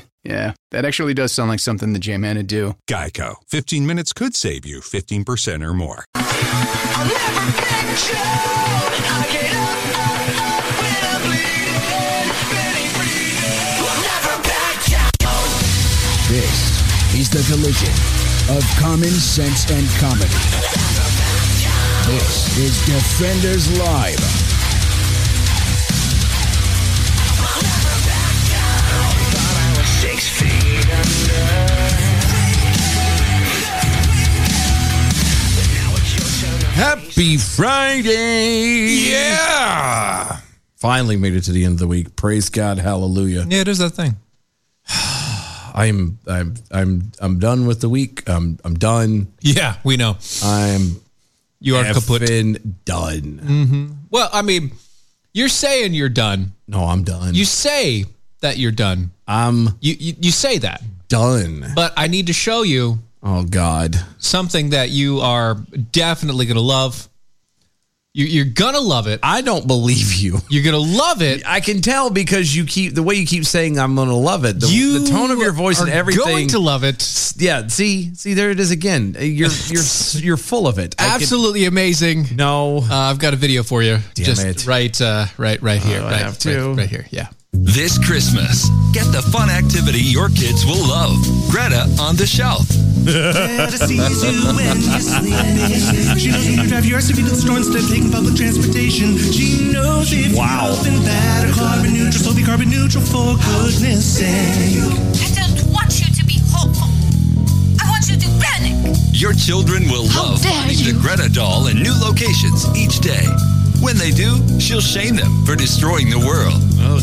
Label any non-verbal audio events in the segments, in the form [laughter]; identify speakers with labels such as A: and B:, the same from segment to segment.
A: [laughs] yeah, that actually does sound like something the J-Man would do.
B: Geico. 15 minutes could save you 15% or more.
C: I'll never get you. I get up, up, up when I'm bleeding, barely breathing. I'll never back down.
D: This is the collision of common sense and comedy. This is Defenders Live.
C: Six feet under. Now it's your turn.
E: Happy Friday!
B: Yeah!
E: Finally made it to the end of the week. Praise God, hallelujah.
F: Yeah, it is that thing.
E: I'm I'm I'm I'm done with the week. I'm I'm done.
F: Yeah, we know.
E: I'm
F: You are kaput. Mm-hmm.
E: effing done.
F: Well, I mean, you're saying you're done.
E: No, I'm done.
F: You say that you're done.
E: I'm
F: You, you you say that.
E: done.
F: But I need to show you
E: Oh God.
F: something that you are definitely going to love. You, you're going to love it.
E: I don't believe you.
F: You're going to love it.
E: I can tell because you keep the way you keep saying I'm gonna love it. The,
F: you
E: the tone of your voice and
F: are
E: everything.
F: going to love it.
E: yeah, see, see, there it is again. You're you're you're full of it. I can-
F: Absolutely amazing.
E: no.
F: Uh, I've got a video for you.
E: Damn
F: Just
E: it.
F: right, uh, right, right here.
E: Oh, I
F: right,
E: have to.
F: Right, right here. Yeah.
B: This Christmas, get the fun activity your kids will love. Greta on the
C: [laughs]
B: shelf.
C: sees you when you're sleeping. She knows when you drive your SUV to the store instead of taking public transportation. She knows if
E: Wow.
C: you've been bad or carbon neutral, so be carbon neutral for goodness sake.
G: I don't want you to be hopeful. I want you to panic.
B: Your children will love
G: How dare
B: finding the
G: you.
B: Greta doll in new locations each day. When they do, she'll shame them for destroying the world.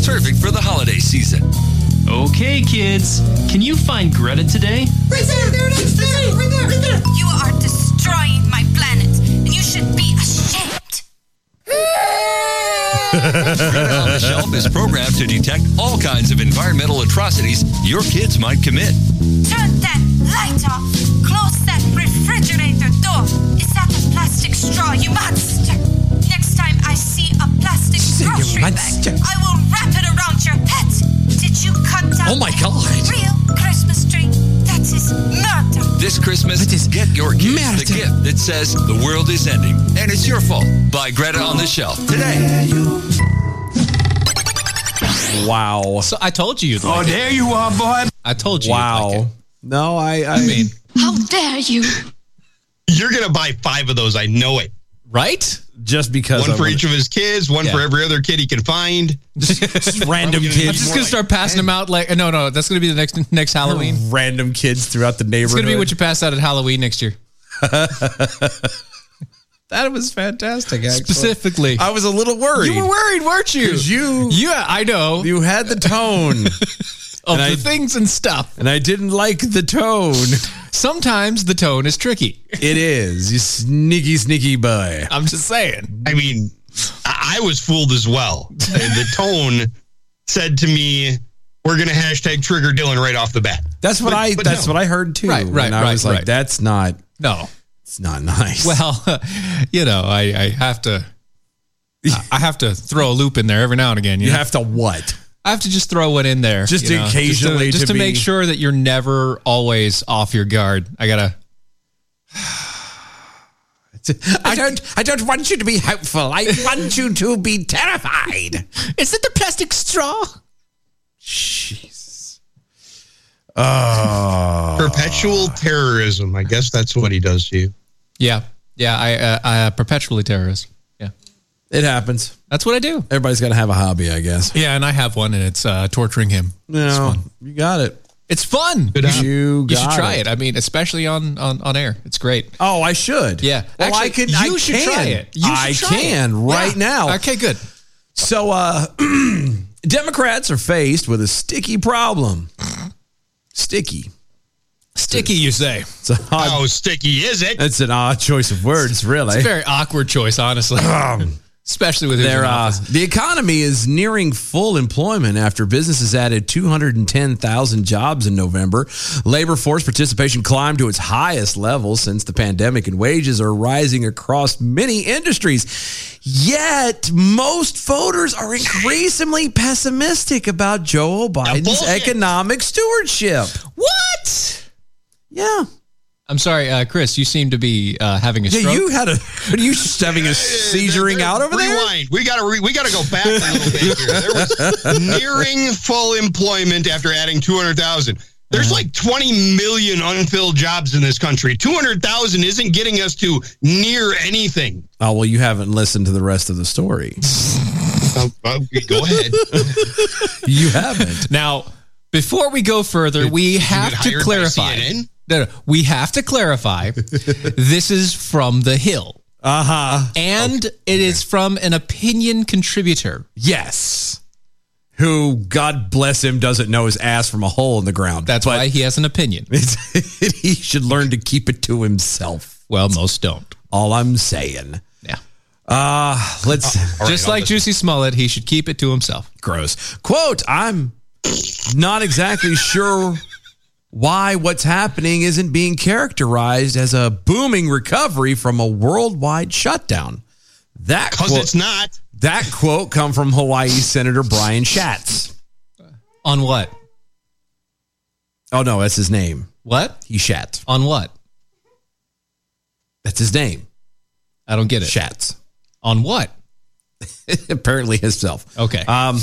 B: Perfect for the holiday season.
H: Oh. Okay, kids, can you find Greta today?
I: Right there, there it is, there, right there, right there.
G: You are destroying my planet, and you should be ashamed.
B: Greta on the shelf is programmed to detect all kinds of environmental atrocities your kids might commit.
G: Turn that light off. Close that refrigerator door. Is that a plastic straw, you monster? Next time I see a plastic
E: you
G: grocery
E: monster.
G: bag, I will wrap it around your head. Did you cut down
E: Oh my
G: a
E: God.
G: real Christmas tree? That is murder.
B: This Christmas, get your kids the gift that says the world is ending and it's your fault by Greta on the Shelf today.
E: wow.
F: So I told you. Oh, there you are, boy. I told you. you'd
E: Wow.
F: like it.
E: No, I I,
F: I mean,
G: How dare you?
J: You're gonna buy five of those. I know it.
F: right?
E: just because
J: One
E: I
J: for
E: wanna-
J: each of his kids. One
F: Yeah.
J: for every other kid he can find. [laughs]
E: just random
F: I'm
E: kids.
F: just gonna start passing them out. Like, no, no, that's gonna be the next next Halloween.
E: Random kids throughout the neighborhood.
F: It's gonna be what you pass out at Halloween next year.
E: that was fantastic. Actually.
F: Specifically,
E: I was a little worried.
F: you were worried, weren't you?
E: 'Cause [laughs] you-
F: yeah, I know
E: You had the tone,
F: of [laughs] the
E: and I-
F: things and stuff.
E: and I didn't like the tone.
F: [laughs] Sometimes the tone is tricky.
E: It is you sneaky, sneaky boy.
F: I'm just saying.
J: I mean, I I was fooled as well. the tone said to me, "We're gonna hashtag trigger Dylan right off the bat."
E: That's what
J: But-
E: I.
J: but
E: that's
J: no.
E: what I heard too.
F: Right, right,
E: and I
F: right,
E: was like,
F: right.
E: that's not.
F: No,
E: It's not nice.
F: well, [laughs] you know, I, I have to. I- I have to throw a loop in there every now and again. You,
E: you
F: know?
E: have to what?
F: I have to just throw one in there,
E: Just
F: you know,
E: occasionally
F: just to, just
E: to
F: to make
E: be-
F: sure that you're never always off your guard. I
E: [sighs]
F: gotta.
E: I don't. I don't want you to be hopeful. I want you to be terrified.
F: Is it the plastic straw?
E: "Oh."
J: Perpetual terrorism. I guess that's what he does to you.
F: Yeah, Yeah, I, uh, I uh, perpetually terrorist. Yeah,
E: it happens.
F: That's what I do.
E: Everybody's got to have a hobby, I guess.
F: Yeah, and I have one, and it's uh, torturing him. It's
E: No,
F: fun.
E: you got it.
F: It's fun.
E: Good app. You
F: you should
E: got
F: try it.
E: it.
F: I mean, especially on, on on air. It's great.
E: Oh, I should.
F: Yeah.
E: Well, I could.
F: You
E: I
F: should
E: can.
F: try it. You should
E: I
F: try it.
E: can right
F: Yeah.
E: now.
F: Okay, good.
E: So, uh, [clears throat] Democrats are faced with a sticky problem. Sticky.
F: Sticky, you say?
E: It's a odd,
J: How sticky is it?
E: It's an odd choice of words, really.
F: It's a very awkward choice,
E: [laughs]
F: honestly. Especially with who's in
E: Their, uh,
F: office.
E: the economy is nearing full employment after businesses added 210,000 jobs in November. Labor force participation climbed to its highest level since the pandemic, and wages are rising across many industries. Yet, most voters are increasingly pessimistic about Joe Biden's economic stewardship.
F: What?
E: Yeah.
F: I'm sorry, uh, Chris. You seem to be uh, having a
E: Yeah,
F: stroke.
E: you had a. [laughs] Are you just having a seizuring out over there?
J: Rewind. We gotta re- we gotta go back a little bit here. There was nearing full employment after adding two hundred thousand. There's like 20 million unfilled jobs in this country. 200,000 isn't getting us to near anything.
E: Oh well, you haven't listened to the rest of the story.
J: Uh, go ahead.
E: you haven't.
F: Now, before we go further, we have
J: get
F: to
J: hired by
F: clarify.
J: CNN?
F: No, no, we have to
E: [laughs]
F: clarify. this is from The Hill.
E: Uh huh.
F: And it is from an opinion contributor.
E: Yes. Who, God bless him, doesn't know his ass from a hole in the ground.
F: That's why he has an
E: [laughs]
F: opinion.
E: he should learn to keep it to himself.
F: Well, most don't.
E: All I'm saying.
F: Yeah.
E: Uh, let's.
F: Just like Juicy Smollett, he should keep it to himself.
E: gross. Quote, I'm not exactly sure why what's happening isn't being characterized as a booming recovery from a worldwide shutdown. That
J: Because
E: quote-
J: it's not.
E: That quote come from Hawaii Senator Brian Schatz.
F: On what?
E: Oh no, that's his name.
F: What?
E: He shat.
F: On what?
E: That's his name.
F: I don't get it.
E: Schatz.
F: On what?
E: [laughs] Apparently himself.
F: Okay.
E: Um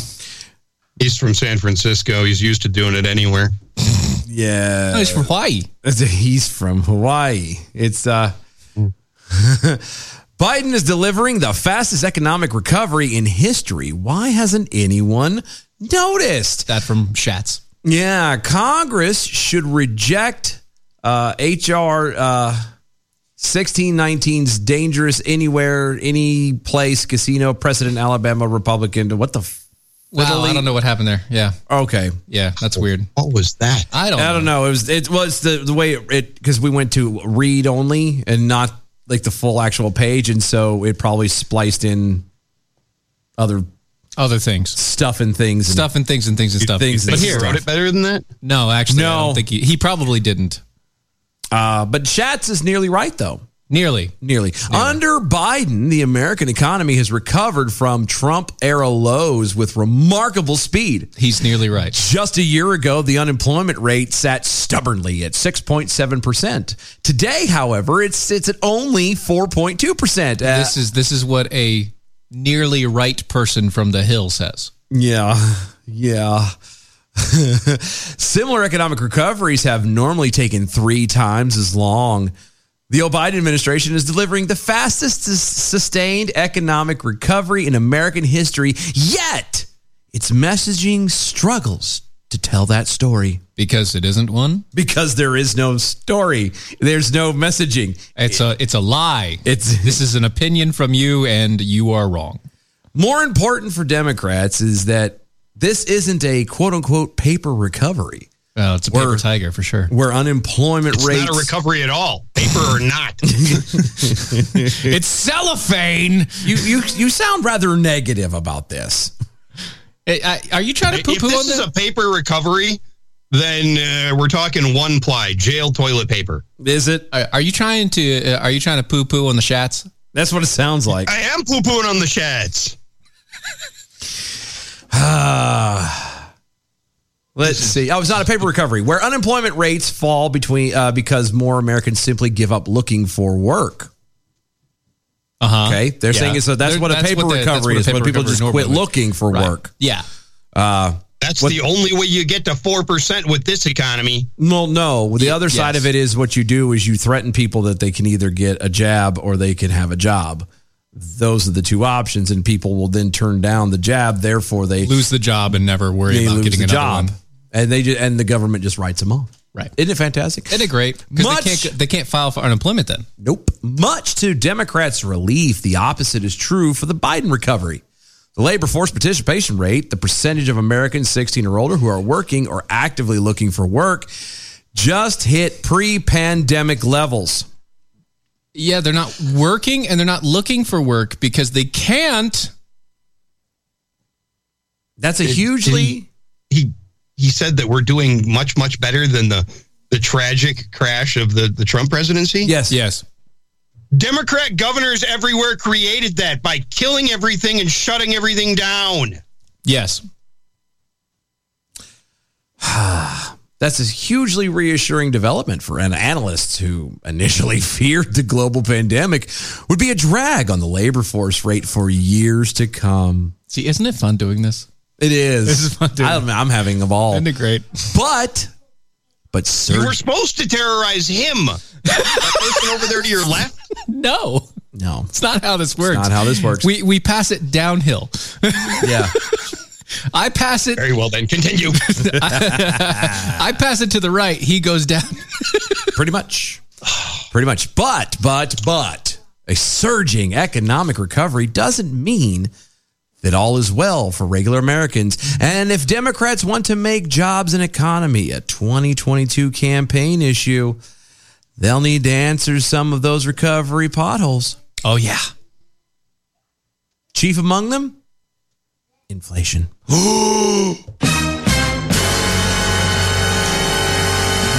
J: He's from San Francisco. He's used to doing it anywhere.
E: yeah.
F: no, he's from Hawaii.
E: It's- He's from Hawaii. It's uh [laughs] Biden is delivering the fastest economic recovery in history. Why hasn't anyone noticed?
F: That from Shats.
E: Yeah, Congress should reject uh, HR uh, 1619's dangerous anywhere, any place casino precedent, Alabama Republican. What the? F-
F: Wow, I
E: Fiddly-
F: don't know what happened there. Yeah.
E: okay,
F: Yeah, that's weird.
J: What was that?
F: I don't
E: I don't know. It was it was the the way it because we went to read only and not like the full actual page, and so it probably spliced in other
F: Other things.
E: stuff and things. and-
F: Stuff and things and things and stuff.
E: things and
F: but
J: But he
F: here,
J: wrote it better than that?
F: no, actually, I
E: No.
F: don't think he, he probably didn't.
E: uh, but Schatz is nearly right though.
F: Nearly.
E: Nearly. Under Biden, the American economy has recovered from Trump era lows with remarkable speed.
F: He's nearly right.
E: Just a year ago, the unemployment rate sat stubbornly at 6.7%. Today, however, it's it's at only 4.2%. Uh,
F: This is this is what a nearly right person from the hill says.
E: Yeah. Yeah. [laughs] Similar economic recoveries have normally taken three times as long. The O'Biden administration is delivering the fastest sus- sustained economic recovery in American history, yet its messaging struggles to tell that story
F: Because it isn't one.
E: because there is no story. There's no messaging.
F: It's a it's a lie.
E: It's-
F: this is an opinion from you and you are wrong.
E: More important for Democrats is that this isn't a quote unquote paper recovery
F: Oh, it's a paper
E: We're-
F: tiger for sure.
E: where unemployment
J: It's
E: rates
J: not a recovery at all, paper or not.
E: [laughs]
F: It's cellophane.
E: you you you sound rather negative about this.
F: Eh, I- [laughs] are you trying to poo
J: if
F: poo on
J: this is
F: this?
J: a paper recovery, then uh, we're talking one ply jail toilet paper.
E: Is it?
F: Are- are you trying to uh, are you trying to poo poo on the shats?
E: That's what it sounds like.
J: I am poo pooing on the sheds.
E: [sighs] Let's see. Oh, it's not a paper recovery where unemployment rates fall between uh, because more Americans simply give up looking for work.
F: Uh huh.
E: Okay, Uh-huh. they're saying it's so that's
F: They're-
E: what a
F: that's
E: paper
F: what the- that's
E: recovery
F: what a
E: is
F: paper
E: when people
F: recovery
E: just
F: normally
E: quit
F: would-
E: looking for
F: Right.
E: work.
F: Yeah.
J: That's the only way you get to 4% with this economy.
E: Well, no. The other side
J: Yes.
E: of it is what you do is you threaten people that they can either get a jab or they can have a job. Those are the two options, and people will then turn down the jab. Therefore, they
F: lose the job and never worry about getting another one.
E: And they ju- and the government just writes them off. Right? Isn't it fantastic?
F: Isn't it great? Because
E: Much-
F: they can't, they can't file for unemployment then.
E: Nope. Much to Democrats' relief, the opposite is true for the Biden recovery. The labor force participation rate, the percentage of Americans 16 or older who are working or actively looking for work, just hit pre pandemic levels.
F: Yeah, they're not working and they're not looking for work because they can't.
E: That's a
J: Did-
E: hugely.
J: He, he he said that we're doing much much better than the the tragic crash of the the Trump presidency.
E: Yes.
F: Yes.
J: Democrat governors everywhere created that by killing everything and shutting everything down.
F: Yes.
E: That's a hugely reassuring development for an analysts who initially [laughs] feared the global pandemic would be a drag on the labor force rate for years to come.
F: See, isn't it fun doing this?
E: It is.
F: This is fun doing
E: I, I'm having a ball.
F: Isn't it great?
E: But but
J: You were
E: surge
J: supposed to terrorize [laughs] him. That person over there to your left.
F: No,
E: no.
F: it's not how this works.
E: not how this works.
F: We we pass it downhill.
E: Yeah.
F: [laughs] I pass it.
J: Very well then. Continue.
F: [laughs] I, [laughs] I pass it to the right. He goes down.
E: pretty much. Pretty much. But but but a surging economic recovery doesn't mean that all is well for regular Americans. And if Democrats want to make jobs and economy a 2022 campaign issue, they'll need to answer some of those recovery potholes.
F: Oh yeah.
E: Chief among them, inflation. [gasps]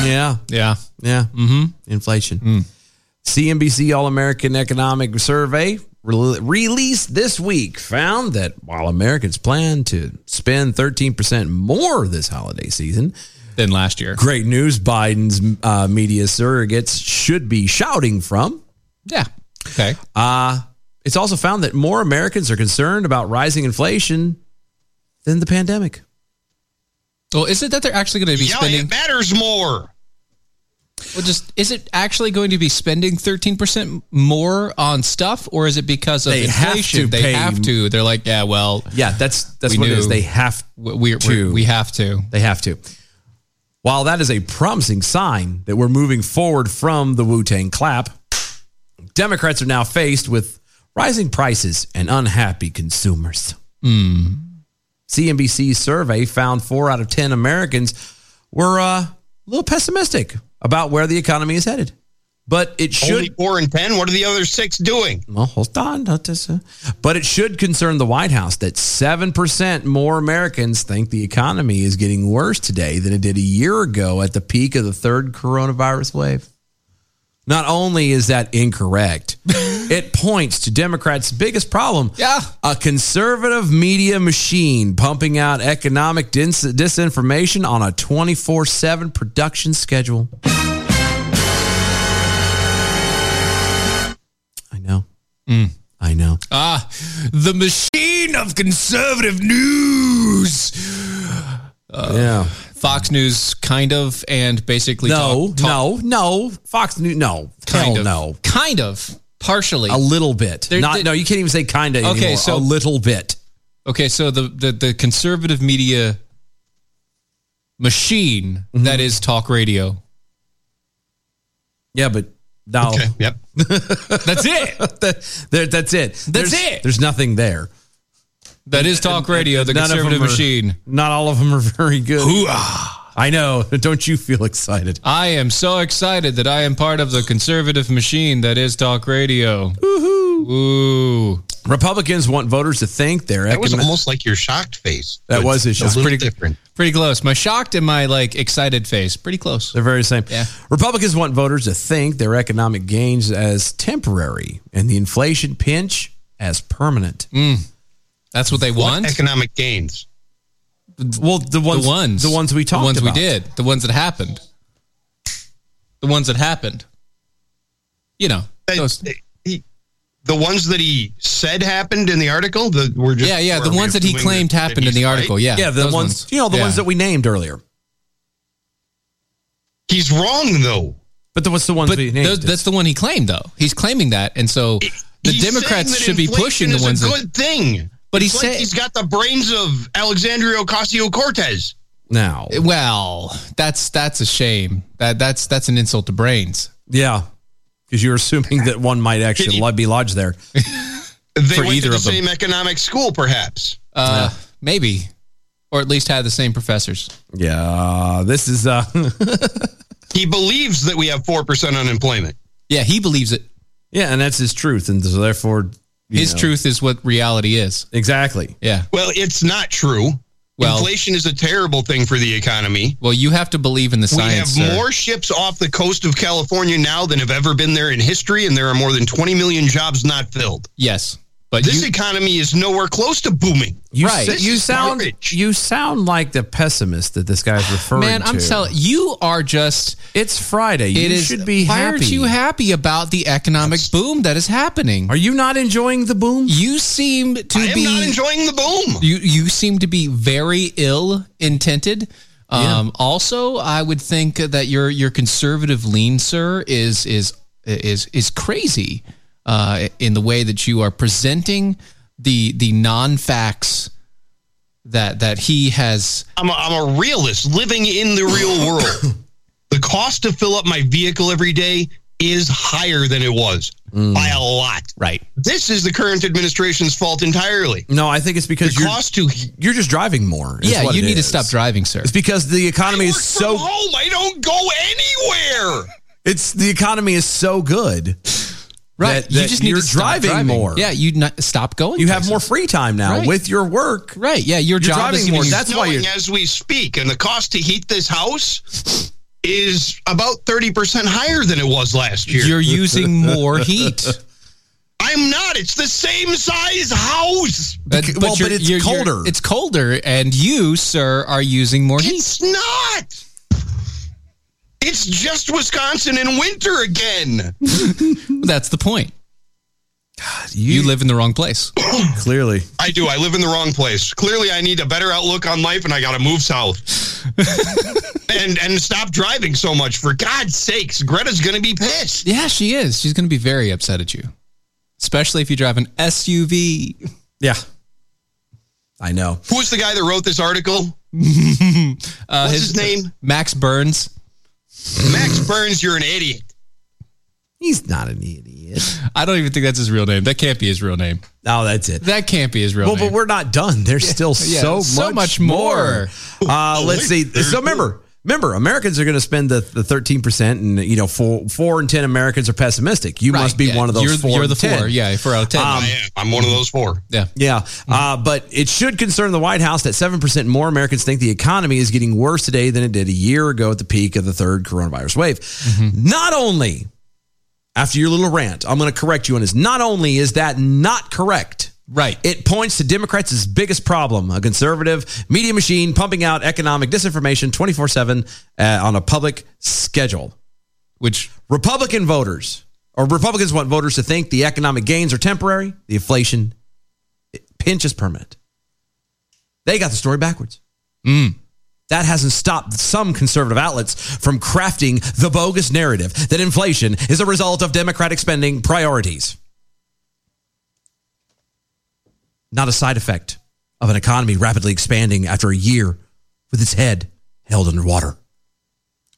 E: yeah.
F: Yeah. Mm.
E: Yeah. Mm-hmm. Inflation. CNBC All American Economic Survey re- released this week found that while Americans plan to spend 13% more this holiday season,
F: Than last year.
E: great news Biden's uh, media surrogates should be shouting from.
F: Yeah. Okay.
E: Uh, it's also found that more Americans are concerned about rising inflation than the pandemic.
F: Well, is it that they're actually going to be
J: Yeah,
F: spending?
J: it matters more.
F: Well, just is it actually going to be spending thirteen percent more on stuff, or is it because of
E: They have
F: inflation?
E: to
F: they
E: pay-
F: have to. They're like, yeah, well,
E: Yeah, that's that's
F: We
E: what it is.
F: knew.
E: They have
F: we we're,
E: to.
F: we're, we have to.
E: They have to. While that is a promising sign that we're moving forward from the Wu Tang clap, Democrats are now faced with rising prices and unhappy consumers. CNBC's survey found four out of 10 Americans were uh, a little pessimistic about where the economy is headed. But it should.
J: Only four and ten. What are the other six doing?
E: Well, hold on. not this, uh, But it should concern the White House that 7% more Americans think the economy is getting worse today than it did a year ago at the peak of the third coronavirus wave. Not only is
F: [laughs]
E: that incorrect, it points to Democrats' biggest problem.
F: Yeah.
E: A conservative media machine pumping out economic dis- disinformation on a 24 7 production schedule. I know. I know.
F: Ah, the machine of conservative news. Uh,
E: yeah.
F: Fox News, kind of, and basically
E: No,
F: talk- talk-
E: no, no. Fox News, no.
F: kind
E: Hell
F: of,
E: no.
F: kind of, partially.
E: A little bit.
F: There-
E: Not.
F: there-
E: no, you can't even say kind of
F: Okay,
E: anymore.
F: so-
E: a little bit.
F: Okay, so the the, the conservative media machine
E: Mm-hmm.
F: that is talk radio.
E: Yeah, but no.
J: Okay.
E: [laughs]
J: Yep.
F: That's it.
E: That- there- that's it. That's
F: it.
E: There's nothing there.
F: That is talk radio, the
E: None of them
F: conservative
E: are-
F: machine.
E: Not all of them are very good. I know. [laughs] Don't you feel excited?
F: I am so excited that I am part of the conservative machine that is talk radio. Woohoo. Ooh.
E: Republicans want voters to think their
J: That was
E: economic.
J: almost like your shocked face.
E: That was his
J: a
E: shocked-
J: little
F: Pretty-
J: different.
F: Pretty close. My shocked and my like excited face. Pretty close.
E: They're very same.
F: Yeah.
E: Republicans want voters to think their economic gains as temporary and the inflation pinch as permanent.
F: That's what they want.
J: Economic gains.
E: Well, the ones,
F: the ones.
E: the ones we talked
F: The ones
E: about.
F: we did. The ones that happened. The ones that happened. You know.
J: They-
F: those-
J: they- he- the ones that he said happened in the article that were just
E: Yeah, yeah, the
J: were
E: ones that he
J: doing
E: claimed happened in
J: he's
E: the article, yeah,
J: right?
E: Yeah, the those ones- ones. you know, the ones that we named earlier.
J: He's wrong though.
E: But the, what's the one?
F: But those- that's the one he claimed, though. He's claiming that, and so the
J: He's
F: Democrats
J: saying that
F: should be
J: inflation
F: pushing the
J: is
F: ones
J: a
F: that.
J: good thing.
F: But he
J: It's like
F: said-
J: he's got the brains of Alexandria Ocasio Cortez.
E: Now,
F: well, that's that's a shame. That that's that's an insult to brains.
E: Yeah, because you're assuming that one might actually lo- be lodged there.
J: They
F: For
J: went
F: either
J: to the
F: of them.
J: same economic school, perhaps.
F: Uh, Maybe, or at least had the same professors.
E: Yeah, this is. uh [laughs]
J: He believes that we have four percent unemployment.
F: Yeah, he believes it.
E: Yeah, and that's his truth, and so therefore, you
F: His
E: know.
F: truth is what reality is.
E: Exactly.
F: Yeah.
J: Well, it's not true.
F: Well-
J: Inflation is a terrible thing for the economy.
F: Well, you have to believe in the
J: We have
F: science. sir.
J: more ships off the coast of California now than have ever been there in history, and there are more than 20 million jobs not filled.
F: Yes, but
J: this economy is nowhere close to booming.
E: You,
J: Right.
E: sa-
J: This
E: you
J: is
E: sound you sound like the pessimist that this guy's referring
F: Man,
E: to.
F: I'm telling you are just.
E: It's Friday. You should be
F: why
E: happy.
F: aren't you happy about the economic boom that is happening?
E: Are you not enjoying the boom?
F: You seem to
J: I am
F: be
J: not enjoying the boom.
F: You you seem to be very ill intended. Um, Also, I would think that your your conservative lean, sir, is is is is crazy uh, in the way that you are presenting the the non facts that that he has.
J: I'm a, I'm a realist living in the real
F: [coughs]
J: world. the cost to fill up my vehicle every day is higher than it was
F: Mm.
J: by a lot.
E: Right.
J: This is the current administration's fault entirely.
F: Mm.
E: No, I think it's because
J: The
E: you're
J: cost to
E: you're just driving more. is
F: Yeah,
E: what
F: you
E: it
F: need to
E: is.
F: stop driving, sir.
E: It's because the economy is so
J: from home. I don't go anywhere.
E: it's the economy is so good.
F: Right,
E: that-
F: you
E: that
F: just need
E: you're
F: to stop
E: driving, more.
F: Yeah, you not, stop going.
E: you have more free time now
F: Right.
E: with your work.
F: Right. Yeah, your
E: You're
F: job
E: driving
F: is giving
E: more.
F: you-
E: That's why
J: Snowing
E: you're
J: as we speak, and the cost to heat this house is about thirty percent higher than it was last year.
F: You're using more heat.
J: [laughs] I'm not. It's the same size house.
F: But,
E: Beca- well, but
F: you're-
E: it's
F: you're- you're-
E: colder.
F: it's colder, and you, sir, are using more heat.
J: It's not. It's just Wisconsin in winter again.
F: [laughs] That's the point.
E: you-
F: you live in the wrong place.
E: clearly.
J: I do. I live in the wrong place. Clearly, I need a better outlook on life, and I got to
F: [laughs]
J: move south. and and stop driving so much. For God's sakes, Greta's gonna be pissed.
F: Yeah, she is. She's going to be very upset at you, especially if you drive an SUV.
E: Yeah. I know.
J: Who's the guy that wrote
F: [laughs]
J: this article?
F: Uh,
J: What's his name?
F: Max Burns.
J: Max Burns. You're an idiot.
E: He's not an idiot.
F: I don't even think that's his real name. That can't be his real name.
E: No, that's it.
F: That can't be his real
E: Well,
F: name.
E: but we're not done. There's still
F: yeah,
E: so,
F: so much
E: much more.
F: more. [laughs]
E: Uh, let's see. So remember, remember, Americans are going to spend the the thirteen percent, and you know, four four in ten Americans are pessimistic. You
F: Right,
E: must be
F: yeah.
E: one of those.
F: You're,
E: four
F: you're
E: in
F: the
E: 10.
F: four. Yeah, four out of ten.
J: I am. I'm one of those four.
F: yeah.
E: Yeah, uh, but it should concern the White House that 7% more Americans think the economy is getting worse today than it did a year ago at the peak of the third coronavirus wave. Not only, after your little rant, I'm going to correct you on this. Not only is that not correct,
F: Right.
E: it points to Democrats' biggest problem a conservative media machine pumping out economic disinformation 24 7 uh, on a public schedule.
F: Which
E: Republican voters or Republicans want voters to think the economic gains are temporary, the inflation pinch is permanent. They got the story backwards.
F: Hmm.
E: That hasn't stopped some conservative outlets from crafting the bogus narrative that inflation is a result of Democratic spending priorities. Not a side effect of an economy rapidly expanding after a year with its head held underwater.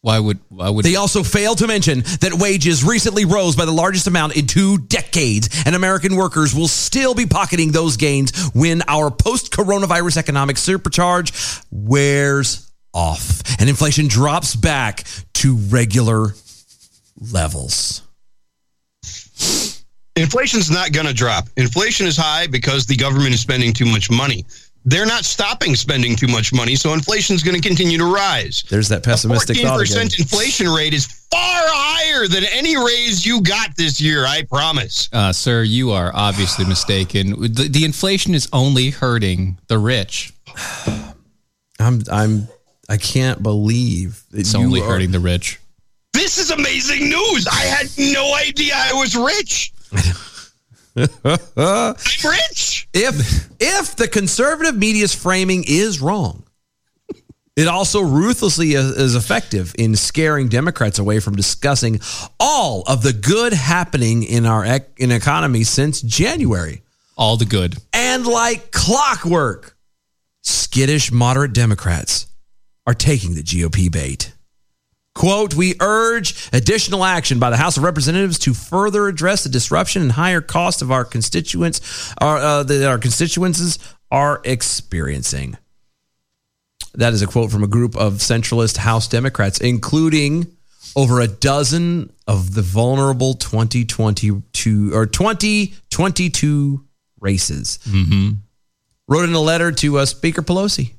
F: why would why would
E: They also fail to mention that wages recently rose by the largest amount in two decades, and American workers will still be pocketing those gains when our post coronavirus economic supercharge wears off and inflation drops back to regular levels.
J: Inflation's not going to drop. Inflation is high because the government is spending too much money. They're not stopping spending too much money, so inflation's going to continue to rise.
E: There's that pessimistic
J: Fourteen
E: thought again.
J: percent inflation rate is far higher than any raise you got this year. I promise.
F: uh, sir, you are obviously mistaken. The, the inflation is only hurting the rich.
E: [sighs] I'm I'm I can't believe that
F: It's
E: you
F: only
E: are-
F: hurting the
E: [laughs]
F: rich. [laughs]
J: This is amazing news. I had no idea I was rich.
E: I'm
J: rich.
E: If if the conservative media's framing is wrong, it also ruthlessly is, is effective in scaring Democrats away from discussing all of the good happening in our ec- in economy since January.
F: All the good.
E: And like clockwork, skittish moderate Democrats are taking the GOP bait. Quote, we urge additional action by the House of Representatives to further address the disruption and higher cost of our constituents, our, uh, that our constituencies are experiencing. That is a quote from a group of centralist House Democrats, including over a dozen of the vulnerable 2022 or 2022 races. Wrote in a letter to uh, Speaker Pelosi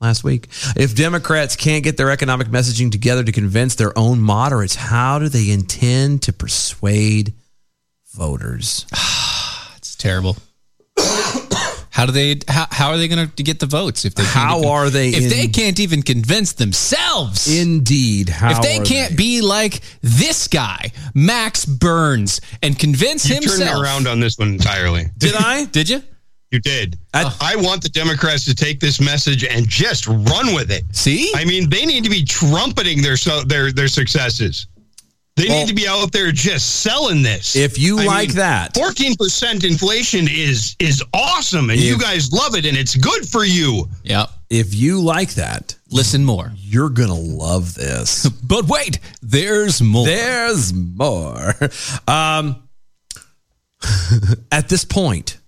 E: last week. If Democrats can't get their economic messaging together to convince their own moderates, how do they intend to persuade voters?
F: [sighs] It's terrible. How do they? How, how are they going to get the votes if they? Can't
E: How
F: even-
E: are they
F: If
E: in-
F: they can't even convince themselves,
E: Indeed. How
F: if they
E: are
F: can't be like this guy, Max Burns, and convince
J: You
F: himself,
J: turned me around on this one entirely.
E: Did
F: [laughs]
E: I? Oh.
F: did you?
J: You did. I want the Democrats to take this message and just run with it.
F: See,
J: I mean, they need to be trumpeting their su- their their successes. They need to be out there just selling this.
E: If you like that,
J: fourteen percent inflation is is awesome, and you guys love it, and it's good for you.
F: Yeah.
E: If you like that,
F: listen more.
E: You're going to love
F: [laughs]
E: this.
F: but wait, there's more.
E: There's more. Um, [laughs] at this point,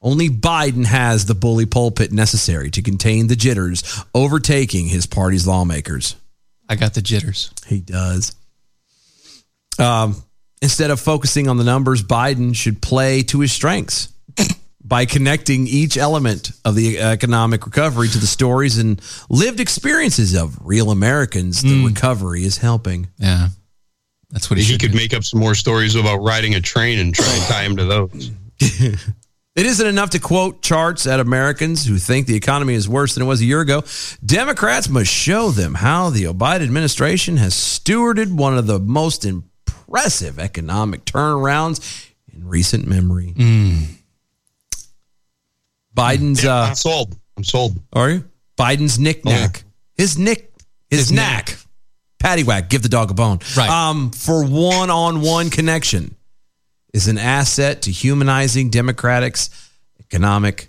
E: only Biden has the bully pulpit necessary to contain the jitters overtaking his party's lawmakers.
F: I got the jitters.
E: He does. Um, instead of focusing on the numbers, Biden should play to his strengths by connecting each element of the economic recovery to the stories and lived experiences of real Americans the recovery is helping.
F: Yeah. That's what
J: he, could make up some more stories about riding a train and try and tie him to those.
E: It isn't enough to quote charts at Americans who think the economy is worse than it was a year ago. Democrats must show them how the Biden administration has stewarded one of the most impressive economic turnarounds in recent memory. Biden's uh, Hmm. I'm
J: sold. I'm sold.
E: Are you? Biden's knickknack. His nick his, knack. Paddywhack, give the dog a bone. Right. Um, for one on one connection is an asset to humanizing Democrats' economic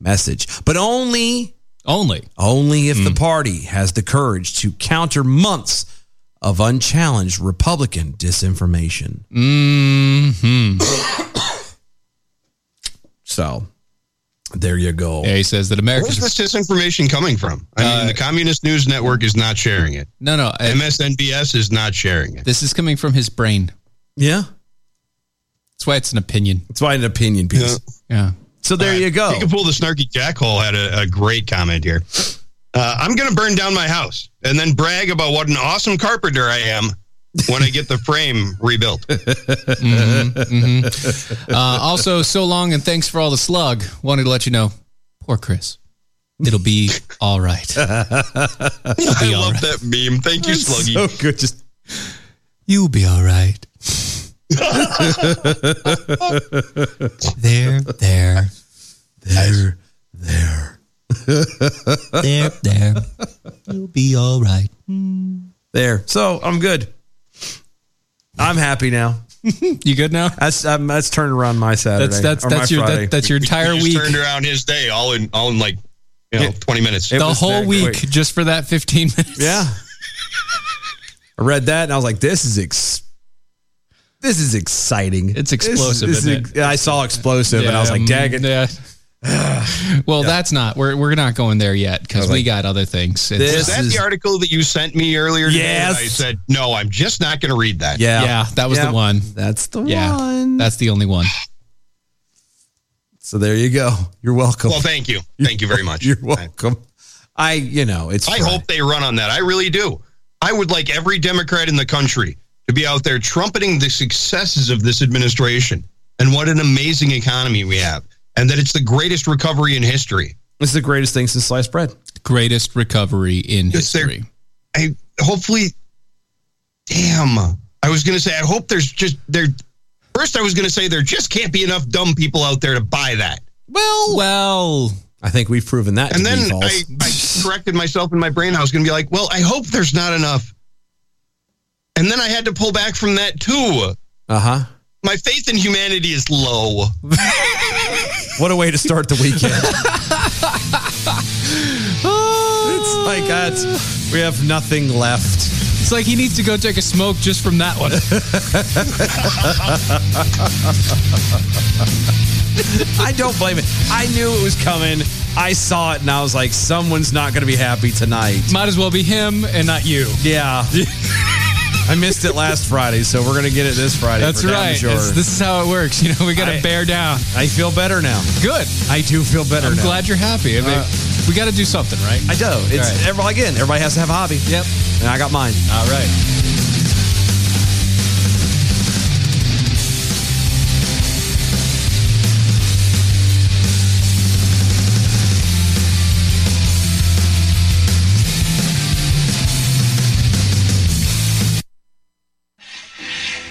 E: message. But only
F: only Hmm.
E: only if the party has the courage to counter months of unchallenged Republican disinformation.
F: Mm-hmm.
E: so there you go.
F: Yeah, he says that
J: Where's
F: Americans
J: this disinformation coming from? I mean, the Communist News Network is not sharing it.
F: No, no.
J: MSNBS is not sharing it.
F: This is coming from his brain.
E: Yeah.
F: That's why it's an opinion.
E: That's why an opinion piece.
F: Yeah.
E: So there you go.
J: You can pull the snarky jackhole had a, a great comment here. Uh, I'm going to burn down my house and then brag about what an awesome carpenter I am when I get the frame
F: [laughs]
J: rebuilt.
F: Mm-hmm. Uh,
J: [laughs]
F: also, so long and thanks for all the slug. Wanted to let you know, poor Chris. It'll be all right.
J: [laughs]
F: It'll
J: [laughs] I
F: be all
J: love
F: right.
J: that meme. Thank you,
F: That's
J: Sluggy.
F: so
E: good. Just
F: You'll be all right.
J: [laughs]
F: there, there, there, there, there, there. You'll [laughs] be all right.
E: Hmm. There. So I'm good. I'm happy now.
F: [laughs] you good now?
E: That's um, that's turned around my Saturday.
F: That's- that's-
E: or my
F: that's your- that-
E: Friday.
F: that's your entire
J: He just turned around his day all in all in like you know twenty minutes.
F: the whole week just for that 15 minutes. [laughs]
E: Yeah. I read that and I was like, this is ex- this is exciting. It's
F: explosive,
E: This,
F: isn't
E: ex- I saw explosive and I was like, dang it.
F: Yeah.
E: [sighs]
F: well, that's not. We're, we're not going there yet because
J: was
F: we
J: like,
F: got other things. It's-
J: was that the article that you sent me earlier? Today
F: Yes.
J: that I said no. I'm just not going to read that.
F: Yeah. that was the one.
E: That's the
F: one. That's the only one.
E: So there you go. You're welcome.
J: Well, thank you. Thank
E: [laughs]
J: you very much.
E: You're welcome. I, you know, it's.
J: I hope they run on that. I really do. I would like every Democrat in the country to be out there trumpeting the successes of this administration and what an amazing economy we have, and that it's the greatest recovery in history.
E: It's the greatest thing since sliced bread.
F: Greatest recovery in
J: Is there-
F: history.
J: I hopefully, damn. I was going to say I hope there's just there First, I was going to say there just can't be enough dumb people out there to buy that.
E: Well, well, I think we've proven that.
J: And
E: to be
J: then I,
E: false.
J: I corrected myself in my brain. I was going to be like, well, I hope there's not enough. And then I had to pull back from that too.
E: Uh huh.
J: My faith in humanity is low.
E: [laughs] What a way to start the weekend. it's like that's we have nothing left.
F: It's like he needs to go take a smoke just from that
E: [laughs]
F: one.
E: [laughs] I don't blame it. I knew it was coming. I saw it and I was like, someone's not going to be happy tonight.
F: Might as well be him and not you. [laughs]
E: Yeah. I missed it last Friday, so we're going to get it this Friday.
F: That's
E: for damn
F: right.
E: sure.
F: It's- this is how it works. You know, we got
E: I-
F: to bear down.
E: I feel better now.
F: Good.
E: I do feel better
F: I'm
E: now.
F: glad you're happy. I mean,
E: Uh,
F: we got to do something, right?
E: I do. It's
F: All right.
E: everybody again. Everybody has to have a hobby.
F: Yep.
E: And I got mine.
F: All right.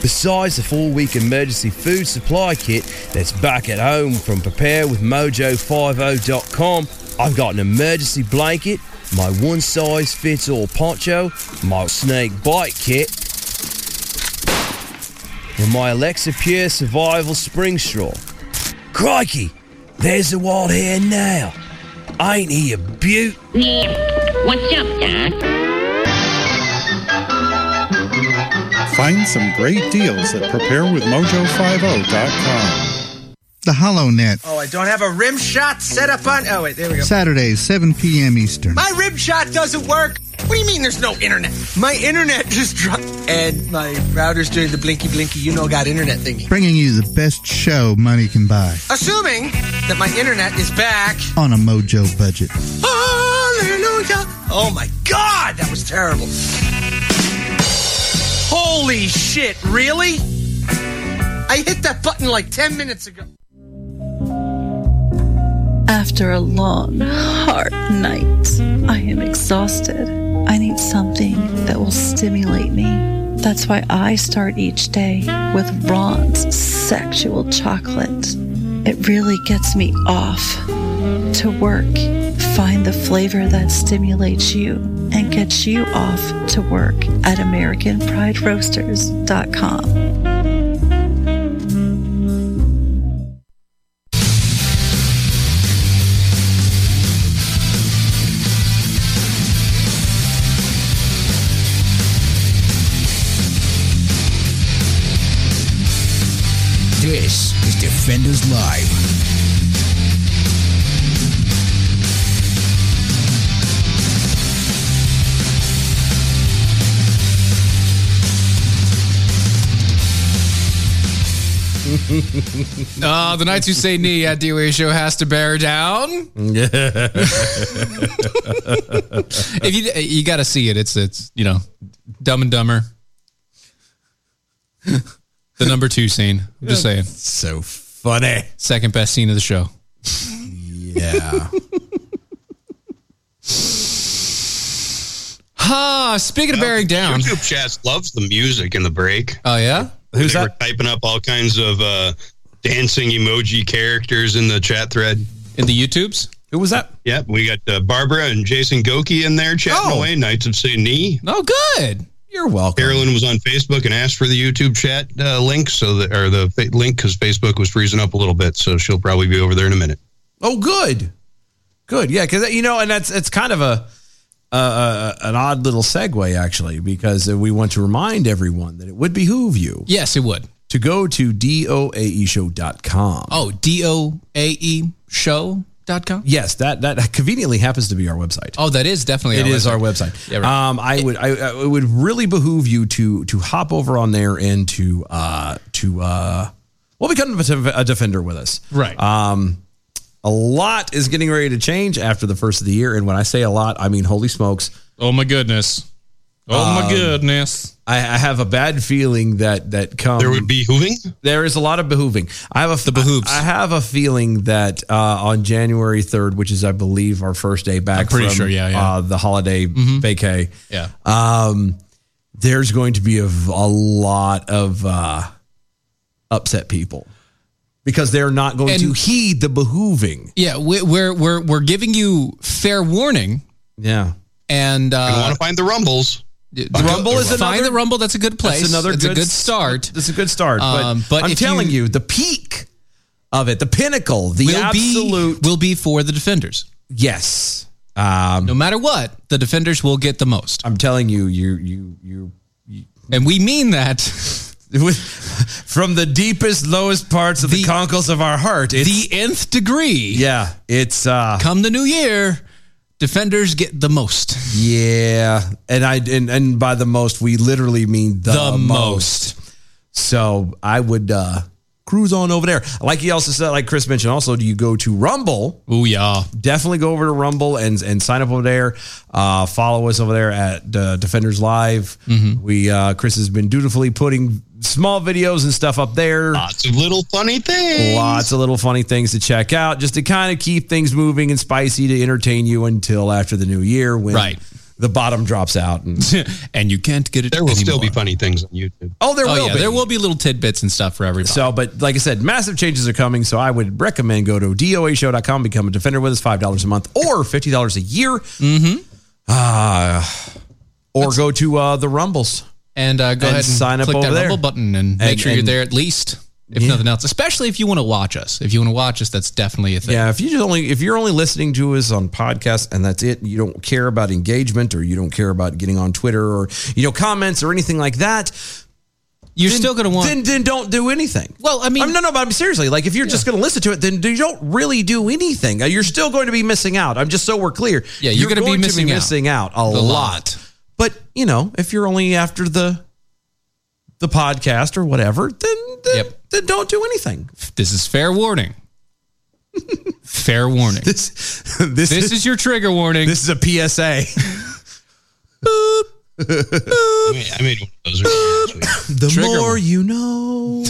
D: Besides the four week emergency food supply kit that's back at home from preparewithmojo50.com, I've got an emergency blanket, my one size fits all poncho, my snake bite kit, and my Alexa Pure Survival Spring Straw. Crikey, there's the wild hare now. Ain't he a beaut?
K: What's up, Doc?
L: Find some great deals at preparewithmojo50.com.
M: The HoloNet,
A: Oh, I don't have a rim shot set up on. Oh, wait, there we go.
M: Saturdays, 7 p.m. Eastern.
A: My rim shot doesn't work. What do you mean there's no internet? My internet [laughs] just dropped. And my router's doing the blinky blinky, you know, got internet thingy.
M: Bringing you the best show money can buy
A: Assuming that my internet is back.
M: on a mojo budget.
A: Hallelujah. Oh my God, that was terrible. Holy shit, really? I hit that button like 10 minutes ago.
N: After a long, hard night, I am exhausted. I need something that will stimulate me. That's why I start each day with Ron's sexual chocolate. It really gets me off to work. Find the flavor that stimulates you and gets you off to work at AmericanPrideRoasters.com.
O: This is Defenders Live.
F: Uh, the Knights Who Say Knee at DOA Show has to bear down. if you uh, you got to see it, it's it's you know, Dumb and Dumber, the number two scene. I'm just saying,
E: so funny.
F: Second best scene of the show. [laughs]
E: Yeah.
F: Ha! speaking of bearing down.
J: YouTube chat loves the music in the break.
F: Oh yeah,
J: who's they Were typing up all kinds of uh, dancing emoji characters in the chat thread.
F: In the YouTubes,
E: who was that?
J: Yep, we got uh, Barbara and Jason Goki in there chatting away. Knights of St. Nee.
F: Oh, good. You're
E: welcome.
J: Carolyn was on Facebook and asked for the YouTube chat uh, link, so that or the fa- link because Facebook was freezing up a little bit, so she'll probably be over there in a minute.
E: Oh, good, good. Yeah, because you know, and that's it's kind of a uh, uh, an odd little segue actually, because uh, we want to remind everyone that it would behoove you.
F: Yes, it would.
E: To go to E doaeshow.com.
F: Oh, doae show.com?
E: Yes, that that conveniently happens to be our website.
F: Oh, that is definitely
E: It
F: our
E: is
F: website.
E: our website.
F: Yeah, right.
E: Um, I would I, I- it would really behoove you to to hop over on there and to uh to uh well become a def- a defender with us.
F: Right.
E: Um A lot is getting ready to change after the first of the year. And when I say a lot, I mean, holy smokes.
P: Oh, my goodness.
E: Um,
P: Oh, my
E: goodness. I, I have a bad feeling that that comes. There would be hooving? There is a lot of behooving. I have a, the behooves. I, I have a feeling that uh, on January 3rd, which is, I believe, our first day back
P: I'm pretty
E: from
P: sure, yeah, yeah.
E: Uh, the holiday vacay.
P: Yeah.
E: Um, there's going to be a, v- a lot of uh, upset people because they're not going to heed the behooving.
F: Yeah, we- we're we're we're giving you fair warning.
E: Yeah,
F: and uh,
J: I want to find the rumbles.
F: The Rumble is find the Rumble. That's a good place.
E: That's another
F: It's
E: good
F: a good
E: s-
F: start.
E: That's a good start. But, I'm telling you, the peak of it, the pinnacle, the
F: will
E: absolute
F: be, will be for the defenders.
E: Yes. Um,
F: no matter what, the defenders will get the most.
E: I'm telling you, you you you,
F: and we mean that [laughs]
E: [laughs] from the deepest, lowest parts of the, conkles of our heart. It's,
F: the nth degree.
E: Yeah, it's uh,
F: come the new year. Defenders get the most.
E: yeah, and I and, and by the most we literally mean the,
F: The
E: most. So I would uh, cruise on over there. Like he also said, like Chris mentioned, also do you go to Rumble?
F: Oh yeah,
E: definitely go over to Rumble and and sign up over there. Uh, follow us over there at uh, Defenders Live.
F: Mm-hmm.
E: We uh, Chris has been dutifully putting small videos and stuff up there. Lots of little funny things. Lots of little funny things to check out, just to kind of keep things moving and spicy to entertain you until after the new year when
F: Right.
E: the bottom drops out and
F: [laughs] and you can't get it.
E: There
J: will still be funny things on YouTube.
E: Oh, there will
F: yeah,
E: be.
F: There will be little tidbits and stuff for everybody.
E: So, but like I said, massive changes are coming. So I would recommend go to doashow.com, become a defender with us, $5 a month or $50 a year. Mm-hmm. or go to uh, the Rumbles.
F: And uh, go ahead and
E: sign up
F: click
E: over
F: that
E: there.
F: Rumble button and make
E: And-
F: sure you're
E: and-
F: there at least, if
E: Yeah.
F: nothing else. Especially if you want to watch us. If you want to watch us, that's definitely a thing.
E: Yeah, if you just only if you're only listening to us on podcast and that's it, you don't care about engagement or you don't care about getting on Twitter or you know comments or anything like that.
F: You're still gonna want-
E: then then don't do anything.
F: Well, I mean,
E: no, no, but I'm seriously like if you're just gonna listen to it, then you don't really do anything. Uh, You're still going to be missing out. I'm just so we're clear.
F: Yeah, you're gonna be missing out.
E: missing out a
F: A
E: lot.
F: lot.
E: But you know, if you're only after the the podcast or whatever, then then, then don't do anything.
F: This is fair warning. [laughs] fair warning.
E: This, this,
F: is, your trigger warning.
E: This is a PSA.
J: I made, I made one of those. earlier this week.
E: [coughs] The more you know.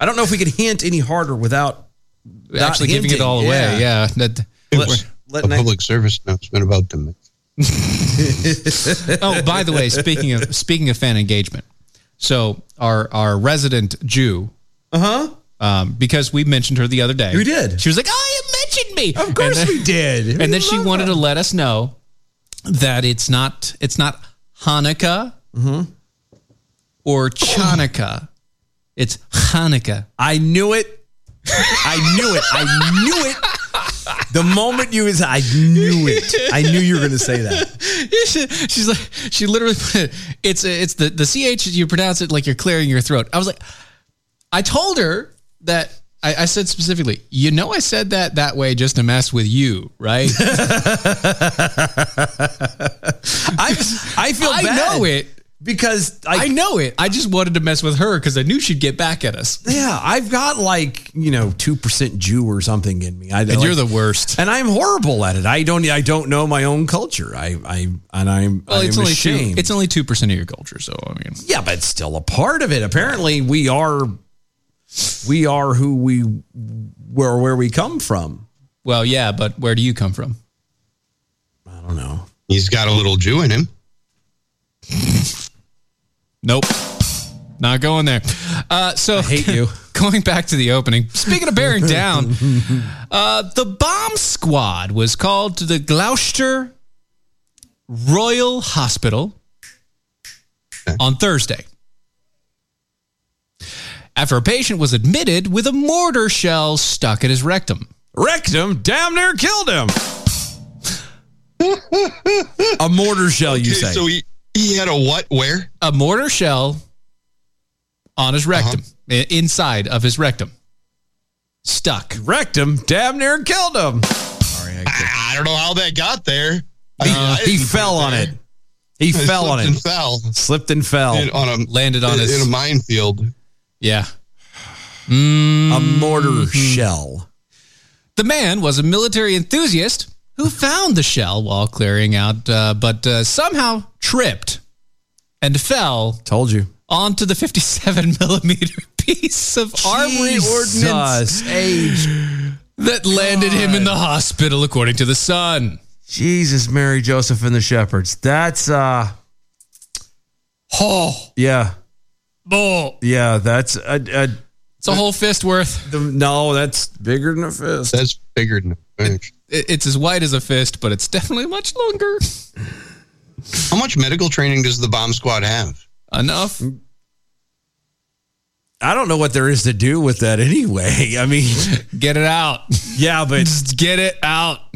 E: I don't know if we could hint any harder without without
F: Actually giving it
E: hinting.
F: all away. Yeah. That,
J: It's a public service announcement about them.
F: [laughs] [laughs] oh, by the way, speaking of speaking of fan engagement, so our our resident Jew,
E: uh huh,
F: um, because we mentioned her the other day.
E: We did.
F: She was like, "Oh, you mentioned me." Of
E: course
F: [laughs]
E: we did. We
F: and then she
E: love
F: wanted
E: that.
F: to let us know that it's not it's not Hanukkah
E: Mm-hmm.
F: or Chanukah. It's Hanukkah.
E: I knew it. I knew it. I knew it. The moment you was, I knew it. I knew you were going to
F: [laughs]
E: say that.
F: She's like, she literally put it, it's it's the the ch you pronounce it like you're clearing your throat. I was like, I told her that I, I said specifically, you know, I said that that way just to mess with you,
E: [laughs]
F: right?
E: I I feel
F: I
E: bad
F: know it
E: because I,
F: know it. I just wanted to mess with her because I knew she'd get back at us.
E: Yeah, I've got like you know two percent Jew or something in me. I,
F: And you're the worst,
E: and I'm horrible at it. I don't I don't know my own culture. I I and I'm
F: Well,
E: I'm
F: it's only
E: ashamed.
F: two. It's only two percent of your culture, so I mean,
E: Yeah, but it's still a part of it. Apparently, we are we are who we were where we come from.
F: well, yeah, but where do you come from?
E: I don't know.
J: He's got a little Jew in him.
F: Nope. Not going there. Uh, so hate you. [laughs] going back to the opening. Speaking of bearing
J: [laughs]
F: down, uh, the bomb squad was called to the Gloucester Royal Hospital on Thursday after a patient was admitted with a mortar shell stuck in his rectum.
E: Rectum damn near killed
F: [laughs]
E: him. a mortar shell, you
J: Okay,
E: say?
J: so he, he had a what? Where? Uh-huh.
F: A mortar shell on his rectum, i- inside of his rectum, stuck.
E: Rectum damn near killed him.
J: I, I don't know how that got there. I mean,
E: Uh,
J: I
E: he
J: didn't
E: fell
J: get
E: on
J: there.
E: it. He
J: I
E: fell
J: slipped
E: on it.
J: and fell.
E: Slipped and fell.
J: In- on a
F: landed on
J: in,
F: his-
J: in a minefield.
F: Yeah.
E: A mortar shell.
F: Mm-hmm. The man was a military enthusiast who found the shell while clearing out, uh, but uh, somehow tripped and fell.
E: Told you.
F: Onto the 57 [laughs] millimeter piece of armory ordnance. That landed him in the hospital, according to the Sun.
E: Jesus, Mary, Joseph, and the shepherds. That's uh,
F: oh
E: yeah,
F: bull.
E: yeah. That's a, a
F: It's a whole fist worth.
E: No, that's bigger than a fist.
J: That's bigger than a fist.
F: It, it's as wide as a fist, but it's definitely much longer.
J: How much medical training does the bomb squad have?
F: Enough.
E: I don't know what there is to do with that anyway. [laughs] I mean,
F: get it out.
E: Yeah,
F: [laughs]
E: but just
F: get it out.
E: [laughs]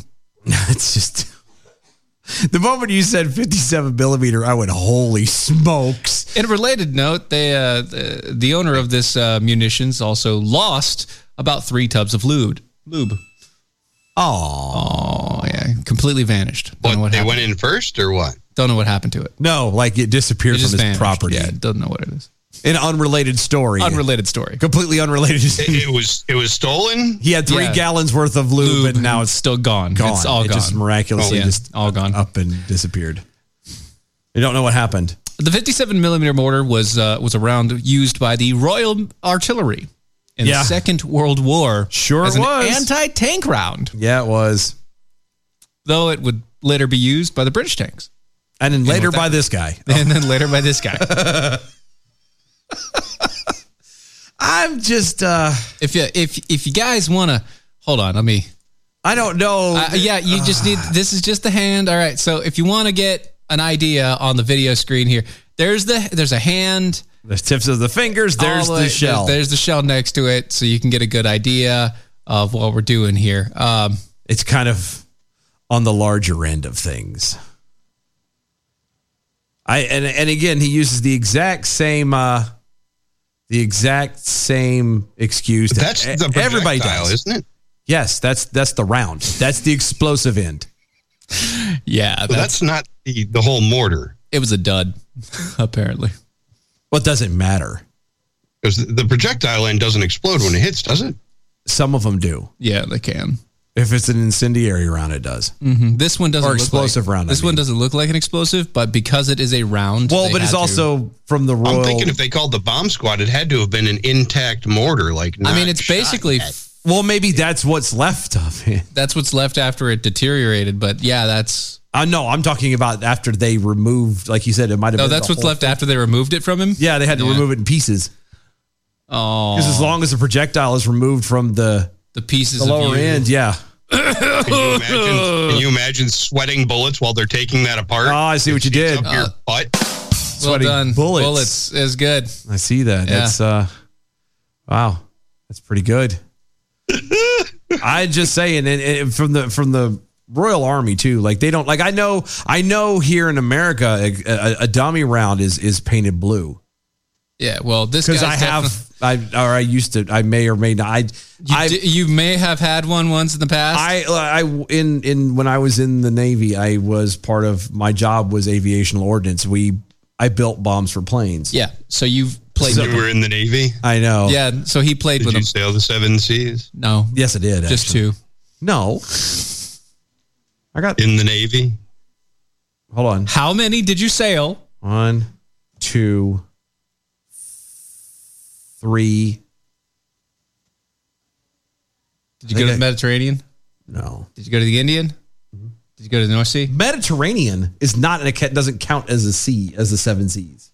E: It's just the moment you said 57 millimeter, I went, holy smokes.
F: In a related note, they, uh, the, the owner of this uh, munitions also lost about three tubs of lube. Lube.
E: Oh,
F: yeah, completely vanished. Don't know what
J: They
F: happened.
J: went in first or what?
F: Don't know what happened to it.
E: No, like it disappeared
F: It
E: from
F: just
E: his
F: vanished.
E: property.
F: Yeah, doesn't know what it is.
E: An unrelated story.
F: Unrelated story.
E: Completely unrelated.
J: It, it was it was stolen.
E: He had three
J: Yeah.
E: gallons worth of lube, and now it's
F: still gone.
E: Gone.
F: It's all
E: It Just
F: gone.
E: miraculously,
F: Oh, yeah.
E: just
F: all gone.
E: Up and disappeared. You don't know what happened.
F: The 57 millimeter mortar was uh, was around used by the Royal Artillery in
E: Yeah.
F: the Second World War.
E: Sure
F: as
E: it
F: an
E: was.
F: anti-tank round,
E: Yeah, it was.
F: though it would later be used by the British tanks,
E: and then later by
F: this
E: this guy.
F: [laughs] and then later by this guy.
E: [laughs] I'm just uh
F: if you if if you guys want to hold on, let me.
E: I don't know. Ah.
F: Uh, yeah, you just need this is just the hand. All right, so if you want to get an idea on the video screen here, there's the there's a hand.
E: The tips of the fingers. There's
F: all
E: the shell.
F: There's, the shell next to it, so you can get a good idea of what we're doing here. Um,
E: it's kind of on the larger end of things. I and and again, he uses the exact same uh the exact same excuse. that
J: That's
E: e-
J: the
E: everybody
J: projectile,
E: does,
J: isn't it?
E: Yes, that's that's the round. That's the explosive end.
F: Yeah,
J: So that's, not the, the whole mortar.
F: It was a dud, apparently.
E: Well, it doesn't matter.
J: Because the projectile end doesn't explode when it hits, does it?
E: Some of them do.
F: Yeah, they can.
E: If it's an incendiary round, it does.
F: Mhm. This one doesn't
E: Or
F: look like-
E: explosive round, I
F: This one doesn't look like an explosive, but because it is a round,
E: Well,
F: they
E: but it's
F: had to-
E: also from the royal.
J: I'm thinking if they called the bomb squad, it had to have been an intact mortar. Like
F: I mean,
J: not
F: it's
J: shot
F: basically
J: at.
E: well, maybe that's what's left of it.
F: [laughs] that's what's left after it deteriorated. But yeah, that's
E: I know. I'm talking about after they removed, like you said, it might have.
F: no, Oh,
E: been
F: that's
E: the
F: what's
E: whole
F: left after they removed it from him.
E: Yeah, they had to
F: Yeah.
E: remove it in pieces.
F: Oh,
E: Because as long as the projectile is removed from the
F: the pieces
E: the
F: of
E: lower
F: you.
E: end, yeah.
J: Can you, imagine, can you imagine sweating bullets while they're taking that apart?
E: Oh, I see what you did.
J: Up your butt.
F: well
E: sweaty
F: done,
E: bullets.
F: bullets is good.
E: I see that.
F: Yeah.
E: That's uh, wow, that's
F: [laughs]
E: pretty good. I just saying, and, and from the from the Royal Army too. Like they don't like. I know. I know here in America, a, a, a dummy round is is painted blue
F: Yeah, well, this
E: because
F: guy's
E: I
F: definitely-
E: have. I or I used to. I may or may not. I
F: You,
E: I,
F: di- you may have had one once in the past.
E: I uh, I in in when I was in the Navy, I was part of my job was aviation ordnance. We I built bombs for planes.
F: yeah, so you've played.
J: You were in the Navy.
E: I know.
F: yeah, so he played
J: Did
F: with
J: you
F: him.
J: sail the seven seas
F: No,
E: Yes, I did.
F: just two.
E: actually. No. I got
J: in the Navy?
E: hold on.
F: How many did you sail?
E: One, two, three.
F: Did you go to the Mediterranean?
E: No. Mm-hmm.
F: Did you go to the Indian? Did you go to the North Sea?
E: Mediterranean is not an it doesn't count as a sea as the seven seas.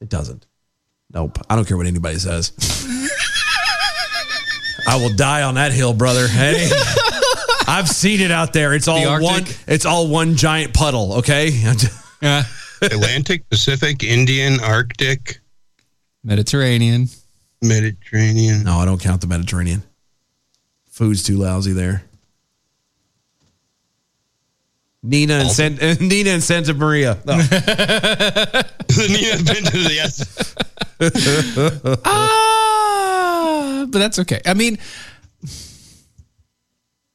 E: It doesn't. Nope. I don't care what anybody says. I will die on that hill, brother. Hey. I've seen it out there. It's all
F: Arctic?
E: one it's all one giant puddle, okay? [laughs]
F: Yeah.
J: Atlantic, Pacific, Indian,
F: [laughs]
J: Arctic,
F: Mediterranean.
J: Mediterranean.
E: no, I don't count the Mediterranean. Food's too lousy there. Nina and San, [laughs] Nina and Santa Maria.
J: [laughs]
E: No.
J: Nina been to the yes.
E: [laughs]
F: Ah, but that's okay. I mean,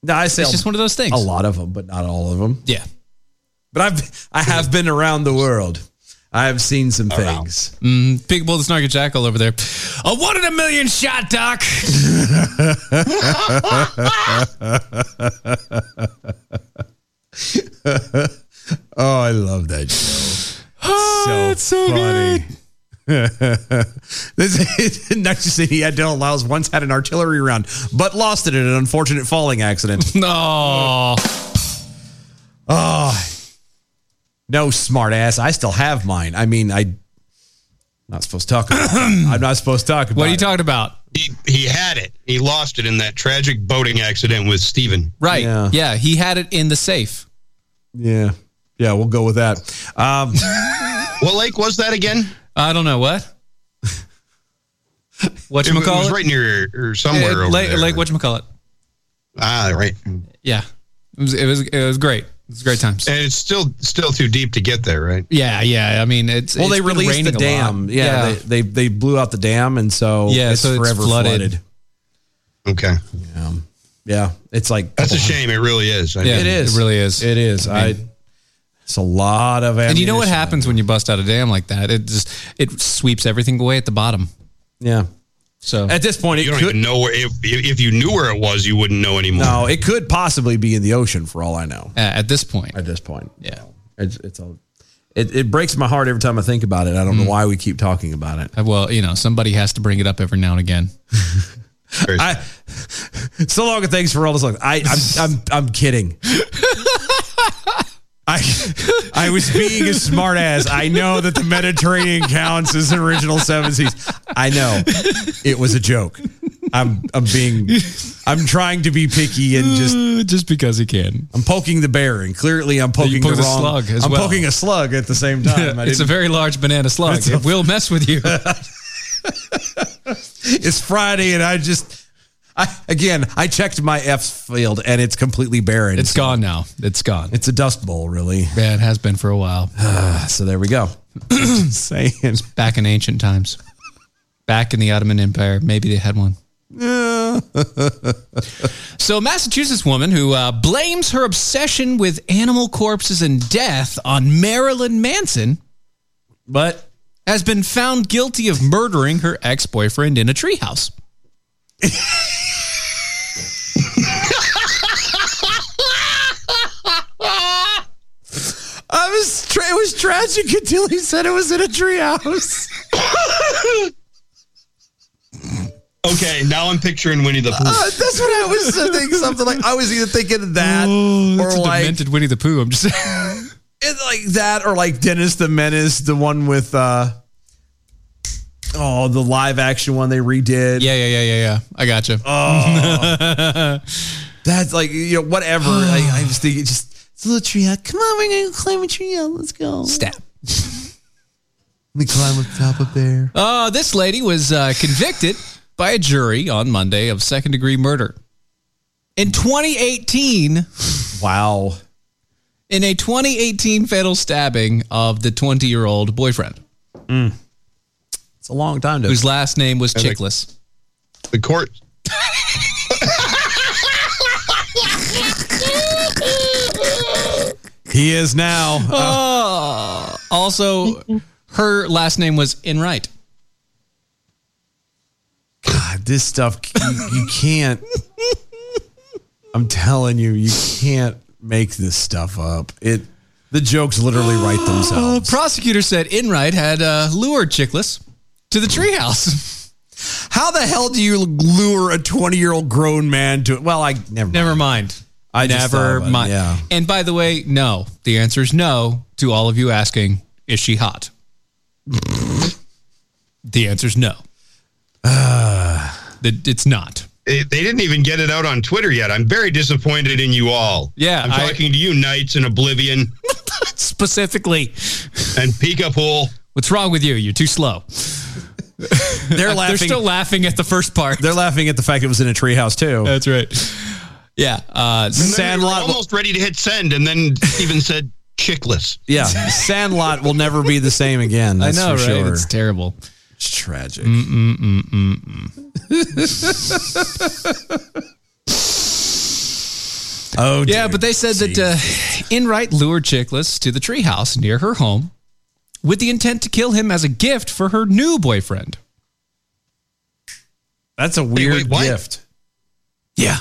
E: No, I sailed
F: it's just one of those things.
E: a lot of them, but not all of them.
F: Yeah.
E: But I've I have been around the world. I have seen some things.
F: Mm, big bull the snarky jackal over there. A one in a million shot, Doc.
E: [laughs] oh, I love that show. so it's so funny. [laughs] this, [laughs] next you see, he had Del Lyles once had an artillery round, but lost it in an unfortunate falling
F: [laughs]
E: accident.
F: No.
E: Oh, no, smart ass. I still have mine. I mean, I. Not supposed to talk. About it.
F: [clears throat]
E: I'm not supposed to talk about.
F: What are you
E: it.
F: talking about?
J: He, he had it. He lost it in that tragic boating accident with Steven.
F: Right. Yeah. He had it in the safe.
E: Yeah. Yeah, we'll go with that. Um,
J: [laughs] what lake was that again?
F: I don't know
J: [laughs]
F: what. What you
J: it was
F: call Eh,
J: right near or somewhere over
F: Lake,
J: there.
F: Lake what you call it?
J: ah, right. And
F: Yeah. It was, it was it was great. It was great times.
J: it's still still too deep to get there, right?
F: Yeah, yeah. I mean, it's
E: well,
F: it's
E: they
F: been
E: released the
F: raining a lot.
E: dam. Yeah, They, they they blew out the dam, and so
F: Yeah,
E: it's
F: so it's
E: forever flooded.
F: flooded.
J: Okay,
E: Yeah, yeah. It's like
J: that's a shame. It really is. I
F: Yeah,
J: mean,
E: It is.
F: It really is.
E: It is. I. it's a lot of
F: and you know what
E: ammunition.
F: happens when you bust out a dam like that? It just it sweeps everything away at the bottom.
E: Yeah.
F: So
E: At this point, it
J: you don't
E: could
J: even know where. If, if you knew where it was, you wouldn't know anymore.
E: no, it could possibly be in the ocean for all I know.
F: Uh, at this point,
E: At this point,
F: yeah,
E: it's it's a. It, it breaks my heart every time I think about it. I don't
F: Mm.
E: know why we keep talking about it.
F: Uh, well, you know, somebody has to bring it up every now and
J: [laughs]
F: again.
E: I, so long and thanks for all this. Look, I, I'm, I'm, I'm kidding. I, I was being a smart ass. I know that the Mediterranean counts as the original seven seas. I know it was a joke. I'm, I'm being, I'm trying to be picky and just,
F: Uh, just because he can.
E: I'm poking the bear, and clearly I'm
F: You
E: poking the
F: poked a
E: wrong.
F: slug as
E: I'm
F: well.
E: poking a slug at the
F: [laughs]
E: same time. I
F: it's a
E: didn't-
F: very large banana slug.
E: It's a-
F: It will mess with you.
E: [laughs] it's Friday, and I just, I again, I checked my F field, and it's completely barren.
F: It's gone now. It's gone.
E: It's a dust bowl, really.
F: Yeah, it has been for a while.
E: [sighs] so there we
F: [clears throat]
E: go. Saying
F: back in ancient times, back in the Ottoman Empire, maybe they had
E: [laughs]
F: one. So, a Massachusetts woman who uh, blames her obsession with animal corpses and death on Marilyn Manson,
E: but
F: has been found guilty of murdering her ex boyfriend in a treehouse.
E: [laughs] I was tra- it was tragic until he said it was in a [laughs] treehouse.
J: Okay, now I'm picturing Winnie the Pooh.
F: [laughs]
E: Uh, that's what I was thinking. Something like I was either thinking that
F: It's
E: or
F: a
E: like
F: demented Winnie the Pooh. I'm just [laughs]
E: it, like that or like Dennis the Menace, the one with uh oh the live action one they redid. Oh.
F: yeah, yeah, yeah, yeah, yeah. I gotcha. [laughs]
E: That's like you
F: [sighs]
E: know whatever. I, I was thinking just it's a little treehouse. Come on, we're gonna climb a treehouse. Let's go. [laughs]
F: Stab.
E: Let me climb up top up there.
F: Uh, this lady was uh, convicted by a jury on Monday of second degree murder. In 2018,
E: Wow.
F: in a 2018 fatal stabbing of the 20 year old boyfriend,
E: Mm. It's a long time to
F: whose last name was
J: Perfect.
F: Chickless.
J: The court.
E: He
F: [laughs]
E: is now. Uh,
F: Oh, also, her last name was Enright.
E: God, this stuff you, you
F: [laughs]
E: can't. I'm telling you, you can't make this stuff up. It the jokes literally write
F: Uh,
E: themselves.
F: prosecutor said Enright had uh, lured Chickless to the treehouse.
E: How the hell do you lure a 20 year old grown man to? Well, I never. mind.
F: Never mind.
E: I just thought
F: Never
E: about it,
F: mind.
E: yeah.
F: And by the way, no. The answer is no to all of you asking, is she hot? [laughs] the answer is no.
E: Ah.
F: That it's not.
J: It, they didn't even get it out on Twitter yet. I'm very disappointed in you all.
F: Yeah,
J: I'm
F: I-
J: talking to you, Knights in Oblivion
F: [laughs] Specifically,
J: and Pika Pool.
F: what's wrong with you? You're too slow.
E: They're laughing.
F: [laughs] They're still laughing [laughs] at the first part.
E: They're laughing at the fact it was in a treehouse too.
F: That's right. Yeah. Uh,
E: Sandlot. will-
J: Almost ready to hit send, and then Steven said,
F: [laughs]
J: "Chickless."
E: [laughs] yeah, Sandlot will never be the same again.
F: I
E: That's
F: know, right?
E: for Sure.
F: It's terrible. Mm,
E: It's tragic. oh,
F: Yeah,
E: dear.
F: but they said that uh, Enright lured Chickless to the treehouse near her home with the intent to kill him as a gift for her new boyfriend.
E: That's a weird gift.
F: Yeah.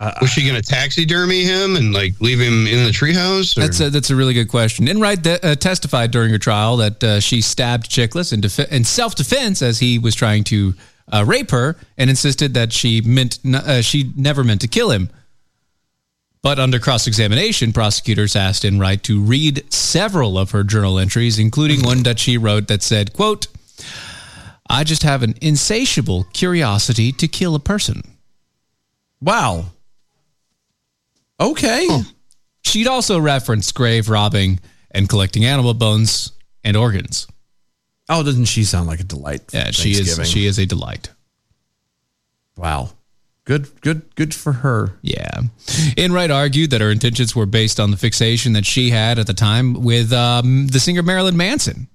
F: Uh,
J: Was she going to taxidermy him and like leave him in the treehouse? or-
F: That's a, that's a really good question. Enright de- uh, testified during her trial that uh, she stabbed Chickless in, def- in self defense as he was trying to uh, rape her, and insisted that she meant n- uh, she never meant to kill him. But under cross examination, prosecutors asked Enright to read several of her journal entries, including one that she wrote that said, "quote I just have an insatiable curiosity to kill a person." Wow. Okay.
E: Hmm.
F: She'd also referenced grave robbing and collecting animal bones and organs.
E: Oh, doesn't she sound like a delight?
F: Yeah, she is.
E: Thanksgiving.
F: She is a delight.
E: Wow. Good, good, good for her.
F: Yeah. Enright argued that her intentions were based on the fixation that she had at the time with um, the singer Marilyn Manson.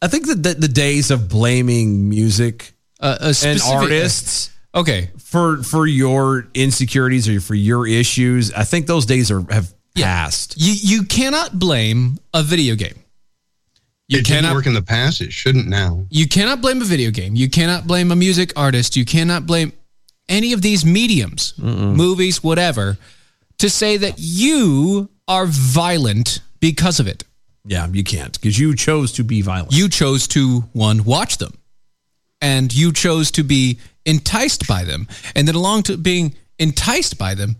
E: I think that the, the days of blaming music and
F: specific-
E: artists,
F: okay,
E: for for your insecurities or for your issues, I think those days are have passed.
F: You you cannot blame a video game.
J: it didn't work in the past. It shouldn't now.
F: You cannot blame a video game. You cannot blame a music artist. You cannot blame any of these mediums, movies, whatever, to say that you are violent because of it.
E: Yeah, you can't because you chose to be violent.
F: You chose to one watch them, and you chose to be enticed by them, and then along to being enticed by them.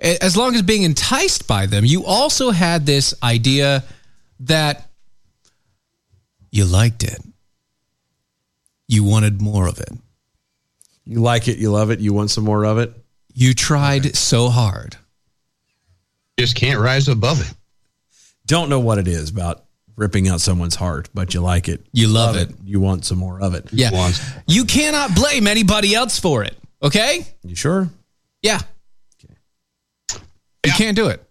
F: a- As long as being enticed by them, you also had this idea that you liked it. You wanted more of it.
E: You like it, you love it, you want some more of it.
F: You tried so hard.
J: Just can't rise above it.
E: Don't know what it is about ripping out someone's heart, but you like it.
F: You love it.
E: You want some more of it.
F: Yeah. You cannot blame anybody else for it. Okay?
E: You sure?
F: Yeah. You can't do it.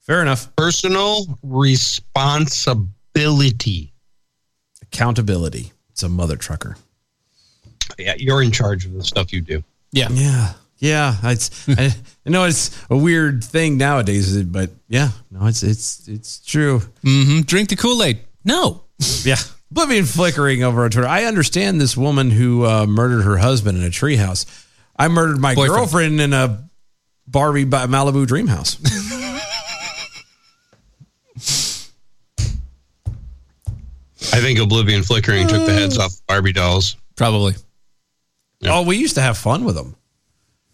E: Fair enough.
J: Personal responsibility.
E: Accountability. It's a mother trucker.
J: Yeah, you're in charge of the stuff you do.
F: Yeah. Hmm.
E: Yeah. Yeah. It's I, I know it's a weird thing nowadays, but yeah, no, it's it's it's true.
F: Mm-hmm. Drink the Kool-Aid. No.
E: [laughs] Yeah. Oblivion flickering over on Twitter. I understand this woman who uh, murdered her husband in a treehouse. I murdered my
F: Boyfriend.
E: girlfriend in a Barbie by Malibu dream house.
J: I think Oblivion Flickering took the heads off Barbie dolls.
F: Probably.
E: Oh, we used to have fun with them.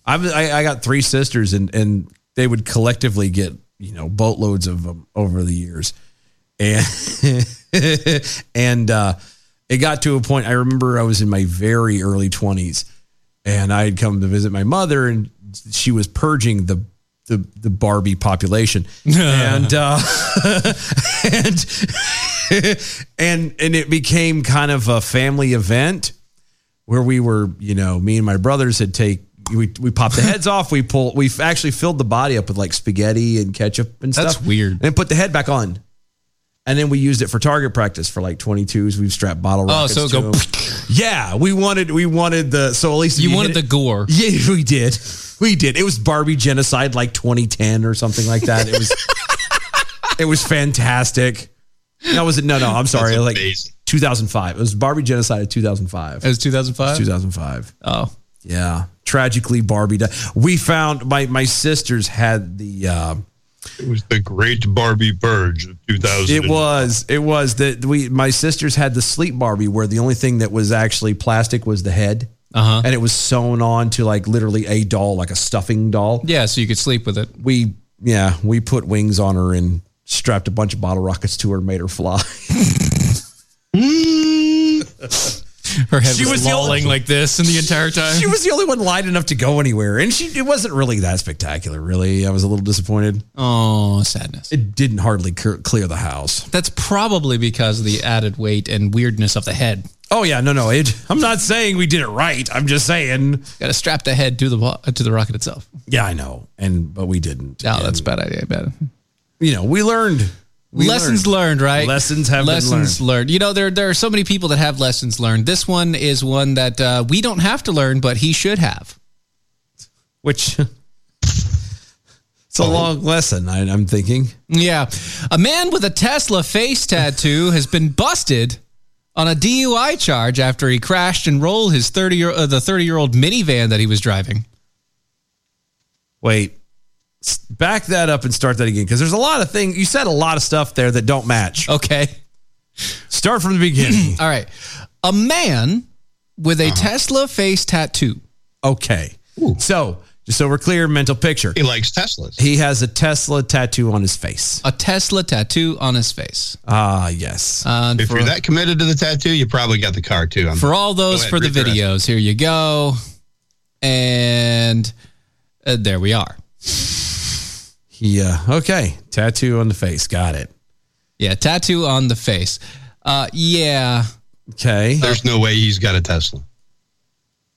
E: I, was- I, I got three sisters, and and they would collectively get you know boatloads of them over the years, and [laughs] and uh, it got to a point. I remember I was in my very early twenties, and I had come to visit my mother, and she was purging the the, the Barbie population, and uh, [laughs] and and [laughs] and it became kind of a family event where we were, you know, me and my brothers had take we we popped the heads off. We pull we actually filled the body up with like spaghetti and ketchup and
F: That's
E: stuff.
F: weird.
E: And put the head back on. And then we used it for target practice for like 22s. We've strapped bottle
F: Oh,
E: rockets
F: so it
E: to
F: go-
E: 'em. Yeah, we wanted we wanted the so at least if
F: You
E: hit
F: wanted
E: it-
F: the gore.
E: Yeah, [laughs] we did. We did. It was Barbie genocide like 2010 or something like that. It was it was fantastic. No, was it? No, no. I'm sorry. Like 2005. It was Barbie genocide of 2005.
F: It was 2005?
E: 2005.
F: Oh.
E: Yeah. Tragically, Barbie died. We found my my sisters had the. Uh,
J: It was the Great Barbie Purge of 2000.
E: it was it was that we my sisters had the sleep Barbie where the only thing that was actually plastic was the head.
F: Uh-huh.
E: And it was sewn on to like literally a doll, like a stuffing doll.
F: Yeah, so you could sleep with it.
E: We [laughs] yeah, we put wings on her and strapped a bunch of bottle rockets to her and made her fly.
F: [laughs] Her [laughs] head
E: She
F: was,
E: was the
F: lolling like this in the entire time.
E: she was the only one light enough to go anywhere, and she it wasn't really that spectacular. Really, I was a little disappointed.
F: Oh, sadness.
E: It didn't hardly cur- clear the house.
F: That's probably because of the added weight and weirdness of the head.
E: Oh yeah, no, no. It, I'm not saying we did it right. I'm just saying.
F: Got to strap the head to the wa- to the rocket itself.
E: Yeah, I know, and but we didn't.
F: No,
E: And,
F: that's a bad idea. Bad.
E: You know, we learned. We
F: lessons learned.
E: learned.
F: right?
E: Lessons have been
F: lessons learned. You know, there there are so many people that have lessons learned. This one is one that uh, we don't have to learn, but he should have.
E: Which [laughs] It's a long lesson, I, I'm thinking.
F: Yeah. A man with a Tesla face tattoo has been busted on a DUI charge after he crashed and rolled his 30 year, uh, the 30 year old minivan that he was driving.
E: Wait, S- back that up and start that again because there's a lot of things you said a lot of stuff there that don't match.
F: Okay,
E: start from the beginning.
F: [clears throat] All right, a man with a
E: Uh-huh.
F: Tesla face tattoo.
E: Okay, so just so we're clear, mental picture. He
J: likes Teslas.
E: He has a Tesla tattoo on his face.
F: A Tesla tattoo on his face. Uh,
E: Ah, yes.
J: if you're that committed to the tattoo, you probably got the car too. I'm-
F: for all
J: Um, Go
F: those
J: ahead,
F: for the
J: read rest.
F: videos. Here you go. And uh, there we are.
E: Yeah. uh, Okay. Tattoo on the face. Got it.
F: Yeah. Tattoo on the face. Uh, yeah.
E: Okay.
J: There's no way he's got a Tesla.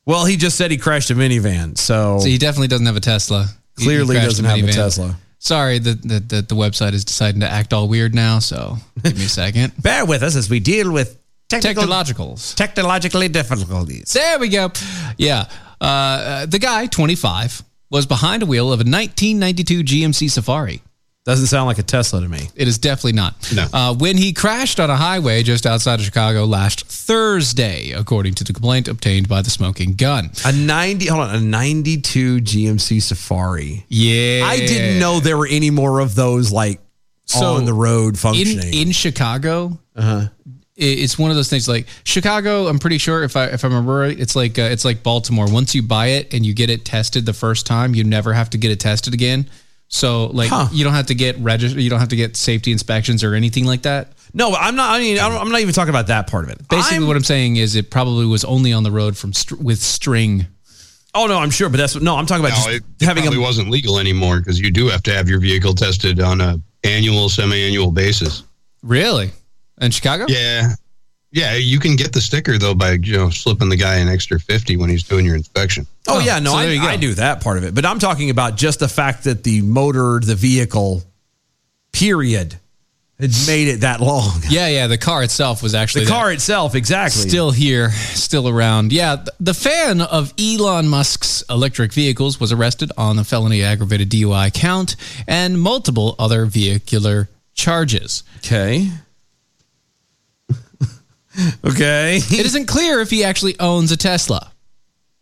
E: Well, he just said he crashed a minivan, so,
F: So he definitely doesn't have a Tesla. He- he
E: Clearly
F: crashed
E: doesn't have a
F: minivan.
E: Tesla.
F: Sorry that the, the, the website is deciding to act all weird now. So give me a second.
E: [laughs] bear with us as we deal with technical,
F: Technologicals.
E: technologically difficulties.
F: There we go. Yeah. Uh, Uh, the guy, 25, was behind a wheel of a 1992 GMC Safari.
E: Doesn't sound like a Tesla to me.
F: It is definitely not. Uh, when he crashed on a highway just outside of Chicago last Thursday, according to the complaint obtained by the smoking gun.
E: A 90, hold on, a 92 GMC Safari.
F: Yeah.
E: I didn't know there were any more of those like
F: So,
E: on the road functioning.
F: In, in Chicago, uh-huh. it's one of those things like Chicago. I'm pretty sure if I if I remember right, it's like uh, it's like Baltimore. Once you buy it and you get it tested the first time, you never have to get it tested again. So like
E: Huh.
F: you don't have to get registered, you don't have to get safety inspections or anything like that.
E: no, I'm not. I mean, I don't- I'm not even talking about that part of it.
F: Basically,
E: I'm-
F: what I'm saying is it probably was only on the road from str- with string.
E: oh no, I'm sure, but that's no. I'm talking about
J: No,
E: just
J: it, it
E: having
J: probably
E: a
J: wasn't legal anymore because you do have to have your vehicle tested on a annual, semi-annual basis.
F: Really? In Chicago?
J: Yeah, yeah. You can get the sticker though by you know slipping the guy an extra fifty when he's doing your inspection.
E: Oh, yeah, no,
J: so there
E: I,
J: you go.
E: I knew that part of it, but I'm talking about just the fact that the motor, the vehicle, period, had made it that long.
F: Yeah, yeah. The car itself was actually
E: The
F: there.
E: car itself, exactly.
F: Still here, still around. Yeah, th- the fan of Elon Musk's electric vehicles was arrested on a felony aggravated DUI count and multiple other vehicular charges.
E: Okay. [laughs] okay.
F: it isn't clear if he actually owns a Tesla.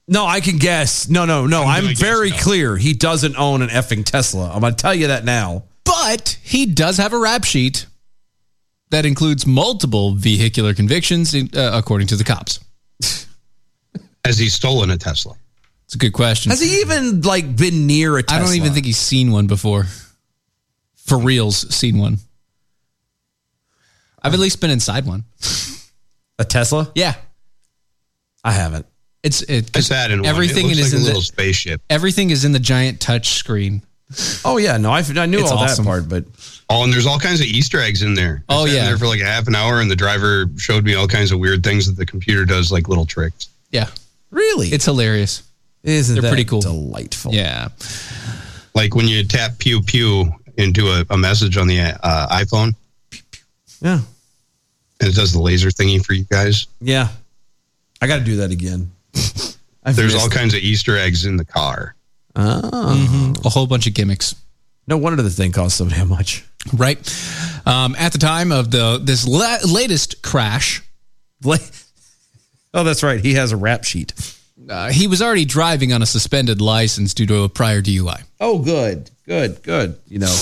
E: No, I can guess. No, no, no. I'm,
F: gonna guess
E: very clear. He doesn't own an effing Tesla. I'm going to tell you that now.
F: But he does have a rap sheet that includes multiple vehicular convictions, in- uh, according to the cops.
J: Has he stolen a Tesla?
F: It's a good question.
E: Has he even like been near a
F: I
E: Tesla?
F: don't even think he's seen one before. For reals, seen one. I've at least been inside one.
E: a Tesla.
F: Yeah,
E: I haven't.
F: it's it.
J: I sat in one. It
F: everything
J: looks
F: is
J: like
F: in
J: a
F: the-
J: little spaceship.
F: Everything is in the giant touch screen.
E: Oh yeah, no, I, I knew
F: It's
E: all
F: awesome.
E: that part, but
J: Oh, and there's all kinds of Easter eggs in there. I
F: Oh,
J: sat
F: yeah.
J: there for like a half an hour, and the driver showed me all kinds of weird things that the computer does, like little tricks.
F: Yeah,
E: really,
F: it's hilarious.
E: Isn't
F: They're
E: that
F: pretty cool.
E: delightful?
F: Yeah,
J: Like when you tap pew pew into a, a message on the uh, iPhone,
E: yeah,
J: and it does the laser thingy for you guys.
E: yeah. I got to do that again. [laughs]
J: There's
E: missed
J: all
E: it.
J: kinds of Easter eggs in the car.
E: Oh.
F: a whole bunch of gimmicks.
E: No wonder the thing costs so damn much.
F: Right. Um, at the time of the this la- latest crash,
E: La- [laughs] oh, that's right. He has a rap sheet.
F: uh, he was already driving on a suspended license due to a prior DUI.
E: Oh, good, good, good. You know,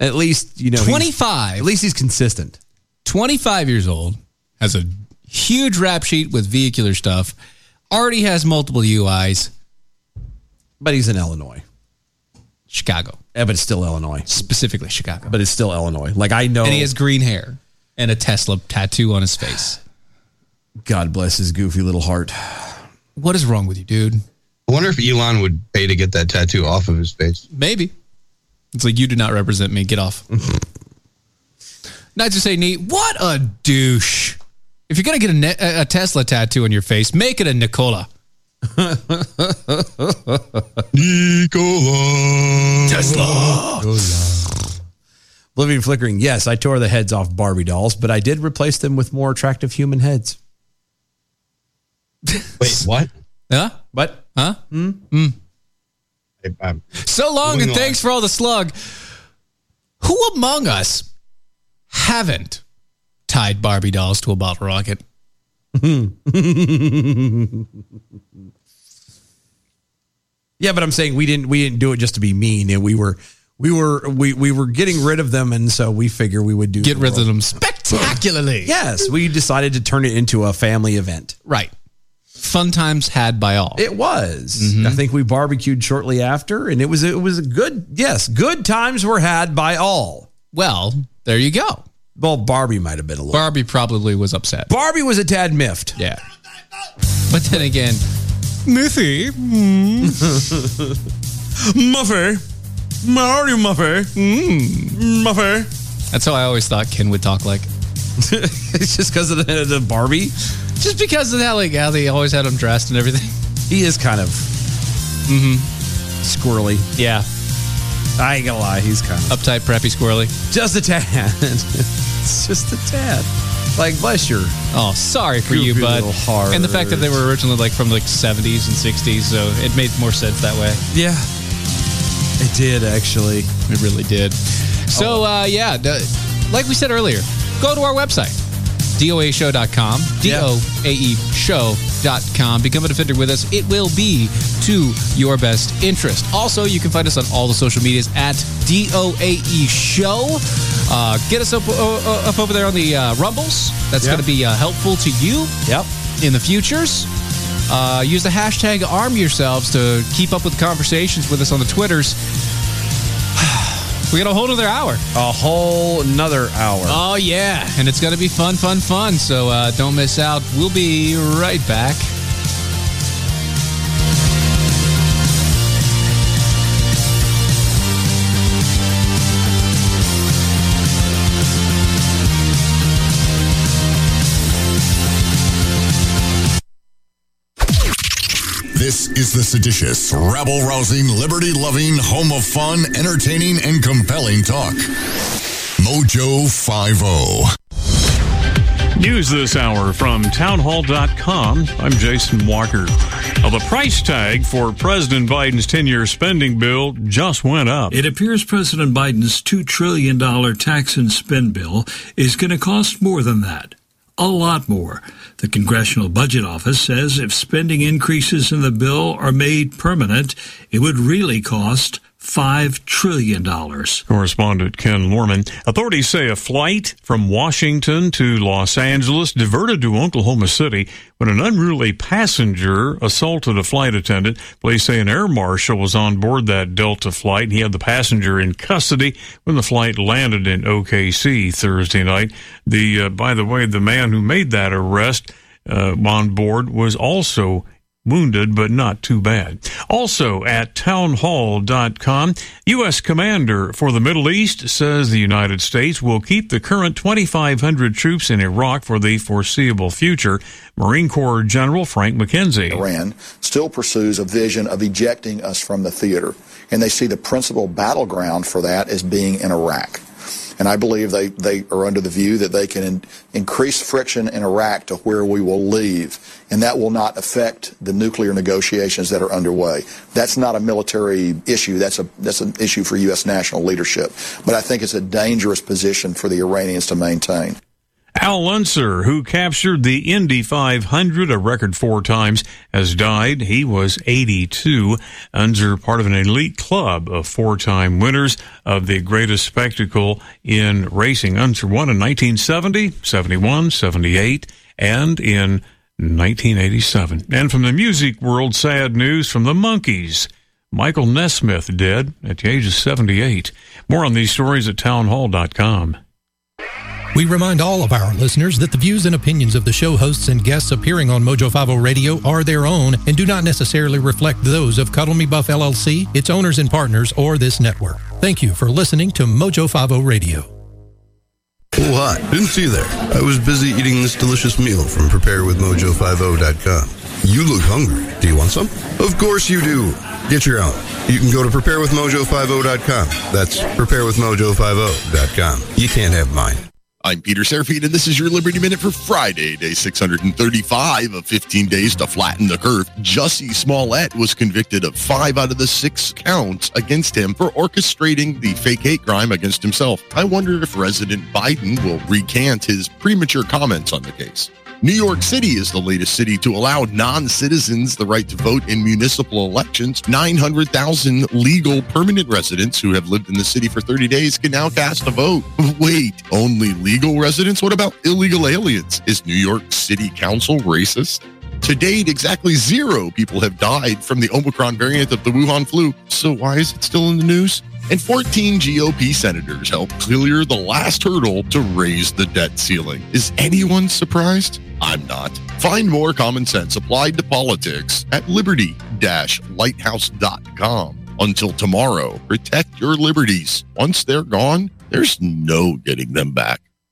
E: at least you know he's-
F: 25.
E: At least he's consistent.
F: 25 years old, has a huge rap sheet with vehicular stuff, already has multiple UIs,
E: But he's in Illinois.
F: Chicago,
E: Yeah, but it's still Illinois.
F: specifically Chicago.
E: But it's still Illinois. Like I know.
F: And he has green hair and a Tesla tattoo on his face.
E: God bless his goofy little heart.
F: What is wrong with you, dude?
J: I wonder if Elon would pay to get that tattoo off of his face.
F: Maybe. It's like, you do not represent me. Get
E: [laughs]
F: off. not to say, neat. What a douche. If you're going to get a, ne- a a Tesla tattoo on your face, make it a
E: [laughs]
F: Nicola.
J: Nicola.
E: Tesla. Living flickering. Yes, I tore the heads off Barbie dolls, but I did replace them with more attractive human heads.
J: [laughs] Wait, what?
F: Huh?
E: But
F: Huh?
J: I, I'm
F: So long and
J: Moving
F: thanks for all the slug. Who among us haven't tied Barbie dolls to a bottle rocket?
E: Hmm. [laughs] Yeah, but I'm saying we didn't we didn't do it just to be mean. And we were we were we, we were getting rid of them, and so we figure we would do get rid of
F: them spectacularly.
E: yes, we decided to turn it into a family event.
F: Right. Fun times had by all.
E: It was.
F: Mm-hmm.
E: I think we barbecued shortly after, and it was it was a good yes, good times were had by all.
F: Well, there you go.
E: Well, Barbie might have been a little.
F: Barbie probably was upset.
E: Barbie was a tad miffed.
F: Yeah. But then again, Missy.
E: hmm. Muffer. My are you, Muffer? hmm.
F: Mm.
E: Muffer.
F: That's how I always thought Ken would talk like.
E: [laughs] it's just because of the, the Barbie.
F: Just because of how like how they always had him dressed and everything.
E: He is kind of
F: hmm
E: squirrely.
F: Yeah.
E: I ain't gonna lie, he's kind of
F: uptight, preppy, squirrely.
E: Just a tad. [laughs] it's just a tad. Like bless your.
F: Oh, sorry for you,
E: Goofy
F: bud.
E: little heart.
F: And the fact that they were originally like from like 70s and 60s, so it made more sense that way.
E: Yeah. It did actually.
F: It really did.
E: Oh.
F: So, uh, yeah, the, like we said earlier, go to our website, doashow.com, doae show.com. Become a defender with us. It will be to your best interest. Also, you can find us on all the social medias at doae E show. Uh, get us up, uh, up over there on the uh, Rumbles. That's
E: Yeah.
F: going to be uh, helpful to you
E: yep.
F: in the futures. Uh, use the hashtag arm yourselves to keep up with conversations with us on the Twitters. We got a whole other hour.
E: A whole another hour.
F: Oh yeah, and it's gonna be fun, fun, fun. So uh, don't miss out. We'll be right back.
Q: This is the seditious, rabble rousing, liberty loving, home of fun, entertaining, and compelling talk. Mojo oh. 5
R: News this hour from townhall.com. I'm Jason Walker. Now, the price tag for President Biden's 10 year spending bill just went up.
B: It appears President Biden's $2 trillion tax and spend bill is going to cost more than that. A lot more. The Congressional Budget Office says if spending increases in the bill are made permanent, it would really cost $5 trillion.
R: Correspondent Ken Lorman. Authorities say a flight from Washington to Los Angeles diverted to Oklahoma City when an unruly passenger assaulted a flight attendant. Police say an air marshal was on board that Delta flight. and He had the passenger in custody when the flight landed in OKC Thursday night. The, uh, by the way, the man who made that arrest uh, on board was also wounded, but not too bad. Also at townhall.com, U.S. commander for the Middle East says the United States will keep the current 2,500 troops in Iraq for the foreseeable future. Marine Corps General Frank McKenzie.
S: Iran still pursues a vision of ejecting us from the theater. And they see the principal battleground for that as being in Iraq. And I believe they, they are under the view that they can in, increase friction in Iraq to where we will leave. And that will not affect the nuclear negotiations that are underway. That's not a military issue. That's, a, that's an issue for U.S. national leadership. But I think it's a dangerous position for the Iranians to maintain.
R: Al Unser, who captured the Indy 500 a record four times, has died. He was 82. Unser, part of an elite club of four time winners of the greatest spectacle in racing. Unser won in 1970, 71, 78, and in 1987. And from the music world, sad news from the monkeys. Michael Nesmith dead at the age of 78. More on these stories at townhall.com.
T: We remind all of our listeners that the views and opinions of the show hosts and guests appearing on Mojo 50 Radio are their own and do not necessarily reflect those of Cuddle Me Buff LLC, its owners and partners, or this network. Thank you for listening to Mojo 50 Radio. [laughs]
U: Oh, hi. Didn't see you there. I was busy eating this delicious meal from preparewithmojo50.com. You look hungry. Do you want some? Of course you do. Get your own. You can go to preparewithmojo50.com. That's preparewithmojo50.com. You can't have mine.
V: I'm Peter Serafine, and this is your Liberty Minute for Friday, day 635 of 15 days to flatten the curve. Jussie Smollett was convicted of five out of the six counts against him for orchestrating the fake hate crime against himself. I wonder if President Biden will recant his premature comments on the case. New York City is the latest city to allow non-citizens the right to vote in municipal elections. 900,000 legal permanent residents who have lived in the city for 30 days can now cast a vote. [laughs] Wait, only legal residents? What about illegal aliens? Is New York City Council racist? To date, exactly zero people have died from the Omicron variant of the Wuhan flu. So why is it still in the news? And 14 GOP senators helped clear the last hurdle to raise the debt ceiling. Is anyone surprised? I'm not. Find more common sense applied to politics at liberty-lighthouse.com. Until tomorrow, protect your liberties. Once they're gone, there's no getting them back.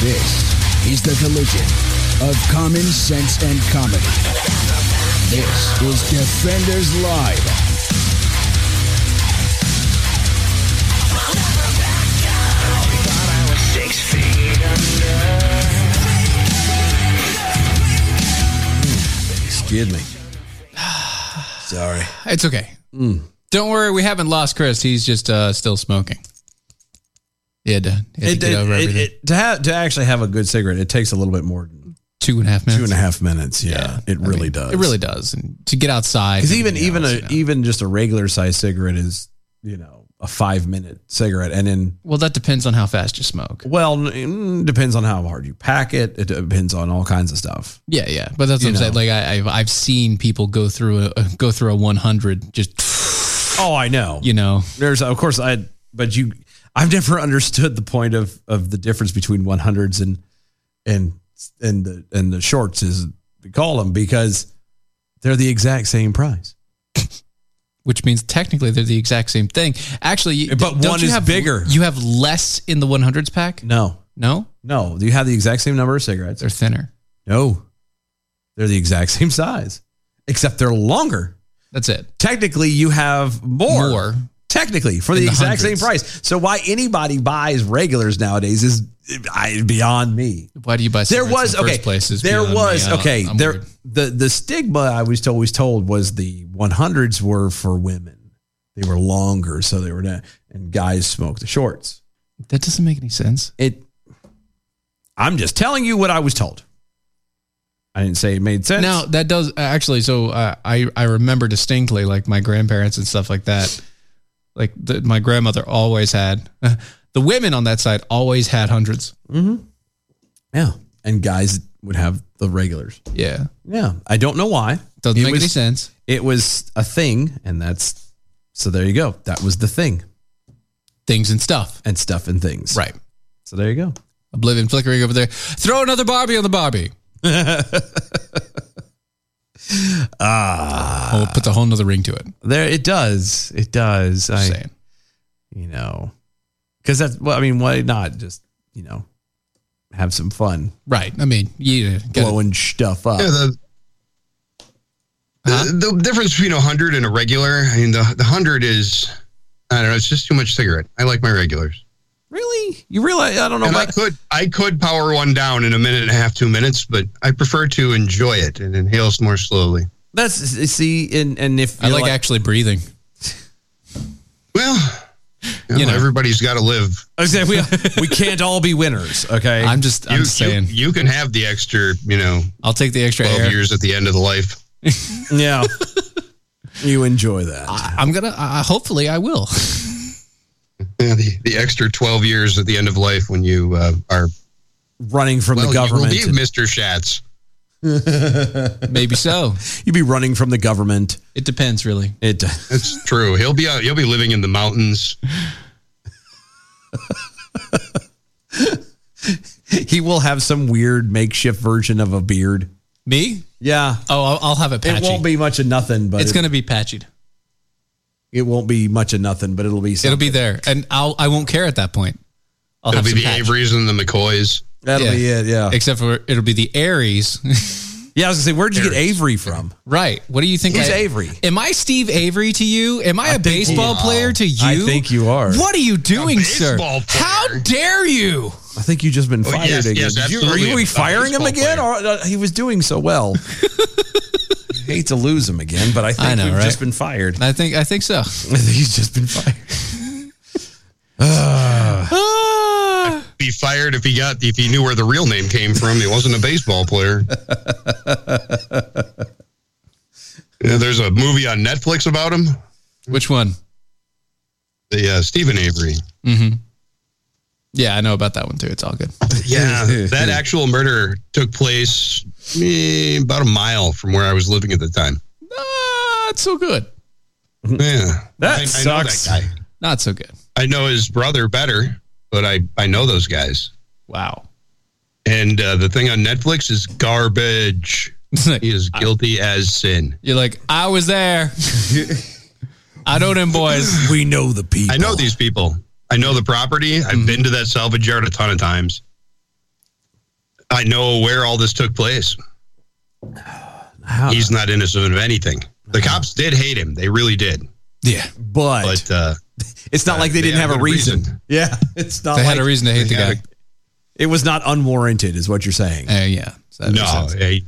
O: This is the collision of common sense and comedy. This is Defenders Live.
E: Excuse me. Sorry.
F: It's okay.
E: Mm.
F: Don't worry, we haven't lost Chris. He's just uh, still smoking. Yeah, to, he had
E: It,
F: to get
E: it-
F: over
E: it-
F: everything.
E: it- to, have, to actually have a good cigarette, it takes a little bit more than
F: two and a half minutes.
E: Two and a half minutes. Yeah, it really does.
F: It really does. And to get outside,
E: Because even even a even just a regular size cigarette is you know a five minute cigarette, and then
F: well that depends on how fast you smoke.
E: Well, mm, depends on how hard you pack it. It depends on all kinds of stuff.
F: yeah, yeah. But that's what
E: You
F: I'm saying.
E: know.
F: Like I, I've I've seen people go through a uh, go through a 100 just.
E: Oh, I know.
F: You know,
E: there's of course I, but you, I've never [laughs] understood the point of of the difference between 100s and and and the and the shorts is we call them because they're the exact same price.
F: [laughs] Which means technically they're the exact same thing. Actually, you-
E: But
F: don't
E: one
F: you
E: is
F: have,
E: bigger.
F: You have less in the 100s pack.
E: No,
F: no,
E: no. You have the exact same number of cigarettes. They're
F: thinner.
E: No, they're the exact same size, except they're longer.
F: That's it.
E: Technically, you have more.
F: More.
E: Technically, for the,
F: In the
E: exact same
F: hundreds.
E: price. So why anybody buys regulars nowadays is I, beyond me.
F: Why do you buy?
E: There
F: cigarettes
E: was
F: in the
E: okay.
F: First place is
E: there
F: beyond me.
E: was
F: I don't-
E: okay.
F: I'm
E: there
F: weird.
E: the the stigma I was always told was the 100s were for women. They were longer, so they were not, and guys smoked the shorts.
F: That doesn't make any sense.
E: It. I'm just telling you what I was told. I didn't say it made sense.
F: Now that does actually. So uh, I I remember distinctly, like my grandparents and stuff like that. Like the, my grandmother always had [laughs] the women on that side always had 100s
E: Mm-hmm. Yeah, and guys would have the regulars.
F: Yeah,
E: yeah. I don't know why.
F: Doesn't make any sense.
E: It was a thing, and that's so. There you go. That was the thing.
F: Things and stuff,
E: and stuff and things.
F: Right.
E: So there you go.
F: Oblivion flickering over there. Throw another Barbie on the Barbie.
E: [laughs] Ah,
F: oh, it puts a whole nother ring to it.
E: There, it does. It does. I,
F: saying.
E: you know, because that's. Well, I mean, why not just you know have some fun?
F: Right. I mean, you
J: gotta-
E: blowing stuff up.
J: Yeah, the, the, the difference between a hundred and a regular, I mean, the the hundred is, I don't know, it's just too much cigarette. I like my regulars.
E: Really? You realize? I don't know.
J: And I could I could power one down in a minute and a half, two minutes, but I prefer to enjoy it and inhale more slowly.
E: That's see, and and if
F: I
E: you're
F: like, actually breathing.
J: Well, you know, everybody's got to live.
E: I said we we can't all
F: [laughs]
E: be winners. Okay,
F: I'm just
J: you, saying you, can have the extra. You know,
F: I'll take the extra
J: twelve
F: air.
J: years at the end of the life.
E: yeah, you enjoy that. I,
F: I'm gonna. I, hopefully, I will.
J: Yeah, the, the extra twelve years at the end of life when you uh, are
E: running from
J: Well,
E: the
J: you will
E: government.
J: be Mr. Schatz.
F: Maybe so.
E: [laughs] You'd be running from the government.
F: It depends, really.
E: It.
J: It's true. He'll be out. He'll be living in the mountains.
E: [laughs] he will have some weird makeshift version of a beard.
F: Me?
E: Yeah.
F: Oh, I'll, I'll have it patchy.
E: It won't be much of nothing, but
F: it's
E: it-
F: going to be patched.
E: It won't be much of nothing, but it'll be. Something.
F: It'll be there, and I'll I won't care at that point. I'll have
J: It'll be
F: some
J: the
F: patch.
J: Averys and the McCoys.
E: That'll be it, yeah.
F: Except for it'll be the Aries.
E: [laughs] yeah, I was gonna say, where'd you get Avery from?
F: Right. What do you think?
E: Who's
F: I-
E: Avery?
F: Am I Steve Avery to you? Am I a
E: think you
F: baseball
E: are.
F: player to you?
E: I think you are.
F: What are you doing, sir? How dare you?
E: I think you just been
F: Oh,
E: fired
F: yes,
E: again.
F: yes,
E: Did you, are
F: absolutely.
E: you
F: A
E: firing
F: baseball
E: him again? Or, uh, he was doing
F: [laughs]
E: so well. hate to lose him again, but I think
F: I know,
E: we've
F: right?
E: just been fired.
F: I think I think so. I think
E: [laughs] he's just been fired.
O: Ah!
J: be fired if he got if he knew where the real name came from. He wasn't a baseball player.
F: [laughs]
J: Yeah, there's a movie on Netflix about him.
F: Which one?
J: The uh, Stephen Avery.
F: Mm-hmm. Yeah, I know about that one too. It's all good.
J: Yeah, that actual murder took place eh, about a mile from where I was living at the time.
F: Not so good.
J: Yeah,
F: That
J: I- I know
F: sucks.
J: that guy.
F: Not so good.
J: I know his brother better, but I I know those guys.
F: Wow.
J: And uh, the thing on Netflix is garbage. he is guilty as sin.
F: You're like I was
E: [laughs]
F: there. I know them boys.
E: we know the people. Mm-hmm.
J: I know these people. I know the property. I've been to that salvage yard a ton of times. I know where all this took place. He's not innocent of anything. The cops did hate him. They really did.
E: Yeah, but
J: but uh,
E: it's not like they, didn't
J: had
E: have a
J: good
E: reason. Yeah, it's not.
F: They had
E: like-
F: a reason to hate the
E: They had
F: guy.
E: a- it was not unwarranted, is what you're saying.
F: Uh, yeah. So that makes
J: No,
F: sense.
J: he,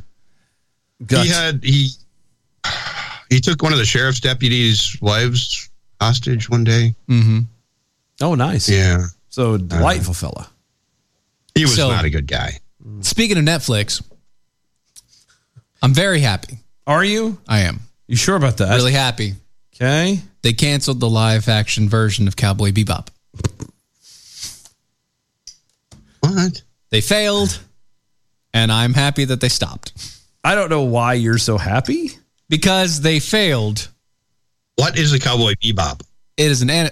J: he had he he took one of the sheriff's deputies' wives hostage one day.
F: Mm-hmm.
E: Oh, nice.
J: Yeah. Uh,
E: So delightful fella.
J: He was
F: So-
J: not a good guy.
F: Mm. Speaking of Netflix, I'm very happy.
E: Are you?
F: I am.
E: You sure about that?
F: Really happy.
E: Okay.
F: They canceled the live action version of Cowboy Bebop.
J: What?
F: They failed, and I'm happy that they stopped.
E: I don't know why you're so happy.
F: Because they failed.
J: What is a cowboy bebop?
F: It is an, an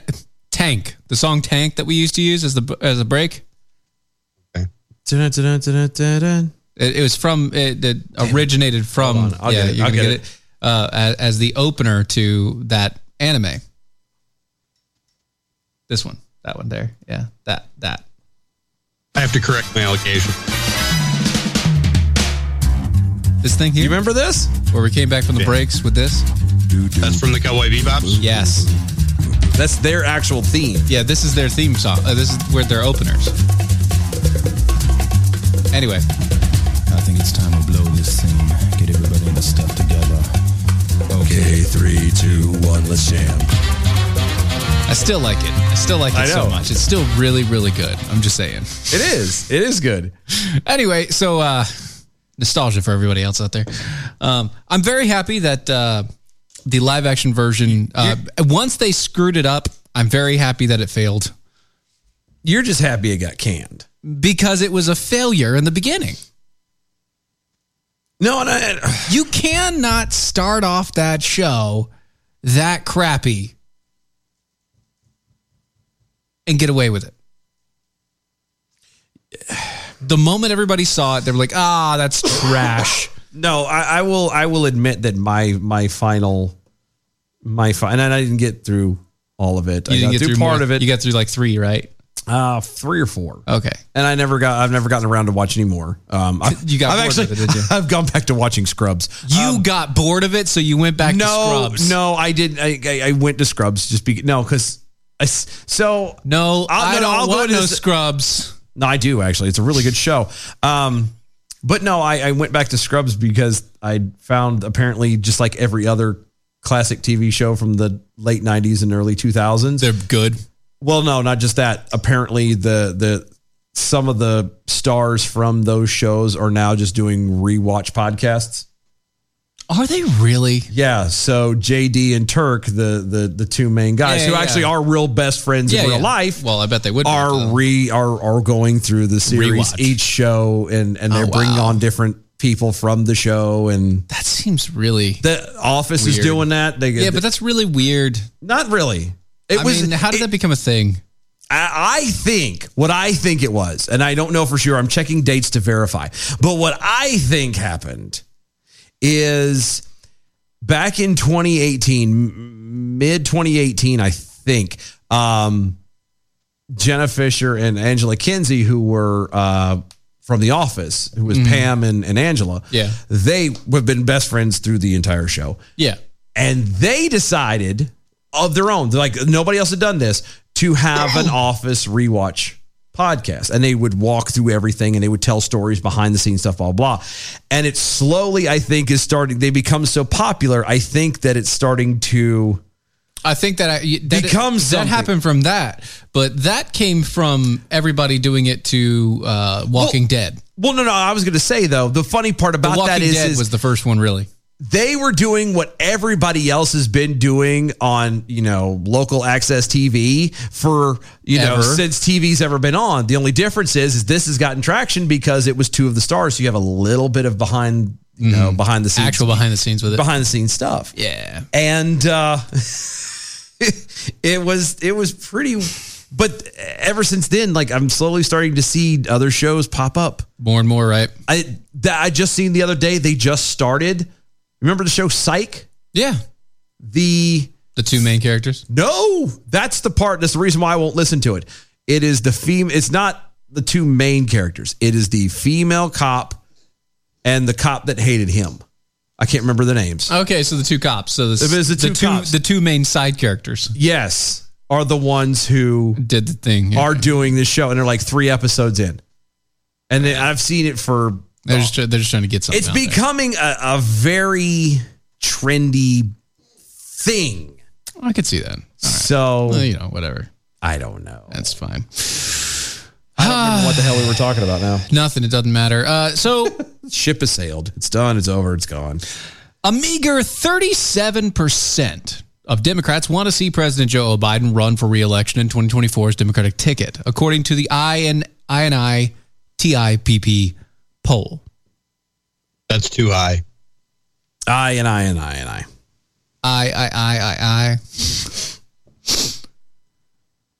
F: tank. The song "Tank" that we used to use as the as a break.
E: Dun, dun, dun, dun, dun, dun.
F: It, it was from it, it originated from.
E: I'll
F: yeah,
E: get it.
F: you're
E: I'll
F: gonna
E: get
F: get it, uh, as, as the opener to that anime. This one, that one there, yeah, that that.
J: I have to correct my allegation.
F: This thing here. You
E: remember this?
F: Where we came back from the
J: Yeah.
F: breaks with this?
J: That's from the Cowboy Bebops.
F: Yes.
E: That's their actual theme.
F: Yeah, this is their theme song. Uh, this is where their openers. Anyway,
W: I think it's time to blow this thing. Get everybody in the stuff together. Okay, three, two, one, let's jam.
F: I still like it. I still like
E: I
F: it so
E: know.
F: much. It's still really, really good. I'm just saying.
E: It is. It is good.
F: anyway, so uh, nostalgia for everybody else out there. Um, I'm very happy that uh, the live action version. Uh, once they screwed it up, I'm very happy that it failed
E: You're just happy it got canned.
F: because it was a failure in the beginning.
E: No, and I,
F: [sighs] You cannot start off that show that crappy and get away with it. The moment everybody saw it, they were like, ah,
E: [sighs]
F: that's trash.
E: no, I, I will. I will admit that my my final, my fi- and I didn't get through all of it. I
F: You didn't
E: got
F: get
E: through,
F: through
E: part
F: more-
E: of it.
F: You got through like three, right?
E: uh, three or four.
F: Okay.
E: and I never got. I've never gotten around to watch anymore. Um, I,
F: You got
E: I've
F: bored of it, did you?
E: [laughs] I've gone back to watching Scrubs. Um,
F: You got bored of it, so you went back
E: no,
F: to Scrubs.
E: no, I didn't. I, I, I went to Scrubs just because. No, because so
F: no,
E: I'll-
F: I
E: no,
F: don't
E: I'll go
F: want
E: into
F: no
E: this-
F: Scrubs.
E: No, I do actually. It's a really good show. Um, but no, I, I went back to Scrubs because I found apparently just like every other classic TV show from the late '90s and early 2000s,
F: they're good.
E: Well, no, not just that. Apparently, the the some of the stars from those shows are now just doing rewatch podcasts.
F: Are they really?
E: Yeah. So JD and Turk, the the the two main guys
F: Yeah,
E: who
F: yeah,
E: actually
F: yeah.
E: are real best friends
F: Yeah,
E: in real
F: yeah.
E: life.
F: Well, I bet they would. be,
E: are re are are going through the series
F: Rewatch.
E: each show and and they're
F: Oh,
E: bringing
F: wow.
E: on different people from the show and
F: that seems really
E: the office is
F: weird.
E: doing that they
F: yeah, but that's really weird.
E: Not really. It
F: I
E: was-
F: Mean, how did that become a thing?
E: I, I think what I think it was and I don't know for sure I'm checking dates to verify but what I think happened is back in 2018 m- mid 2018 I think um Jenna Fisher and Angela Kinsey, who were uh, from The Office, who was
F: Mhm.
E: Pam and, and Angela.
F: Yeah.
E: They have been best friends through the entire show.
F: Yeah.
E: And they decided of their own, they're like nobody else had done this, to have an Office rewatch podcast. And they would walk through everything and they would tell stories behind the scenes stuff, blah, blah. And it slowly, I think, is starting, they become so popular. I think that it's starting to.
F: I think that I that
E: Becomes
F: that
E: something.
F: happened from that, but that came from everybody doing it to uh, Walking Dead.
E: Well, no, no. I was going to say though, the funny part about
F: Walking
E: that is,
F: Dead
E: is
F: was the first one, really.
E: they were doing what everybody else has been doing on you know local access TV for you know
F: Ever.
E: since TV's ever been on. The only difference is, is this has gotten traction because it was two of the stars, so you have a little bit of behind you know
F: Mhm.
E: behind the scenes
F: Actual behind the scenes with it.
E: behind the scenes stuff.
F: Yeah,
E: and uh, [laughs] it was it was pretty. But ever since then, like I'm slowly starting to see other shows pop up
F: more and more. Right?
E: I that I just seen the other day. They just started. Remember the show Psych?
F: Yeah.
E: The
F: the two main characters.
E: No, that's the part. That's the reason why I won't listen to it. It is the female. It's not the two main characters. It is the female cop and the cop that hated him. I can't remember the names.
F: Okay, so the two cops. So this,
E: It was the two cops.
F: the two main side characters.
E: Yes, are the ones who
F: did the thing
E: are doing this show, and they're like three episodes in, and then I've seen it for.
F: They're just they're just trying to get something.
E: It's
F: out there.
E: becoming a, a very trendy thing.
F: I could see that.
E: So
F: Well, you know, whatever.
E: I don't know.
F: That's fine.
E: [sighs] I don't remember what the hell we were talking about now.
F: Nothing. It doesn't matter. Uh, so
E: [laughs] ship has sailed. It's done. It's over. It's gone.
F: A meager 37% of Democrats want to see President Joe Biden run for reelection in 2024's Democratic ticket, according to the IN, INI TIPP poll.
J: That's too high.
E: I and I and I and I.
F: I, I, I, I, I.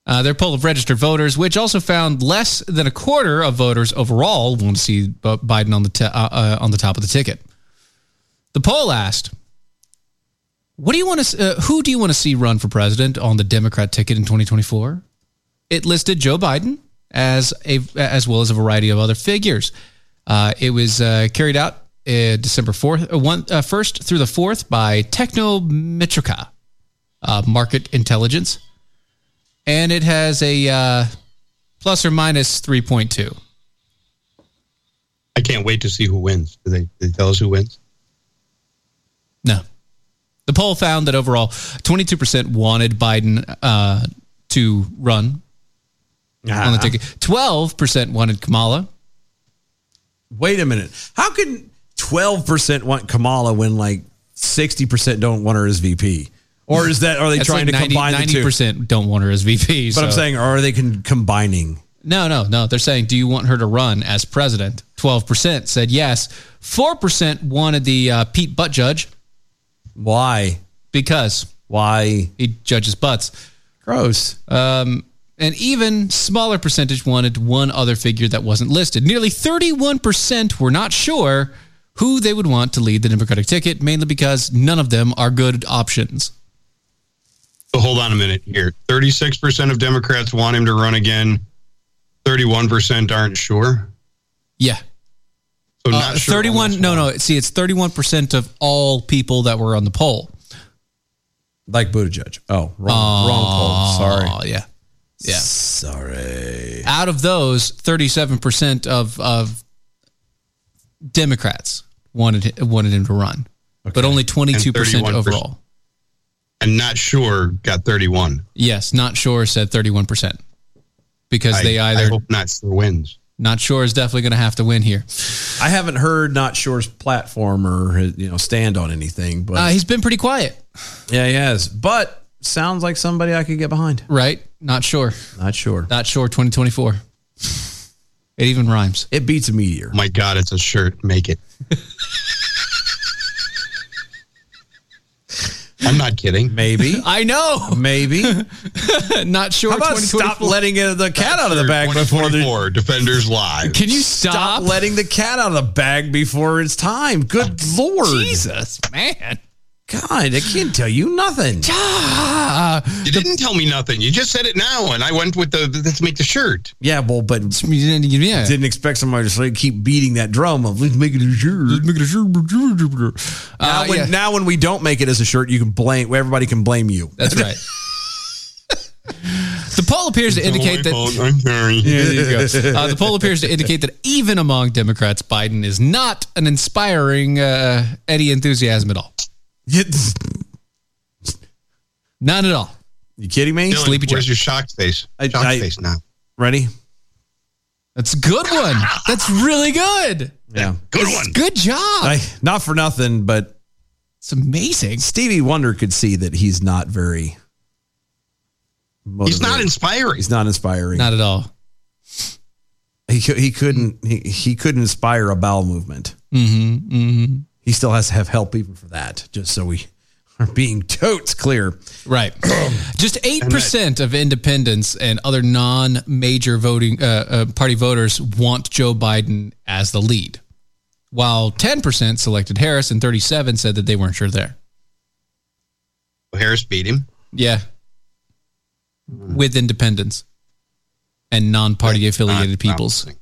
F: Uh, their poll of registered voters, which also found less than a quarter of voters overall want to see B- Biden on the t- uh, uh, on the top of the ticket. The poll asked, "What do you want to? Uh, who do you want to see run for president on the Democrat ticket in 2024?" It listed Joe Biden as a as well as a variety of other figures. Uh, it was uh, carried out uh, December fourth, uh, one uh, first through the fourth by Technometrica, uh, Market Intelligence and it has a uh, plus or minus 3.2.
J: I can't wait to see who wins. Do they, they tell us who wins?
F: No. The poll found that overall, 22% wanted Biden uh, to run on the ticket. 12% wanted Kamala.
E: Wait a minute. How can 12% want Kamala when like 60% don't want her as VP? Or is that, are they
F: That's
E: trying
F: like 90
E: to combine the two?
F: 90% don't want her as VP.
E: But I'm
F: so-
E: saying, are they con- combining?
F: No, no, no. They're saying, do you want her to run as president? 12% said yes. 4% wanted the uh, Pete Butt Judge.
E: Why?
F: Because.
E: Why?
F: He judges butts.
E: Gross.
F: Um, an even smaller percentage wanted one other figure that wasn't listed. Nearly 31% were not sure who they would want to lead the Democratic ticket, mainly because none of them are good options.
J: So hold on a minute here. 36% of Democrats want him to run again. 31% aren't sure.
F: Yeah.
J: So
F: Uh,
J: not sure.
F: 31 no no see it's 31% of all people that were on the poll
E: like Buttigieg oh wrong- wrong poll. Sorry.
F: yeah yeah
E: sorry
F: out of those 37% of of democrats wanted wanted him to run but only 22%
J: And 31%.
F: overall
J: And not sure got 31.
F: Yes, not sure said 31%. Because
J: I-
F: they
J: I
F: either
J: hope not sure wins.
F: Not sure is definitely going to have to win here.
E: I haven't heard Not Shore's platform or his, you know stand on anything, but
F: Uh, he's been pretty quiet.
E: yeah, he has. But sounds like somebody I could get behind.
F: Right? Not sure.
E: Not sure.
F: Not sure. 2024. It even rhymes.
E: It beats a meteor.
J: My God, it's a shirt.
F: [laughs]
J: Make it. I'm not kidding.
E: Maybe.
F: [laughs] I know.
E: Maybe.
F: [laughs] Not sure.
E: How about stop
F: 2024?
E: letting uh, the cat out of the
J: Sure,
E: bag before the
J: 2024, Defenders Live.
F: Can you stop?
E: letting the cat out of the bag before it's time? Good lord,
F: Uh, Jesus, man.
E: God, I can't tell you nothing.
F: Ah,
J: You didn't tell me nothing. You just said it now, and I went with the let's make the shirt.
E: Yeah, well, but
F: Yeah.
E: didn't expect somebody to like, keep beating that drum of let's make it a shirt. Let's make it a shirt. Now,
F: Uh,
E: when,
F: yeah.
E: now, when we don't make it as a shirt, you can blame everybody. Can blame you.
F: That's right. the poll appears to indicate that.
J: I'm sorry.
F: Yeah, there you go. [laughs] Uh, the poll appears to indicate that even among Democrats, Biden is not an inspiring uh, any enthusiasm at all.
E: You,
F: None at all.
E: you kidding me?
J: Dylan,
F: Sleepy Joe.
J: where's your shocked face?
E: I-
J: Shocked
E: I-
J: face now.
E: Ready?
F: That's a good one. That's really good.
E: Yeah.
J: Good one.
F: Good job.
E: I, not for nothing, but
F: It's amazing.
E: Stevie Wonder could see that he's not very.
J: He's not
E: motivated.
J: inspiring.
E: He's not inspiring.
F: Not at all.
E: he cou- he couldn't he, he couldn't inspire a bowel movement.
F: Mm-hmm. Mm-hmm.
E: He still has to have help even for that. Just so we [laughs] are being totes clear.
F: Right. Just 8% of independents and other non major voting uh, uh, party voters want Joe Biden as the lead, while 10% selected Harris and 37 said that they weren't sure there.
J: Harris beat him.
F: Yeah.
E: Hmm.
F: With independents and non party affiliated
J: Not
F: peoples.
J: promising.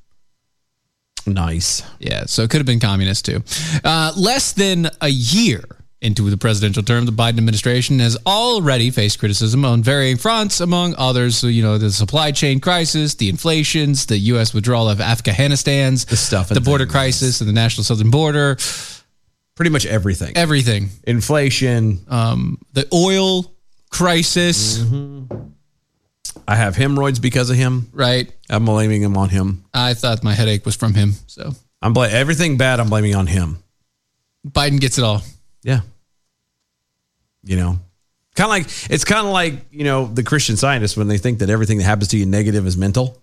E: Nice.
F: Yeah, so it could have been communist too. Uh, less than a year into the presidential term, the Biden administration has already faced criticism on varying fronts, among others, so, you know, the supply chain crisis, the inflations, the U.S. withdrawal of Afghanistan's, the
E: stuff
F: the
E: and
F: border
E: things.
F: crisis, and the national southern border,
E: Pretty much everything.
F: everything,
E: Inflation.
F: um, the oil crisis,
E: I have hemorrhoids because of him.
F: Mm-hmm. right?
E: I'm blaming him on him.
F: I thought my headache was from him, so
E: I'm blaming everything bad. I'm blaming on him.
F: Biden gets it all.
E: Yeah. You know, kind of like it's kind of like you know the Christian scientists when they think that everything that happens to you negative is mental.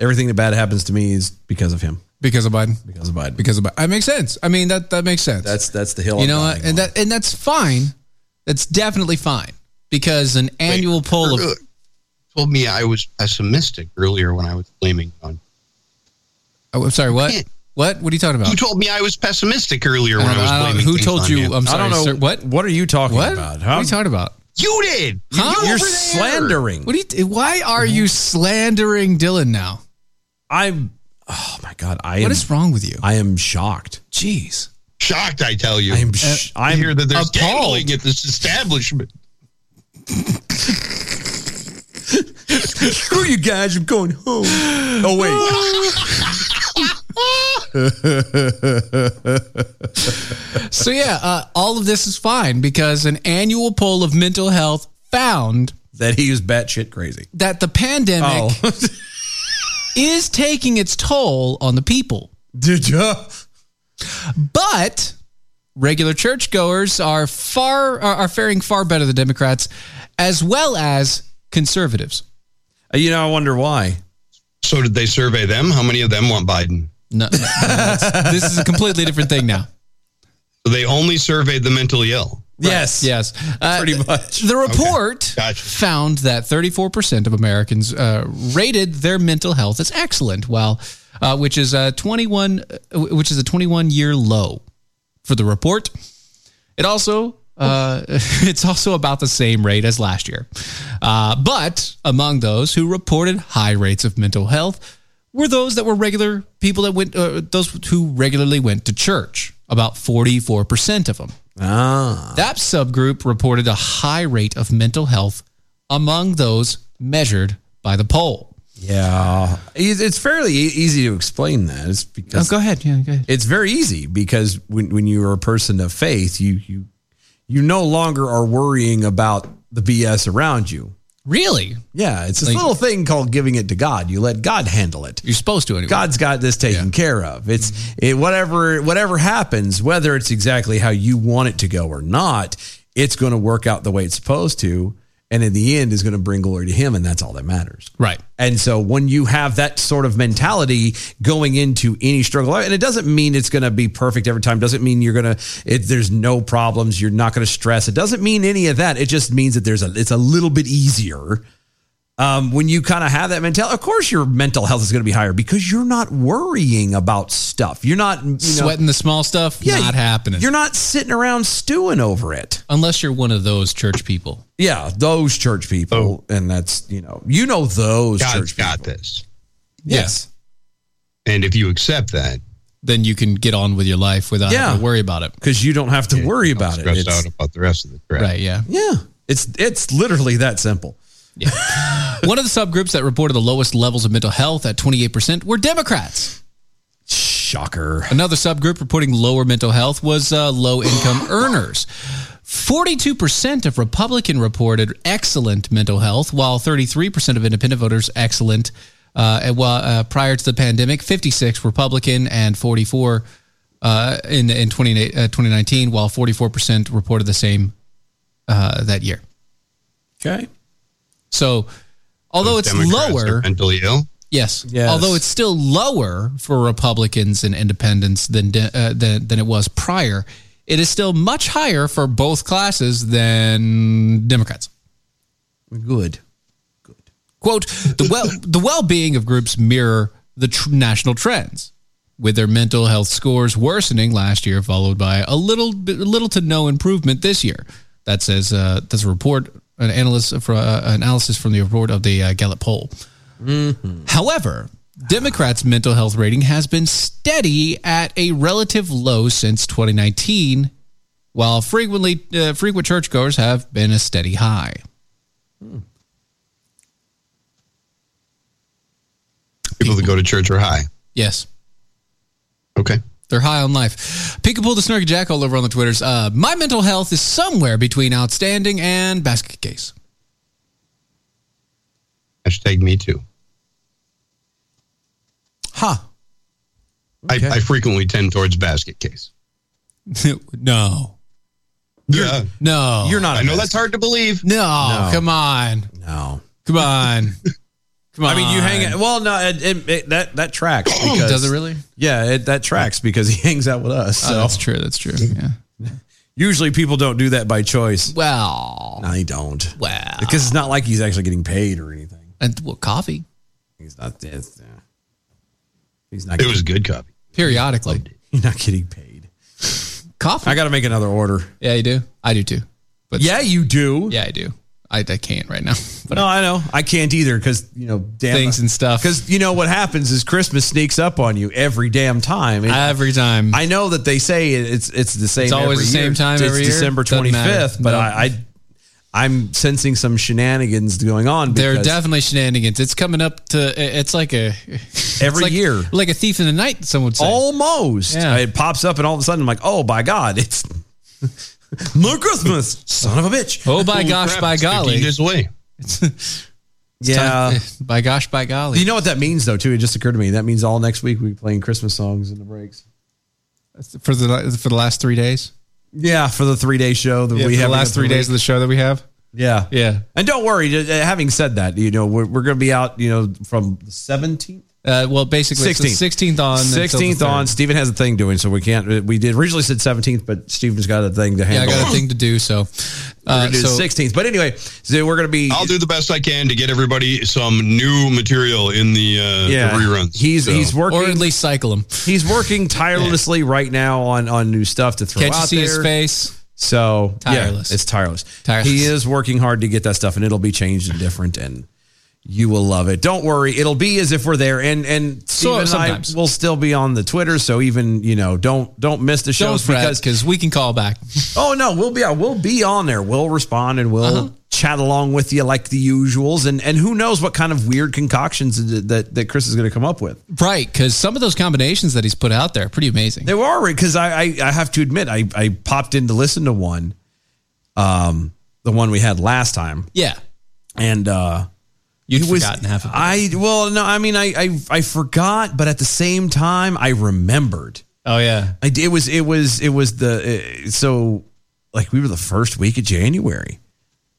E: Everything that bad happens to me is because of him.
F: Because of Biden.
E: Because of Biden.
F: Because of Biden. That makes sense. I mean, that, that makes sense.
E: That's that's the hill.
F: you
E: I'm
F: know
E: dying
F: what?
E: on.
F: and that and that's fine that's definitely fine because an annual poll
J: Uh,
F: of
J: told me I was pessimistic earlier when I was blaming on.
F: oh, i'm sorry what
J: can't.
F: what what are you talking about
J: You told me I was pessimistic earlier
F: I
J: when
F: don't
J: I,
F: know,
J: was
F: I don't know.
J: blaming.
F: who
J: things
F: told
J: on
F: you i'm
E: I
F: sorry
E: don't know
F: sir, what
E: What are you talking
F: what
E: about?
F: what are you talking about
J: You did. You-
F: Huh?
J: You,
E: You're
J: were there.
E: slandering.
F: what do you why are you slandering dylan now
E: I'm. Oh my god! I am.
F: what is wrong with you
E: I am shocked.
F: jeez Uh,
J: Shocked, I tell you.
E: I am. Sh-
J: I
E: I'm
J: hear that there's
F: appalled.
J: gambling at this establishment.
E: Screw you guys! I'm going home. Oh
O: [laughs]
E: wait.
F: so yeah uh, all of this is fine because an annual poll of mental health found
E: that he was batshit crazy.
F: that the pandemic
E: Oh, [laughs]
F: is taking its toll on the people
E: did you?
F: But regular churchgoers are far are, are faring far better than Democrats, as well as conservatives.
E: Uh, You know, I wonder why.
J: So did they survey them? How many of them want Biden?
F: No, no,
E: [laughs]
F: that's- this is a completely different thing now.
J: So they only surveyed the mentally ill.
E: Yes.
F: Yes, Uh,
E: Pretty much.
F: The report
J: Gotcha.
F: found that 34 percent of Americans uh, rated their mental health as excellent, while uh, which is a 21 uh, which is a 21 year low for the report. It also uh, [laughs] it's also about the same rate as last year, uh, but among those who reported high rates of mental health were those that were regular people that went uh, those who regularly went to church. About 44 percent of them.
E: Ah.
F: That subgroup reported a high rate of mental health among those measured by the poll.
E: Yeah. It's it's fairly e- easy to explain that. It's because
F: ahead. Yeah, Oh, go ahead.
E: it's very easy because when when you are a person of faith, you you you no longer are worrying about the BS around you.
F: Really?
E: Yeah, it's this little thing called giving it to God. You let God handle it.
F: You're supposed to anyway. Mm-hmm.
E: God's got this taken care of. It's it whatever whatever happens, whether it's exactly how you want it to go or not, it's going to work out the way it's supposed to, and in the end is going to bring glory to him and that's all that matters.
F: Right.
E: And so when you have that sort of mentality going into any struggle, and it doesn't mean it's going to be perfect every time. Doesn't mean you're going to, there's no problems. You're not going to stress. It doesn't mean any of that. It just means that there's a, it's a little bit easier. Um, when you kind of have that mentality, of course your mental health is going to be higher because you're not worrying about stuff. You're not you know-
F: Sweating the small stuff,
E: Yeah,
F: not happening.
E: You're not sitting around stewing over it.
F: Unless you're one of those church people.
E: Yeah, those church people, and that's you know, you know those
F: God's
E: church people.
J: Oh. got this.
F: Yes.
J: And if you accept that,
F: then you can get on with your life without
E: Yeah.
F: having to worry about it.
E: because you don't have to worry about it.
J: stressed
E: It's-
J: out about the rest of the crap.
F: Right, yeah.
E: yeah, it's it's literally that simple.
F: [laughs] One of the subgroups that reported the lowest levels of mental health at 28% were Democrats.
E: Shocker.
F: Another subgroup reporting lower mental health was uh, low income earners. 42% of Republican reported excellent mental health, while 33% of independent voters excellent. Uh, and while, uh, prior to the pandemic, 56 Republican and 44 uh, in in 20, uh, 2019, while 44% reported the same uh, that year.
E: Okay.
F: So, although it's
J: Democrats
F: lower,
J: are mentally ill.
F: Yes.
J: Yes.
F: Although it's still lower for Republicans and independents than de- uh, than than it was prior, it is still much higher for both classes than Democrats.
E: Good. Good.
F: Quote, the well the well-being of groups mirror the tr- national trends. With their mental health scores worsening last year, followed by a little bit, little to no improvement this year. That says uh, that's a report, an analyst for, uh, analysis from the report of the uh, Gallup poll. However, Democrats' mental health rating has been steady at a relative low since 2019, while frequently uh, frequent churchgoers have been a steady high.
J: People that go to church are high.
F: Yes.
J: Okay.
F: They're high on life. Peekaboo the Snurky Jack all over on the Twitters. Uh, my mental health is somewhere between outstanding and basket case. [laughs]
J: Hashtag me too.
E: Huh.
J: I, I frequently tend towards basket case.
F: no.
J: Yeah.
F: No.
E: You're not.
J: I know that's hard to believe.
F: Oh, No, come on.
E: No.
F: Come on. Come on.
E: I mean, you hang out. Well, no, it, it, it, that
F: [clears throat]
E: that tracks. Because,
F: Does it really?
E: Yeah, it, that tracks because he [laughs] hangs out with us.
F: Oh,
E: So
F: that's true. That's true. Yeah.
E: usually people don't do that by choice.
F: Well,
E: no, he don't.
F: Well,
E: because it's not like he's actually getting paid or anything.
F: And well, coffee
E: He's not. It's, yeah. He's not. [laughs]
J: It was good copy.
F: periodically.
E: You're not getting paid.
F: Coffee.
E: I got to make another order.
F: yeah, you do. I do too. But
E: Yeah, you do.
F: yeah, I do. I, I can't right now. [laughs] But
E: no, I know. I can't either because you know damn
F: Things and stuff.
E: Because you know what happens is Christmas sneaks up on you every damn time. And
F: every time.
E: I know that they say it- it's it's the same.
F: It's always
E: every
F: the same
E: year.
F: time
E: It's
F: every year.
E: December twenty
F: Doesn't matter.
E: fifth. But
F: No.
E: I, I I'm sensing some shenanigans going on.
F: There are
E: because-
F: definitely shenanigans. It's coming up to. It's like a it's
E: Every
F: like-
E: year.
F: like a thief in the night. Someone would say.
E: almost
F: Yeah.
E: it pops up, and all of a sudden I'm like, oh by god, it's [laughs] Merry Christmas, son of a bitch.
F: Oh, by gosh, by golly.
J: This way.
E: yeah.
F: [laughs] by gosh, by golly.
E: You know what that means though too. It just occurred to me that means all next week we will be playing Christmas songs in the breaks.
F: for the for the last three days.
E: Yeah, for the three day show that
F: Yeah, for
E: we
F: the
E: have
F: last three days of the show that we have.
E: Yeah,
F: Yeah.
E: And don't worry. uh, uh, Having said that, you know we're, we're going to be out. You know from the seventeenth,
F: Uh, well, basically, it's the 16th on. until the
E: sixteenth on.
F: third.
E: Steven has a thing doing, so we can't. uh, We did originally said seventeenth, but Steven's got a thing to
F: Yeah, I
E: handle.
F: got a thing to do. So,
E: We're
F: uh,
E: gonna do the
F: so
E: sixteenth, but anyway, so we're going to be.
J: I'll do the best I can to get everybody some new material in the, uh,
E: yeah,
J: the reruns.
E: He's
J: So,
E: he's working.
F: or at least cycle them.
E: he's working tirelessly right now on on new stuff to throw
F: Can't
E: out
F: you see
E: there.
F: his face?
E: So yeah,
F: Tireless.
E: it's tireless.
F: Tireless.
E: He is working hard to get that stuff, and it'll be changed and different, and you will love it. Don't worry, it'll be as if we're there, and and
F: So-
E: Steve and
F: sometimes.
E: I will still be on the Twitter. So even you know, don't don't miss the
F: Don't
E: shows
F: fret,
E: because
F: because we can call back.
E: oh no, we'll be out. We'll be on there. We'll respond and we'll chat along with you like the usuals, and and who knows what kind of weird concoctions that that, that Chris is going to come up with.
F: Right, because some of those combinations that he's put out there are pretty amazing.
E: They were already because I, I I have to admit I I popped in to listen to one, um the one we had last time.
F: Yeah.
E: and uh,
F: You'd
E: it was-
F: forgotten half of it.
E: I well, no, I mean, I, I I forgot, but at the same time, I remembered.
F: Oh yeah,
E: I, it was it was it was the uh, so like we were the first week of January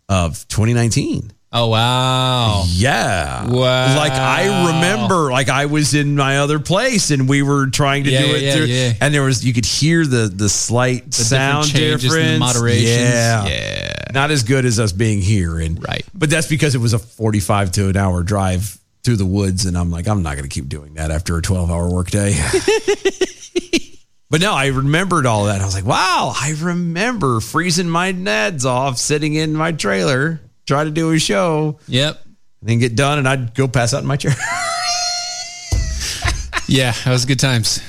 E: of 2019.
F: Oh wow!
E: Yeah,
F: Wow.
E: Like I remember, like I was in my other place, and we were trying to
F: Yeah,
E: do
F: yeah,
E: it
F: yeah,
E: through,
F: yeah.
E: and there was you could hear the the slight
F: The different
E: sound
F: changes and the
E: difference,
F: moderations.
E: Yeah,
F: Yeah.
E: not as good as us being here, and right. But that's because it was a forty-five to an hour drive through the woods, and I'm like, I'm not going to keep doing that after a twelve-hour
F: [laughs]
E: workday. But no, I remembered all that. I was like, wow, I remember freezing my nads off, sitting in my trailer, trying to do a show.
F: Yep.
E: And then get done, and I'd go pass out in my chair.
F: yeah, that was good times.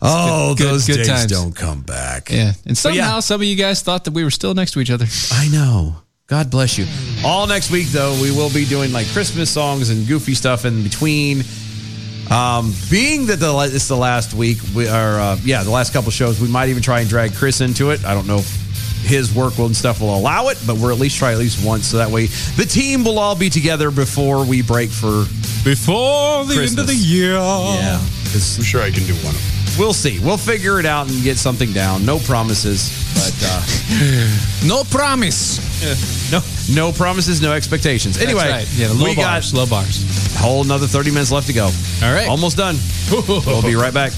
E: Oh, those days don't come back.
F: Yeah, and
E: But yeah.
F: somehow some of you guys thought that we were still next to each other.
E: I know. God bless you. All next week, though, we will be doing like Christmas songs and goofy stuff in between. Um, being that the it's the last week, we are uh, yeah, the last couple shows, we might even try and drag Chris into it. I don't know if his work will and stuff will allow it, but we'll at least try at least once, so that way the team will all be together before we break for
P: before the end of the year.
E: Yeah, I'm
U: sure I can do one.
E: We'll see. We'll figure it out and get something down. No promises, but uh, [laughs]
F: no promise.
E: No, no promises, no expectations.
F: That's
E: Anyway,
F: right. Yeah, the low
E: we
F: bars,
E: got low bars. Whole another thirty minutes left to go. All right, almost [laughs] done. we'll be right back.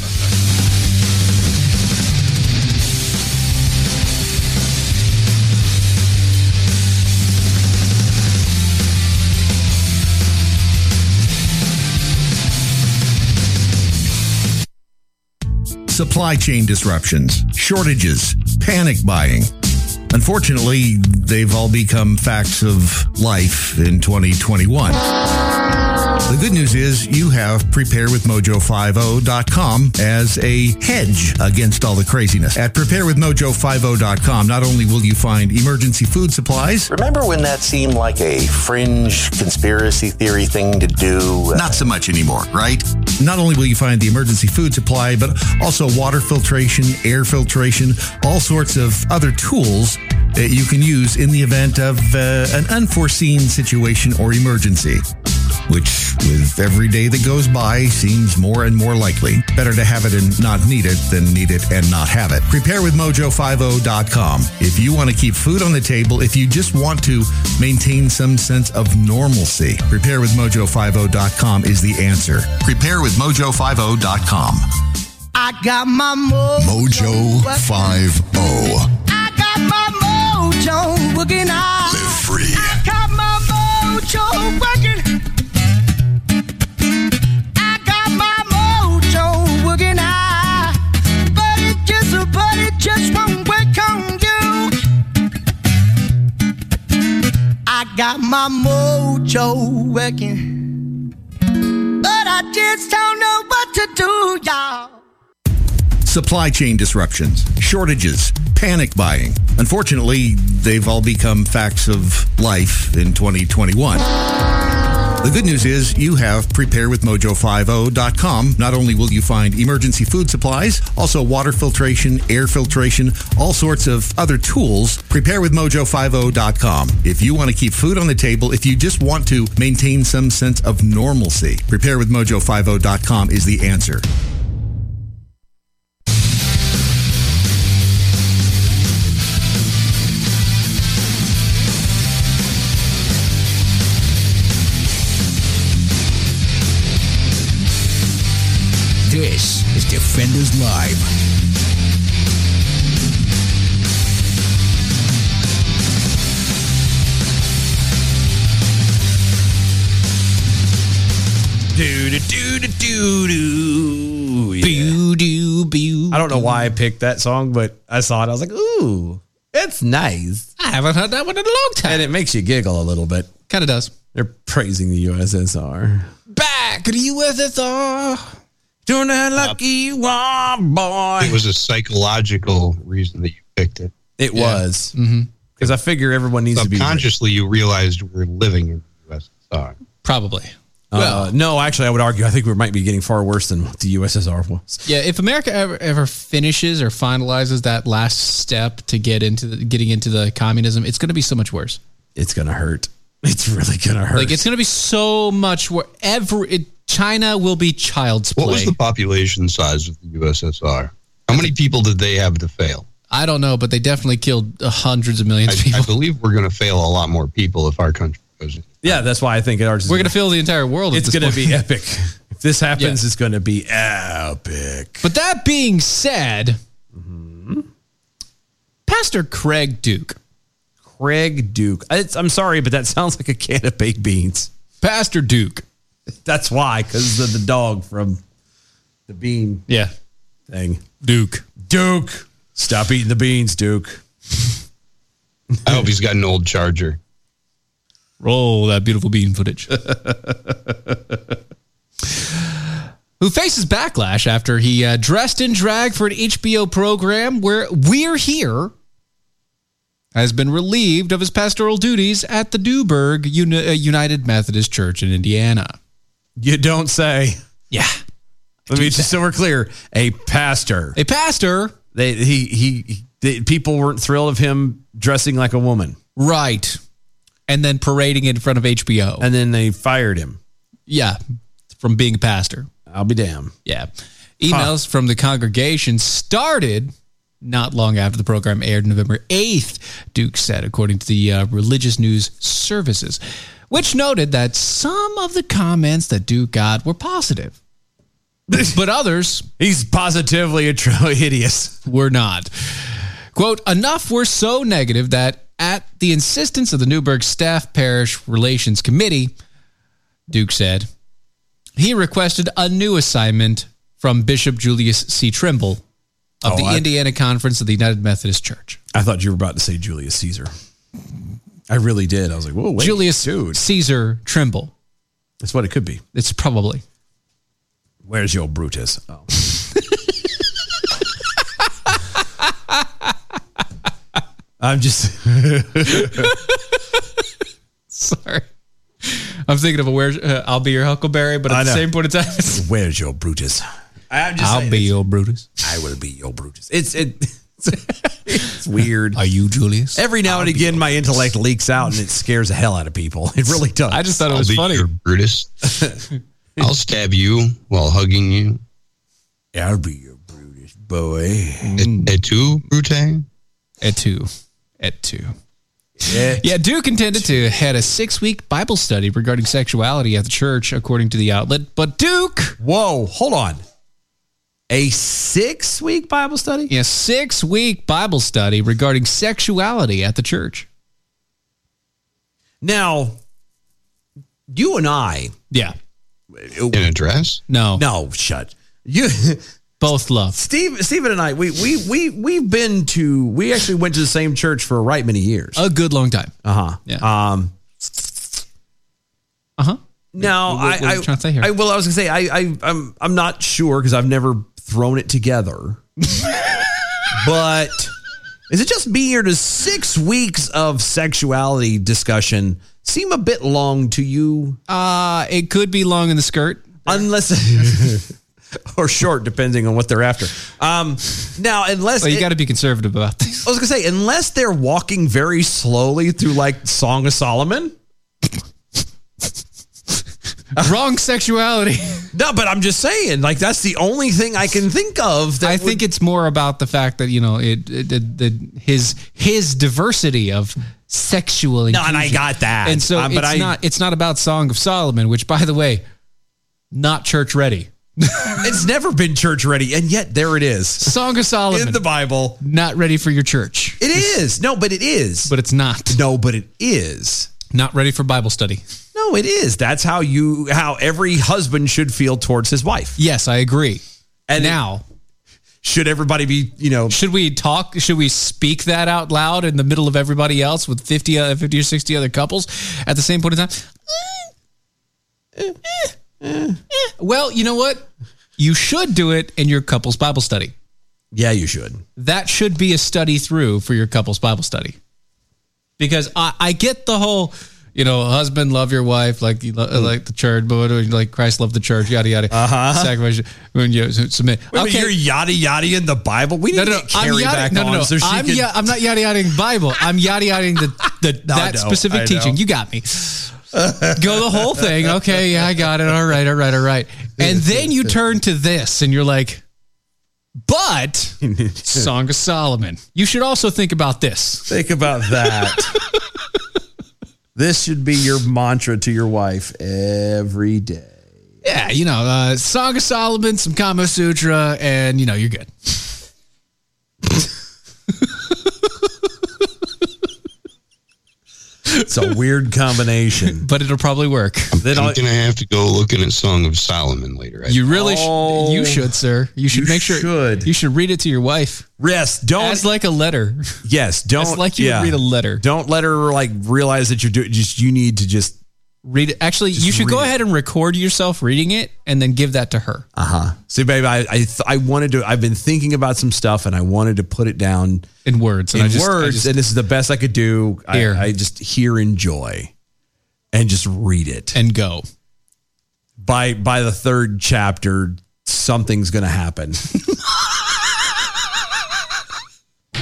X: Supply chain disruptions, shortages, panic buying. Unfortunately, they've all become facts of life in 2021. The good news is you have preparewithmojo50.com as a hedge against all the craziness. At preparewithmojo50.com, not only will you find emergency food supplies,
Y: Remember when that seemed like a fringe conspiracy theory thing to do?
X: Not so much anymore, right? Not only will you find the emergency food supply, but also water filtration, air filtration, all sorts of other tools that you can use in the event of uh, an unforeseen situation or emergency. Which, with every day that goes by, seems more and more likely. Better to have it and not need it than need it and not have it. Prepare with mojo50.com. If you want to keep food on the table, if you just want to maintain some sense of normalcy, prepare with mojo50.com is the answer. Prepare with mojo50.com.
K: I got my mo.
X: Mojo 50.
K: I got my mojo working out. Live free. I got my mojo working. I got my mojo working out. But it just, but it just won't work on you. I got my mojo working. But I just don't know what to do, y'all.
X: Supply chain disruptions, shortages, panic buying. Unfortunately, they've all become facts of life in 2021. The good news is you have preparewithmojo50.com. Not only will you find emergency food supplies, also water filtration, air filtration, all sorts of other tools. Preparewithmojo50.com. If you want to keep food on the table, if you just want to maintain some sense of normalcy, preparewithmojo50.com is the answer.
O: This is Defenders Live.
E: Do do do do do do. I don't know why I picked that song, but I saw it. I was like, ooh, it's nice. I haven't heard that one in a long time. And it makes you giggle a little bit. Kind of does. They're praising the USSR.
F: Back to the USSR.
E: Don't know how lucky you
K: [laughs]
E: are, boy.
J: It was a psychological reason that you picked it.
E: It was. Because I figure everyone needs to be.
J: Subconsciously, you realized we're living in the USSR.
F: Probably.
E: Uh, no, actually, I would argue. I think we might be getting far worse than what the USSR was.
F: Yeah, if America ever, ever finishes or finalizes that last step to get into the, getting into the communism, it's going to be so much worse.
E: It's going to hurt. It's really gonna hurt.
F: Like it's going to be so much wherever it China will be child's play.
J: What was the population size of the USSR? How many people did they have to fail?
F: I don't know, but they definitely killed uh, hundreds of millions of people.
J: I believe we're going to fail a lot more people if our country goes in.
E: Yeah, that's why I think ours.
F: We're going to fill the entire world. at
E: It's
F: this
E: going to
F: point. [laughs]
E: be epic. If this happens, it's going to be epic.
F: But that being said, Pastor Craig Duke.
E: Craig Duke. It's, I'm sorry, but that sounds like a can of baked beans.
F: Pastor Duke.
E: That's why, because of the dog from the bean.
F: Yeah.
E: Thing.
F: Duke.
E: Duke. Stop eating the beans, Duke.
J: I hope he's got an old charger.
F: Roll that beautiful bean footage. [laughs] Who faces backlash after he uh, dressed in drag for an HBO program where We're Here has been relieved of his pastoral duties at the Dewberg Uni- uh, United Methodist Church in Indiana.
E: You don't say.
F: Yeah.
E: Let me just so we're clear. A pastor.
F: A pastor.
E: They he he, he the, people weren't thrilled of him dressing like a woman.
F: Right. And then parading it in front of HBO.
E: And then they fired him.
F: Yeah. From being a pastor.
E: I'll be damned.
F: Yeah. Emails from the congregation started not long after the program aired November 8th, Duke said, according to the uh, Religious News Services, which noted that some of the comments that Duke got were positive. but others,
E: he's positively [laughs] atro- hideous.
F: We're not. Quote, enough were so negative that at the insistence of the Newburgh Staff Parish Relations Committee, Duke said, he requested a new assignment from Bishop Julius C. Trimble of
E: Oh,
F: the
E: I-
F: Indiana Conference of the United Methodist Church.
E: I thought you were about to say Julius Caesar. I really did. I was like, whoa, wait.
F: Julius Caesar Trimble.
E: That's what it could be.
F: It's probably.
E: Where's
F: [laughs]
E: your Brutus? Oh. I'm just. [laughs]
F: Sorry. I'm thinking of a where uh, I'll be your Huckleberry, but
E: I
F: at the
E: know.
F: same point in time,
E: Where's your Brutus? I'm just
F: I'll
E: saying
F: be
E: it's-
F: your Brutus.
E: I will be your Brutus. [laughs] It's it. It's weird.
F: Are you Julius?
E: Every now and again, my intellect leaks out, and it scares the hell out of people. [laughs] It really does.
F: I just thought
J: I'll be your Brutus. I'll stab you while hugging you.
E: I'll be your Brutus boy.
F: Mm.
J: Et, et tu, Brute?
F: Et tu. Et tu. [laughs] Yeah, Duke intended to head a six week Bible study regarding sexuality at the church, according to the outlet. But Duke.
E: Whoa, hold on. A six week Bible study?
F: Yeah, six week Bible study regarding sexuality at the church.
E: Now, you and I.
F: Yeah.
E: In
J: a dress?
F: No.
E: No, shut. You [laughs]
F: both love.
E: Steve Steven and I, we we we we've been to we actually went to the same church for a right many years.
F: A good long time.
E: Uh-huh.
F: Yeah.
E: Um
F: Uh-huh.
E: Now
F: What- what- what are
E: I
F: you trying to say here?
E: I, I well I was gonna say I, I I'm I'm not sure because I've never thrown
F: [laughs]
E: it together. but is it just me or does six weeks of sexuality discussion seem a bit long to you?
F: Uh it could be long in the skirt. [laughs]
E: Unless [laughs] or short, depending on what they're after. Um now unless
F: Well, you
E: it-
F: got to be conservative
E: [laughs]
F: about this.
E: I was gonna say, unless they're walking very slowly through like Song of Solomon.
F: [laughs] Wrong [laughs] sexuality.
E: No, but I'm just saying, like that's the only thing I can think of. That
F: I think it's more about the fact that you know it, it, it, it- his his diversity of sexual.
E: No, and I
F: inclusion.
E: got that.
F: And so
E: Uh, but
F: it's
E: I-
F: not it's not about Song of Solomon, which by the way, not church ready. [laughs]
E: it's never been church ready, and yet there it is.
F: Song of Solomon
E: in the Bible,
F: not ready for your church.
E: It is no, but it is,
F: but it's not.
E: No, but it is
F: not ready for Bible study.
E: No, it is. That's how you how every husband should feel towards his wife.
F: Yes, I agree.
E: And
F: now,
E: should everybody be you know?
F: Should we talk? Should we speak that out loud in the middle of everybody else with 50, uh, 50 or sixty other couples at the same point in time? Well, you know what? You should do it in your couple's Bible study.
E: Yeah, you should.
F: That should be a study through for your couple's Bible study. Because I, I get the whole, you know, husband love your wife like you lo- like the church, but like Christ loved the church, yada yada.
E: Uh-huh.
F: Sacrifice when you submit.
E: Wait, okay. You're yada yada in the Bible. We need to get Carrie
F: yada-
E: back on so she
F: I'm,
E: can
F: ya- I'm not yada yadaing Bible. I'm yada yadaing the the,
E: [laughs] No, [laughs] I
F: that
E: know, I
F: specific
E: know.
F: teaching. You got me. Go the whole
E: [laughs]
F: thing. Okay, yeah, I got it. All right, all right, all right. And then you turn to this and you're like, but
E: [laughs]
F: Song of Solomon. You should also think about this.
E: Think about that. this should be your mantra to your wife every day.
F: [laughs] Yeah, you know, uh, Song of Solomon, some Kama Sutra, and you know, you're good.
E: It's a weird combination,
F: [laughs] but it'll probably work.
E: Then
J: I'm gonna have to go looking at Song of Solomon later. I
F: You
J: think.
F: really, sh-
E: Oh.
F: you should, sir. You should
J: You
F: make sure you should read it to your wife.
E: Yes, don't.
F: As like a letter. [laughs]
E: Yes, don't
F: It's like you would
E: yeah.
F: read a letter.
E: Don't let her like realize that you're doing. Just you need to just
F: read it. Actually, you should go ahead and record yourself reading it, and then give that to her.
E: Uh huh. See, babe, I I, th- I wanted to. I've been thinking about some stuff, and I wanted to put it down
F: in words.
E: In
F: and I just- I
E: words,
F: just-
E: and this is the best I could do. I-
F: Here.
E: I, just hear and joy, and just read it
F: and go.
E: By by the third chapter, something's
F: [laughs]
E: gonna happen.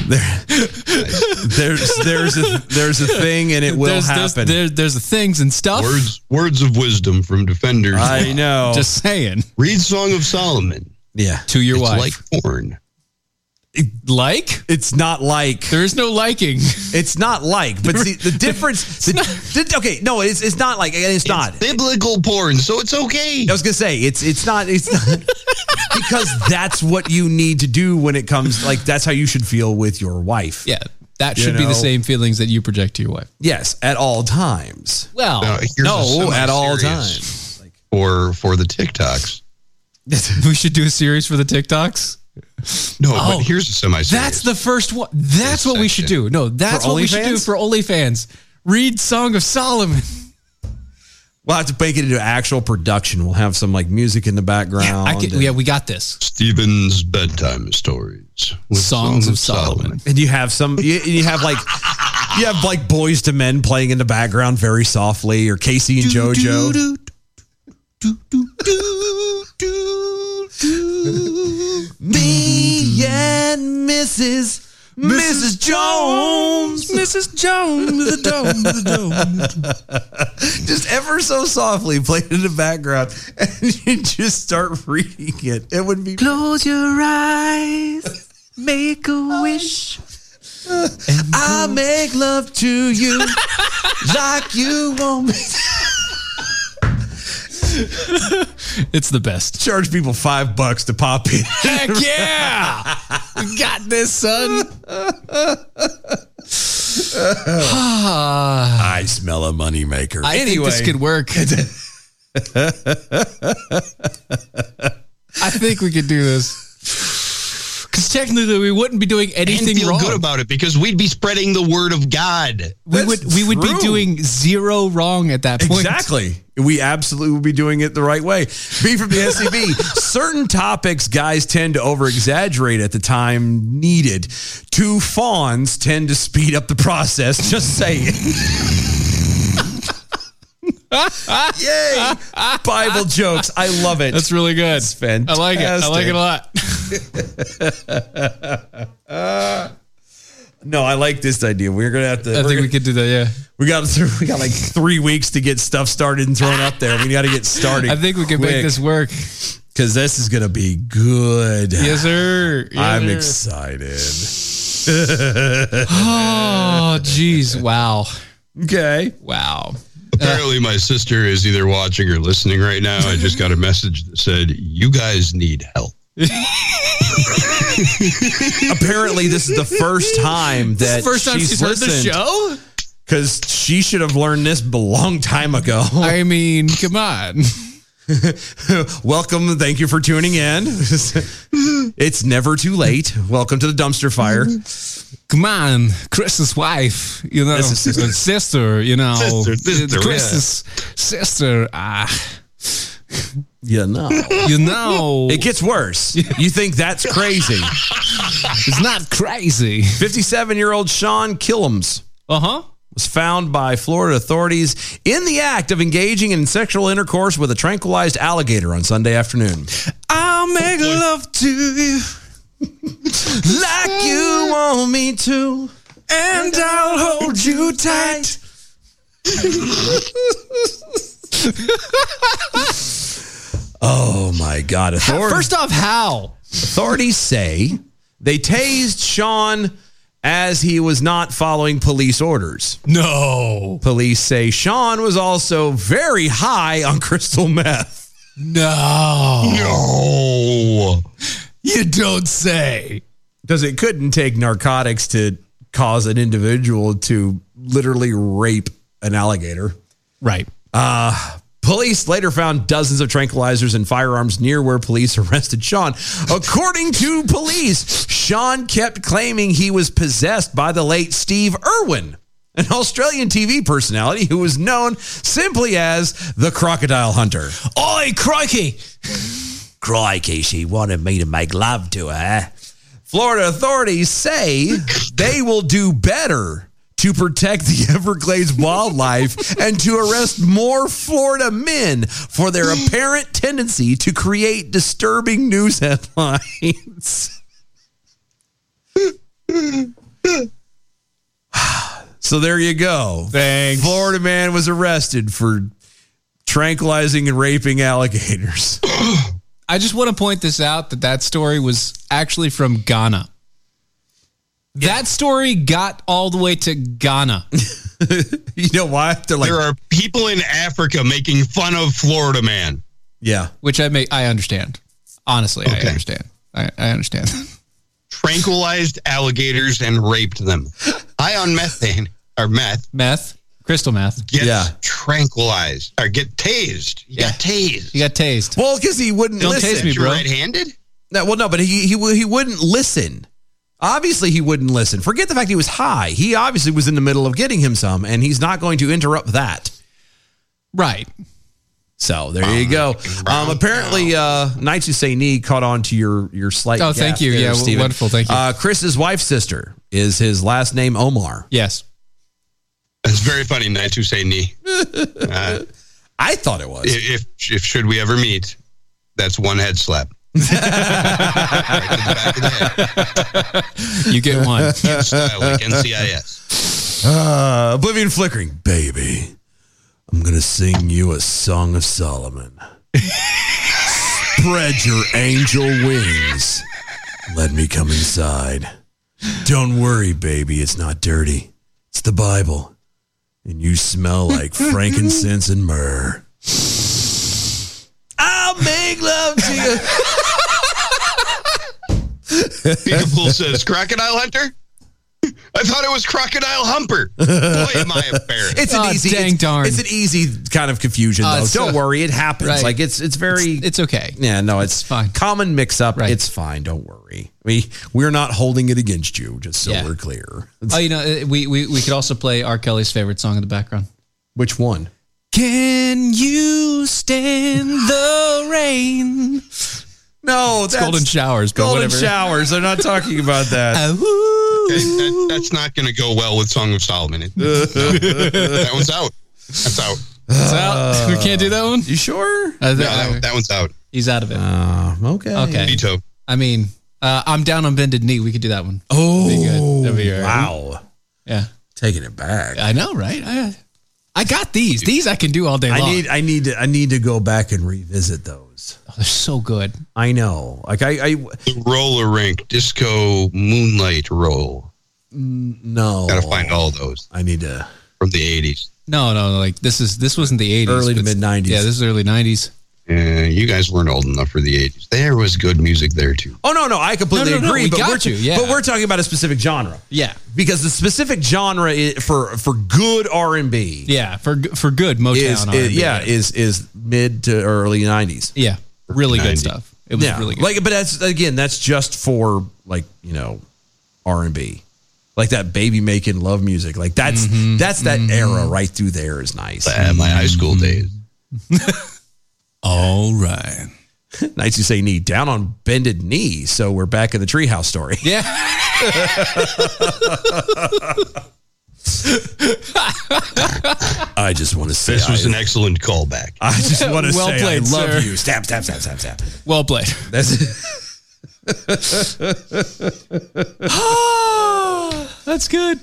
E: there, there's there's a there's a thing, and it will
J: There's- there's-
E: happen.
F: There's, there's the things and stuff.
J: Words, words of wisdom from defenders.
E: I know.
F: Just saying.
J: Read Song of Solomon.
E: Yeah,
F: to your
J: it's
F: wife.
J: Like porn.
F: like
E: it's not like
F: there is no liking
E: it's not like but see
F: [laughs]
E: the difference the, the- okay no it's, it's not like and it's, not
J: biblical porn so it's okay
E: i was gonna say it's it's not it's
F: [laughs]
E: not because that's what you need to do when it comes like that's how you should feel with your wife
F: yeah that
E: You
F: should be
E: know?
F: the same feelings that you project to your wife.
E: yes at all [laughs] times
F: Well,
J: Now, here's a
E: no at all
J: semi-serious
E: times
J: For for the TikToks.
F: [laughs] we should do a series for the TikToks.
J: No,
F: Oh,
J: but here's a semi.
F: That's the first one. That's what we should do. No, that's
E: For
F: what we should do
E: OnlyFans?
F: for OnlyFans. Read Song of Solomon.
E: we'll have to make it into actual production we'll have some like music in the background
F: I can,
E: and-
F: yeah, we got this.
J: Stephen's bedtime stories. with
E: Songs of
J: Solomon.
E: and you have some you, you have like you have like boys to men playing in the background very softly or casey and jojo
K: Me and Mrs. Mrs. Jones. Mrs. Jones.
E: [laughs]
K: The dome, the dome.
E: just ever so softly played in the background and [laughs] you just start reading it it would be
K: Close your eyes. Make
E: Oh.
K: a wish. I make love
E: [laughs]
K: to you like you want me.
E: [laughs]
F: It's the best.
E: Charge people five bucks to pop in. [laughs]
K: Heck
F: yeah! We got this, son. [sighs]
E: I smell a moneymaker.
F: I think this could
E: [laughs]
F: work. I think we could do this. Because technically, we wouldn't be doing anything
J: and feel
F: wrong.
J: good about it because we'd be spreading the word of God.
F: we would we would be doing zero wrong at that point.
E: Exactly. We absolutely will be doing it the right way. B [laughs] from the SCB. Certain topics guys tend to over exaggerate at the time needed. Two fawns tend to speed up the process. [laughs] Just saying. Yay! Bible jokes. I love it. That's
F: really good. It's
E: fantastic.
F: I like it. I like it a lot.
E: [laughs] No, I like this idea. We're gonna have to.
F: I think we could do that. Yeah,
E: we got [laughs] we got like three weeks to get stuff started and thrown up there. We got to get
F: [laughs]
E: started.
F: I think we can
E: quick.
F: make this work.
E: because this is gonna be good.
F: Yes, sir. Yes,
E: [sighs] I'm
F: sir.
E: [laughs] excited.
F: Oh, geez. Wow.
E: Okay.
F: Wow.
J: Apparently, my sister is either watching or listening right now. I just got a message that said, "You guys need help."
E: Apparently, this is the first time
J: This is
E: that
J: the first time she's heard the
F: show.
E: Because she should have learned this a long time ago. I
F: mean, come on.
E: [laughs] Welcome. Thank you for tuning in. [laughs] it's never too late. Welcome to the dumpster fire.
F: Come on, Chris's wife, you know,
E: Chris's
F: [laughs]
E: sister.
F: sister. you know,
E: Sister, sister,
F: Chris's sister. Ah,
E: [laughs] you know,
F: you know,
E: It gets worse. You think that's crazy.
F: it's not crazy.
E: 57 year old Sean Killams.
F: Uh huh.
E: Was found by Florida authorities in the act of engaging in sexual intercourse with a tranquilized alligator on Sunday afternoon.
K: I'll make love to you like you want me to.
E: and I'll hold you tight. oh my God! Authority.
F: First off, how?
E: Authorities say they tased Sean as he was not following police orders. No. Police say Sean was also very high on crystal meth. No. No. You don't say. Because it couldn't take narcotics to cause an individual to literally rape an alligator. Right. Uh, police later found dozens of tranquilizers and firearms near where police [laughs] arrested Sean. According to police, Sean kept claiming he was possessed by the late Steve Irwin, an Australian TV personality who was known simply as the Crocodile Hunter. Oi, crikey! Crikey, she wanted me to make love to her. Florida authorities say they will do better to protect the [laughs] Everglades wildlife and to arrest more Florida men for their apparent tendency to create disturbing news headlines. [sighs] so there you go. Thanks. Florida man was arrested for tranquilizing and raping alligators.
F: I just want to point this out that that story was actually from Ghana. That story got all the way to Ghana.
E: you know why? They're like
J: there are people in Africa making fun of Florida man.
E: [laughs] Yeah,
F: which I make I understand. Honestly, I understand. I, I
E: [laughs]
F: understand.
J: Tranquilized alligators and raped them. High on methane or meth.
F: Meth. Crystal meth.
J: Gets tranquilized or get tased. You got tased.
F: You got tased.
E: Well, because he wouldn't
F: Don't
E: listen.
F: tase me, bro.
J: handed?
E: No, well, no, but he, he wou- he wouldn't listen. Obviously, he wouldn't listen. Forget the fact he was high. He obviously was in the middle of getting him some, and he's not going to interrupt that.
F: Right.
E: So there you go. Um, apparently, uh, Knights Who Say Knee caught on to your your slight.
F: Oh,
E: gaffe
F: thank you.
E: there,
F: Yeah, w-
E: Steven.
F: wonderful. Thank you.
E: Uh, Chris's wife's sister is his last name Omar.
F: Yes. [laughs]
J: That's very funny. Night to say knee. Uh,
E: [laughs] I thought it was.
J: If, if should we ever meet, that's one head slap.
F: You get one.
J: Style
E: [laughs]
J: like NCIS.
E: Uh, Oblivion flickering, baby. I'm gonna sing you a song of Solomon. Spread your angel wings. Let me come inside. Don't worry, baby. It's not dirty. It's the Bible, and you smell [laughs] like frankincense and myrrh. I'll make love to you.
J: Peekaboo says, Crocodile Hunter? I thought it was Crocodile Humper. Boy, am
E: [laughs]
J: I embarrassed.
E: It's an easy, it's, it's an easy kind of confusion
J: Uh,
E: though.
J: it's,
E: Don't
J: uh,
E: worry, it happens.
J: right.
E: Like it's it's very, it's,
F: okay.
E: Yeah, no, it's, fine. Common mix up. It's fine. Don't worry. We we're not holding it against you. Just so
F: Yeah.
E: we're clear.
F: Oh, you know, uh, we, we we could also play R. Kelly's favorite song in the background.
E: Which one?
F: Can you stand the rain?
E: No,
F: it's golden showers. But
E: golden
F: whatever.
E: showers. They're not talking about
F: [laughs]
E: that.
J: Okay, that- that's not going to go well with Song of Solomon. It- no. that one's out. That's out.
F: It's out. [laughs] we can't do that one.
E: Uh, You sure? Uh,
J: No, that, that one's out.
F: He's out of it.
E: okay.
F: Okay.
J: Veto.
F: I mean, uh, I'm down on bended knee. We could do that one.
E: Oh,
F: That'd be all right.
E: wow.
F: Yeah.
E: Taking it back.
F: I know, right? I, I got these. These I can do all day
E: I
F: long.
E: need I need to I need to go back and revisit those.
F: Oh, they're so good.
E: I know. Like I, I
J: Roller rink, disco, moonlight roll.
F: mm,
E: no.
J: Gotta find all those.
E: I need to
J: from the eighties.
F: No, no, like this is this wasn't the 80s.
J: Early to
F: but-
J: mid-nineties.
F: Yeah, this is early 90s.
J: Yeah, you guys weren't old enough for the eighties. There was good music there too.
E: Oh no, no, I completely
F: No, no, no,
E: agree.
F: we
E: but
F: got
E: we're
F: you, yeah.
E: but we're talking about a specific genre.
F: Yeah.
E: because the specific genre i- for for good R and B
F: Yeah, for for good Motown.
E: is
F: R&B.
E: is- yeah is is mid to early nineties.
F: Yeah, really good stuff. It was
E: yeah.
F: really good.
E: like, but that's again, that's just for like you know R and B, like that baby making love music. Like that's
F: Mm-hmm.
E: that's that era right through there is nice.
J: uh, my high school days.
F: Mm-hmm. [laughs]
E: All right. [laughs] Nice you say knee down on bended knee. So we're back in the treehouse story.
F: Yeah.
E: [laughs] I just want to say
J: This was
E: I-
J: an excellent callback.
E: I just want to
J: [laughs] Well
E: say
J: played,
E: I love
J: sir.
E: you. Stab, stab, stab, stab, stab.
F: Well played.
E: That's Ah,
F: that's good.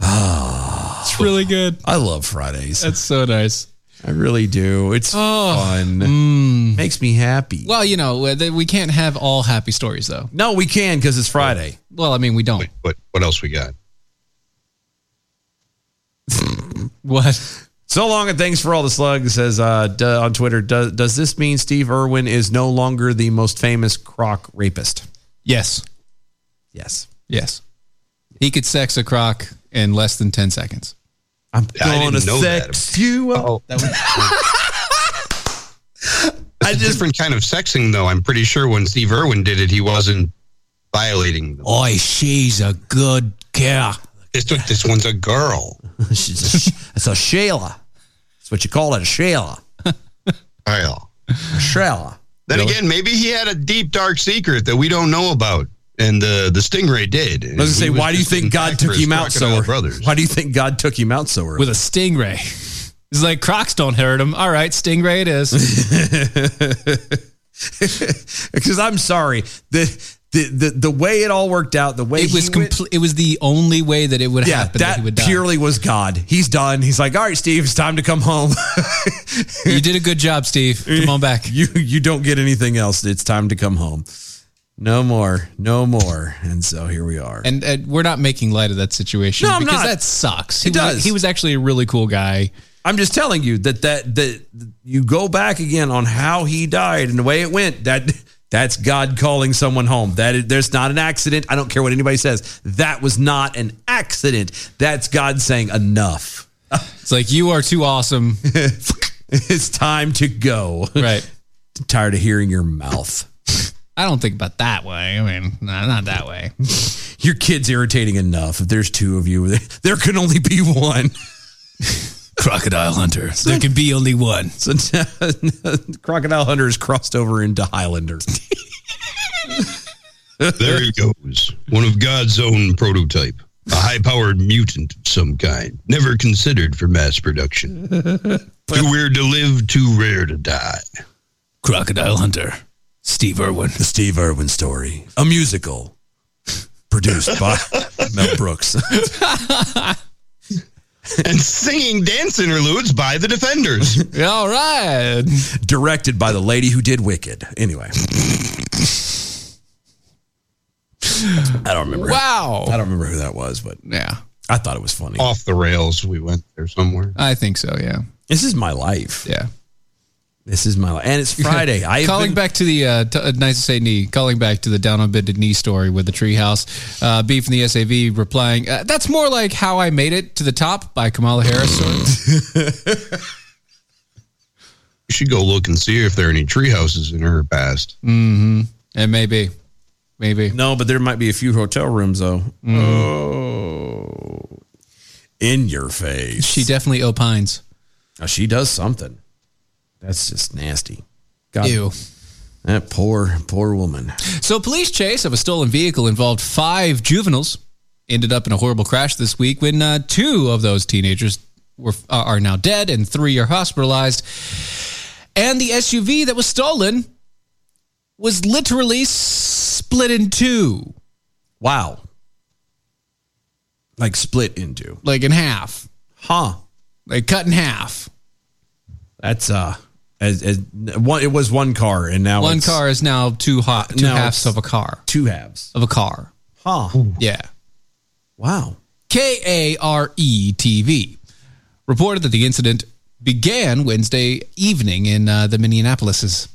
F: It's really good.
E: I love Fridays.
F: That's so nice. Oh,
E: I really do. It's fun. Makes me happy.
F: mm. Well, you know, uh, th- we can't have all happy stories though.
E: No, we can because it's Friday.
F: Well, I mean, we don't.
J: What what else we got?
F: What?
E: So long and thanks for all the slugs. Says uh, d- on Twitter, does does this mean Steve Irwin is no longer the most famous croc rapist?
F: Yes.
E: Yes.
F: Yes. He could sex a croc in less than 10 seconds.
E: I'm
J: I didn't know
E: you up. That was-
J: That's a different kind of sexing, though. I'm pretty sure when Steve Irwin did it, he wasn't violating them.
E: Oh, she's a good girl.
J: This, this one's a girl.
E: [laughs] she's a, it's a Shayla. That's what you call it, a Shayla.
J: Kyle.
E: Shayla.
J: Then again, maybe he had a deep, dark secret that we don't know about, and uh, the the stingray did.
E: I was gonna say, why do you think God took him out so?
J: Brothers.
E: Why do you think God took him out so early?
F: With a stingray. [laughs] He's like, crocs don't hurt him. All right, stingray it
E: [laughs]
F: is.
E: Because I'm sorry, the, the the the way it all worked out, the way
F: it was
E: he went-
F: complete. it was the only way that it would
E: yeah,
F: happen.
E: that,
F: he would die.
E: purely was God. He's done. He's like, all right, Steve, it's time to come home.
F: you did a good job, Steve. Come on back.
E: [laughs] You you don't get anything else. It's time to come home. No more, no more. And so here we are.
F: And, and we're not making light of that situation
E: No, I'm
F: because
E: not.
F: that sucks.
E: It
F: he was,
E: does.
F: He was actually a really cool guy.
E: I'm just telling you that that that you go back again on how he died and the way it went. That that's God calling someone home. That is, there's not an accident. I don't care what anybody says. That was not an accident. That's God saying enough.
F: It's like you are too awesome.
E: [laughs] it's time to go.
F: Right.
E: [laughs] Tired of hearing your mouth.
F: I don't think about that way. I mean, nah, not that way.
E: [laughs] Your kid's irritating enough. If there's two of you, [laughs] there- there can only be one.
F: [laughs] Crocodile
E: [laughs]
F: Hunter. There can be only one.
E: So [laughs] Crocodile Hunter has crossed over into Highlander.
J: there he goes, one of God's own prototype, a high-powered mutant of some kind, never considered for mass production. Too weird to live, too rare to die.
F: Crocodile Hunter. [laughs] Steve Irwin. The
E: Steve Irwin story. A musical produced
F: [laughs]
E: by Mel Brooks.
J: [laughs] and singing dance interludes by the
F: [laughs]
J: Defenders.
F: All right.
E: Directed by the lady who did Wicked. Anyway. I don't remember.
F: Wow.
E: I don't remember who that was, but
F: yeah.
E: I thought it was funny.
J: Off the rails, we went there somewhere.
F: I think so, yeah.
E: This is my life.
F: Yeah.
E: This is my life. Oh, And it's
F: [laughs]
E: Friday. I have
F: calling
E: been-
F: back to the uh, t- uh, nice to say knee. Calling back to the down on bended knee story with the treehouse. Uh, B from the SAV replying, uh, "That's more like how I made it to the top by Kamala
E: [laughs]
F: Harris."
J: We should go look and see if there are any tree houses in her past.
F: mm-hmm. And maybe, maybe
E: No, but there might be a few hotel rooms though.
F: Mm-hmm.
E: Oh. In your face.
F: she definitely opines.
E: Oh, she does something. That's just nasty.
F: Ew.
E: That poor, poor woman.
F: So, police chase of a stolen vehicle involved five juveniles. Ended up in a horrible crash this week when uh, two of those teenagers were uh, are now dead and three are hospitalized. And the SUV that was stolen was literally split in two,
E: Wow. Like split into.
F: like in half,
E: Huh.
F: like cut in half.
E: That's uh as, as one it was one car and now
F: One
E: it's
F: car is now two ha- two
E: Now
F: halves of
E: it's-
F: a car
E: two halves.
F: of a car.
E: Huh.
F: Yeah.
E: Wow.
F: K A R E T V reported that the incident began Wednesday evening in uh, the Minneapolis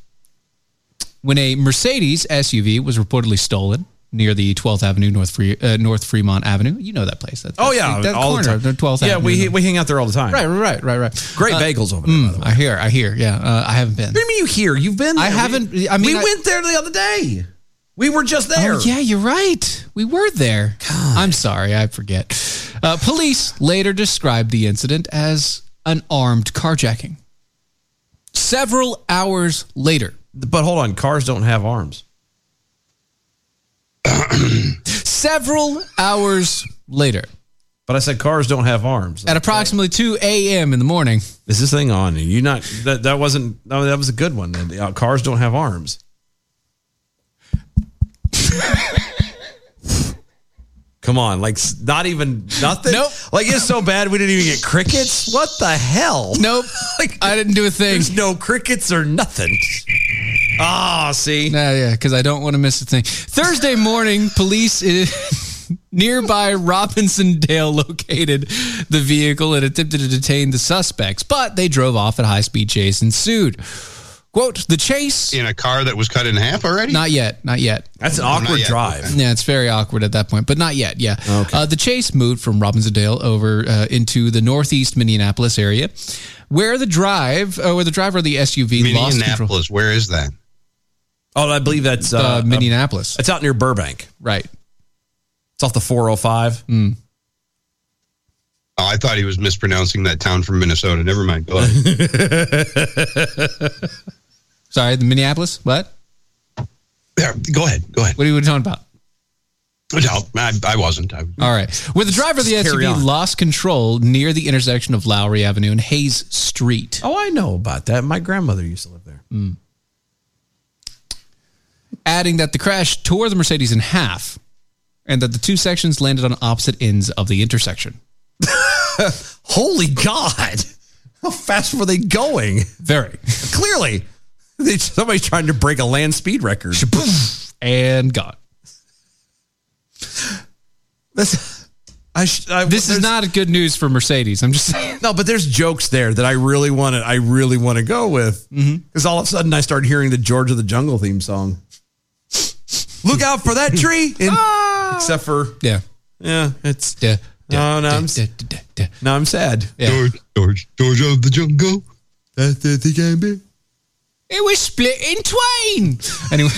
F: when a Mercedes SUV was reportedly stolen near the 12th Avenue North Fre- uh, North Fremont Avenue. You know that place. That's,
E: Oh
F: that's
E: yeah,
F: the, that
E: all
F: corner,
E: the
F: the
E: time.
F: 12th
E: yeah,
F: Avenue.
E: we we hang out there all the time.
F: Right, right, right, right.
E: Great
F: Uh,
E: bagels over there. by the way.
F: I hear, I hear. Yeah, uh, I haven't been.
E: What do you mean you hear? You've been there.
F: I haven't-
E: We,
F: I mean,
E: we
F: I-
E: went there the other day. We were just there.
F: Oh, yeah, you're right. We were there. I'm sorry, I forget. Uh, police later described the incident as an armed carjacking. Several hours later,
E: But hold on, cars don't have arms.
F: [clears throat] several hours later,
E: But I said cars don't have arms.
F: at approximately 2 a.m. in the morning,
E: Is this thing on? You not that that wasn't no, that was a good one. The, uh, cars don't have arms. Come on, like s- not even nothing. nope. Like it's so bad we didn't even get crickets. What the hell?
F: Nope.
E: [laughs] like
F: I didn't do a thing.
E: There's no crickets or nothing. Ah, see.
F: Nah, yeah, because I don't want to miss a thing. Thursday morning, police i- [laughs] nearby Robinsondale located the vehicle and attempted to detain the suspects, but they drove off at high speed chase ensued. Quote, the chase.
J: In a car that was cut in half already?
F: Not yet. Not yet.
E: That's an awkward drive.
F: Yeah, it's very awkward at that point, but not yet. Yeah. Uh, the chase moved from Robinsondale over uh, into the northeast Minneapolis area, where the drive, uh, where the driver of the SUV lost control.
J: Minneapolis, where is that?
E: Oh, I believe that's
F: Uh, Minneapolis.
E: It's out near Burbank.
F: Right.
E: It's off the 405.
J: Oh, I thought he was mispronouncing that town from Minnesota. Never mind. Go
F: [laughs]
J: ahead.
F: Sorry, the Minneapolis. What?
J: Yeah, go ahead. Go ahead.
F: What are you talking about?
J: No, I, I wasn't. I,
F: All right. Where the driver of the
J: Just carry
F: SUV
J: on.
F: lost control near the intersection of Lowry Avenue and Hayes Street. Hmm.
E: Oh, I know about that. My grandmother used to live there.
F: Adding that the crash tore the Mercedes in half and that the two sections landed on opposite ends of the intersection.
E: [laughs] Holy God. How fast were they going?
F: Very.
E: Clearly. They- Somebody's trying to break a land speed record.
F: And gone.
E: This, I, sh- I,
F: This is not good news for Mercedes. I'm just saying.
E: No, but there's jokes there that I really want to. I really want to go with because
F: Mm-hmm.
E: all of a sudden I started hearing the George of the Jungle theme song. Look out for that tree! And- Except for
F: yeah,
E: yeah, it's
F: yeah.
E: No, no, I'm, s- now I'm sad.
J: George, George, George of the Jungle.
E: That's the thing I be.
F: It was split in twain.
J: [laughs]
F: Anyway.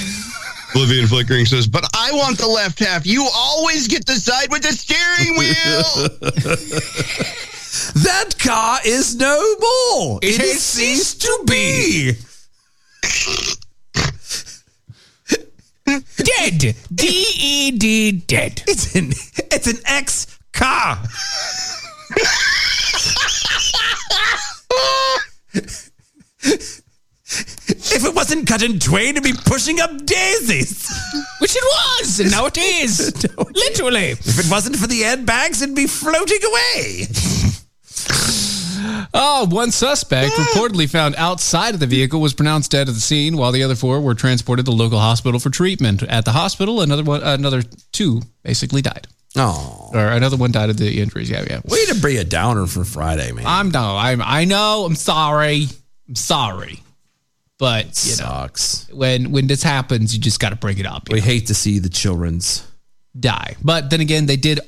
J: Oblivion Flickering says, but I want the left half. You always get to side with the steering wheel.
E: [laughs] that car is no more. It, has ceased to be.
F: dead. D E D dead.
E: It's an it's an X car. if it wasn't cut in twain, it'd be pushing up daisies.
F: [laughs] Which it was, and now it
E: [laughs]
F: is. Literally.
E: If it wasn't for the airbags, it'd be floating away.
F: Oh, one suspect reportedly found outside of the vehicle was pronounced dead at the scene, while the other four were transported to the local hospital for treatment. At the hospital, another one, another two basically died.
E: Oh,
F: or another one died of the injuries. Yeah, yeah.
E: Way to bring a downer for Friday, man.
F: I'm no, I'm I know. I'm sorry. I'm sorry. But you
E: sucks.
F: know, when when this happens, you just got to bring it up.
E: We hate to see the children's
F: die, but then again, they did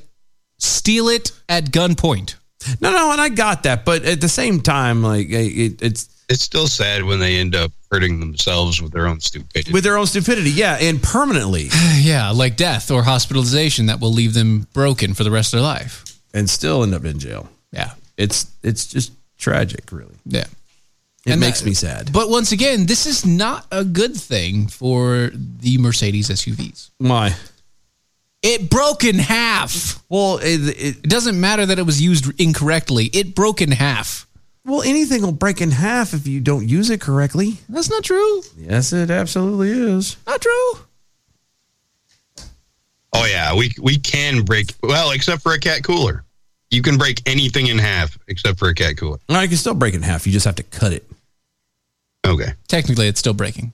F: steal it at gunpoint.
E: No, no, and I got that, but at the same time, like it, it's
J: it's still sad when they end up hurting themselves with their own stupidity.
E: with their own stupidity. Yeah, and permanently.
F: [sighs] yeah, like death or hospitalization that will leave them broken for the rest of their life.
E: and still end up in jail.
F: Yeah.
E: It's it's just tragic, really.
F: Yeah.
E: It
F: And
E: makes
F: that-
E: me sad.
F: But once again, this is not a good thing for the Mercedes SUVs.
E: Why?
F: It broke in half.
E: Well, it,
F: doesn't matter that it was used incorrectly. It broke in half.
E: Well, anything will break in half if you don't use it correctly.
F: That's not true.
E: Yes, it absolutely is.
F: Not true.
J: Oh yeah, we we can break well, except for a cat cooler. You can break anything in half except for a cat cooler.
E: No, you can still break it in half. You just have to cut it.
J: Okay.
F: Technically, it's still breaking.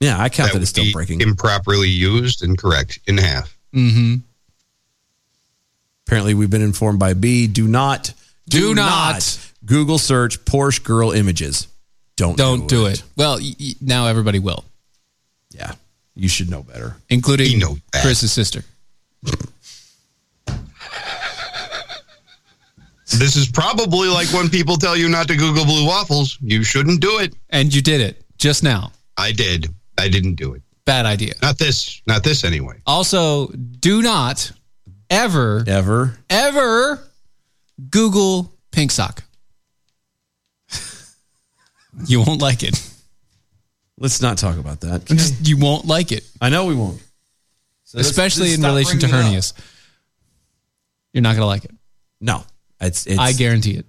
E: Yeah, I count
J: that as still breaking. Improperly used and correct in half.
F: Mm-hmm.
E: Apparently, we've been informed by B. Do not,
F: Do not.
E: Google search Porsche girl images. Don't
F: Don't do, it. Well, y- y- now everybody will,
E: Yeah, you should know better.
F: including Chris's sister.
J: This is probably like when people tell you not to Google blue waffles. You shouldn't do it.
F: And you did it just now.
J: I did. I didn't do it.
F: Bad idea.
J: Not this. Not this anyway.
F: Also, do not ever,
E: ever,
F: ever Google pink sock. You won't like it.
E: Let's not talk about that.
F: Just- you won't like it.
E: I know we won't. So let's-
F: Especially
E: let's
F: in
E: stop
F: relation to
E: bringing it
F: hernias. You're not going to like it.
E: No, it's, it's
F: I guarantee it.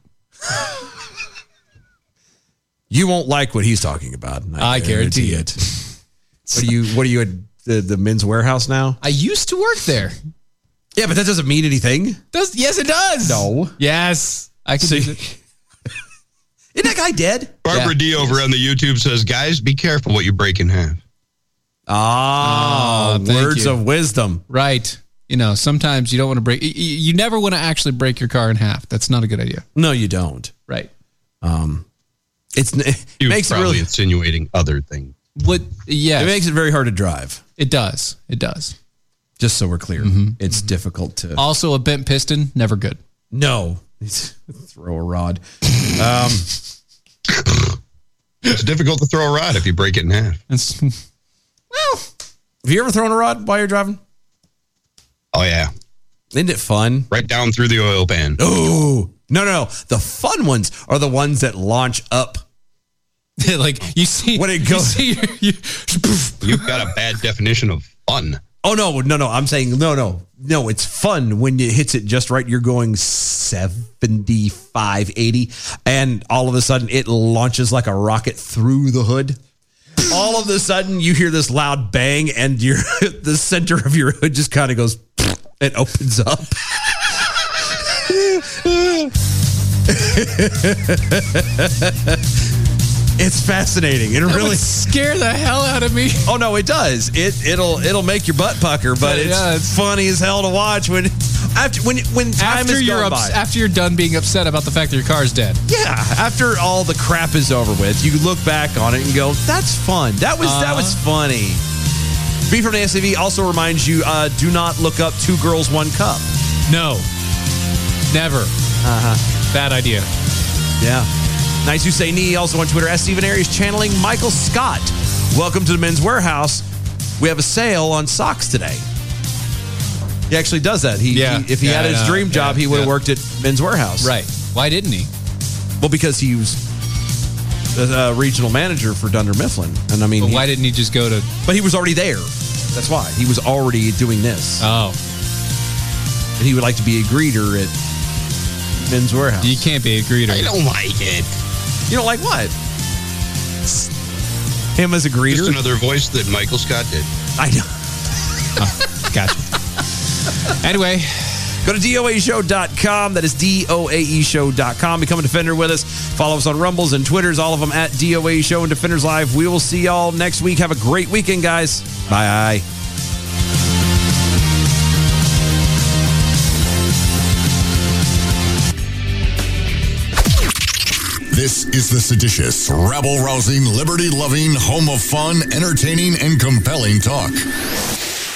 E: You won't like what he's talking about.
F: I guarantee
E: it. what are you? What are you at the, the men's warehouse now?
F: I used to work there.
E: Yeah, but that doesn't mean anything.
F: Does yes, it does.
E: No.
F: Yes, I can see.
E: Isn't that guy dead?
J: Barbara D over on the YouTube says, "Guys, be careful what you break in half."
E: Ah, words of wisdom.
F: Right. You know, sometimes you don't want to break. y- y- You never want to actually break your car in half. That's not a good idea.
E: No, you don't.
F: Right.
E: Um, it's it
J: He was
E: makes it
J: probably
E: really
J: insinuating other things.
F: What? Yeah.
E: It makes it very hard to drive.
F: It does. It does.
E: Just so we're clear, it's difficult to
F: Also, a bent piston never good.
E: no [laughs] throw a
J: [laughs]
E: rod. Um,
J: It's difficult to throw a rod if you break it in half.
E: Have you ever thrown a rod while you're driving?
J: Oh yeah,
E: isn't it fun?
J: Right down through the oil pan.
E: Oh no, no, no. The fun ones are the ones that launch up.
F: like you see
E: when it goes.
J: You've got a bad definition of fun.
E: Oh no, no, no! I'm saying no, no, no. It's fun when it hits it just right. You're going 75, 80, and all of a sudden it launches like a rocket through the hood. all of a sudden you hear this loud bang, and your [laughs] the center of your hood just kind of goes [laughs] and opens up. it's fascinating. It
K: That
E: really
K: would
F: scare the hell out of me.
E: Oh no, it does. It it'll it'll make your butt pucker, but it's,
F: Yeah,
E: funny as hell to watch when after when when time
F: after
E: is
F: you're
E: gone
F: ups-
E: by.
F: after you're done being upset about the fact that your car's dead.
E: Yeah, after all the crap is over with, you look back on it and go, "That's fun. That was that was
F: Uh-huh.
E: funny." B from the SAV also reminds you: uh, do not look up two girls, one cup. Uh-huh.
F: No, never. Uh huh. Bad idea.
E: Yeah. Nice you say knee also on Twitter. S. Stephen Aries channeling Michael Scott. Welcome to the men's warehouse. We have a sale on socks today. He actually does that. He,
F: Yeah.
E: he- if he
F: Yeah,
E: had
F: I
E: his
F: know.
E: dream job,
F: Yeah,
E: he would have
F: yeah.
E: worked at men's warehouse.
F: Right. Why didn't he?
E: Well, because he was the uh, regional manager for Dunder Mifflin, and I mean,
F: But
E: he-
F: why didn't he just go to?
E: but he was already there. That's why he was already doing this.
F: Oh,
E: he would like to be a greeter at men's warehouse.
F: You can't be a greeter.
E: I don't
J: like it.
E: You don't like what? Him as a greeter.
J: Just another voice that Michael Scott did.
E: I know.
F: gotcha. anyway,
E: go to doaeshow.com. That is E doaeshow.com. Become a defender with us. Follow us on Rumbles and Twitters, all of them at DOA Show and Defenders Live. We will see y'all next week. Have a great weekend, guys. Bye.
Q: This is the seditious, rabble rousing, liberty loving, home of fun, entertaining, and compelling talk.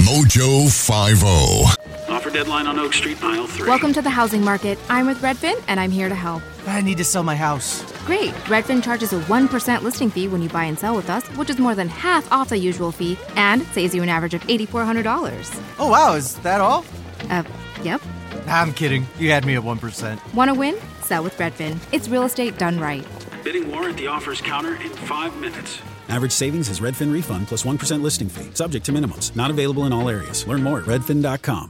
Q: Mojo oh. 50.
I: Offer deadline on Oak Street, aisle 3.
G: Welcome to the housing market. I'm with Redfin and I'm here to help.
I: I need to sell my house.
G: Great. Redfin charges a 1% listing fee when you buy and sell with us, which is more than half off the usual fee and saves you an average of $8,400.
I: [laughs] Oh, wow, is that all?
G: Uh, yep.
I: I'm kidding. You had me at 1%.
G: Want to win? Sell with Redfin. It's real estate done right.
I: Bidding war at the offers counter in five minutes.
H: Average savings is Redfin refund plus 1% listing fee. Subject to minimums. Not available in all areas. Learn more at redfin.com.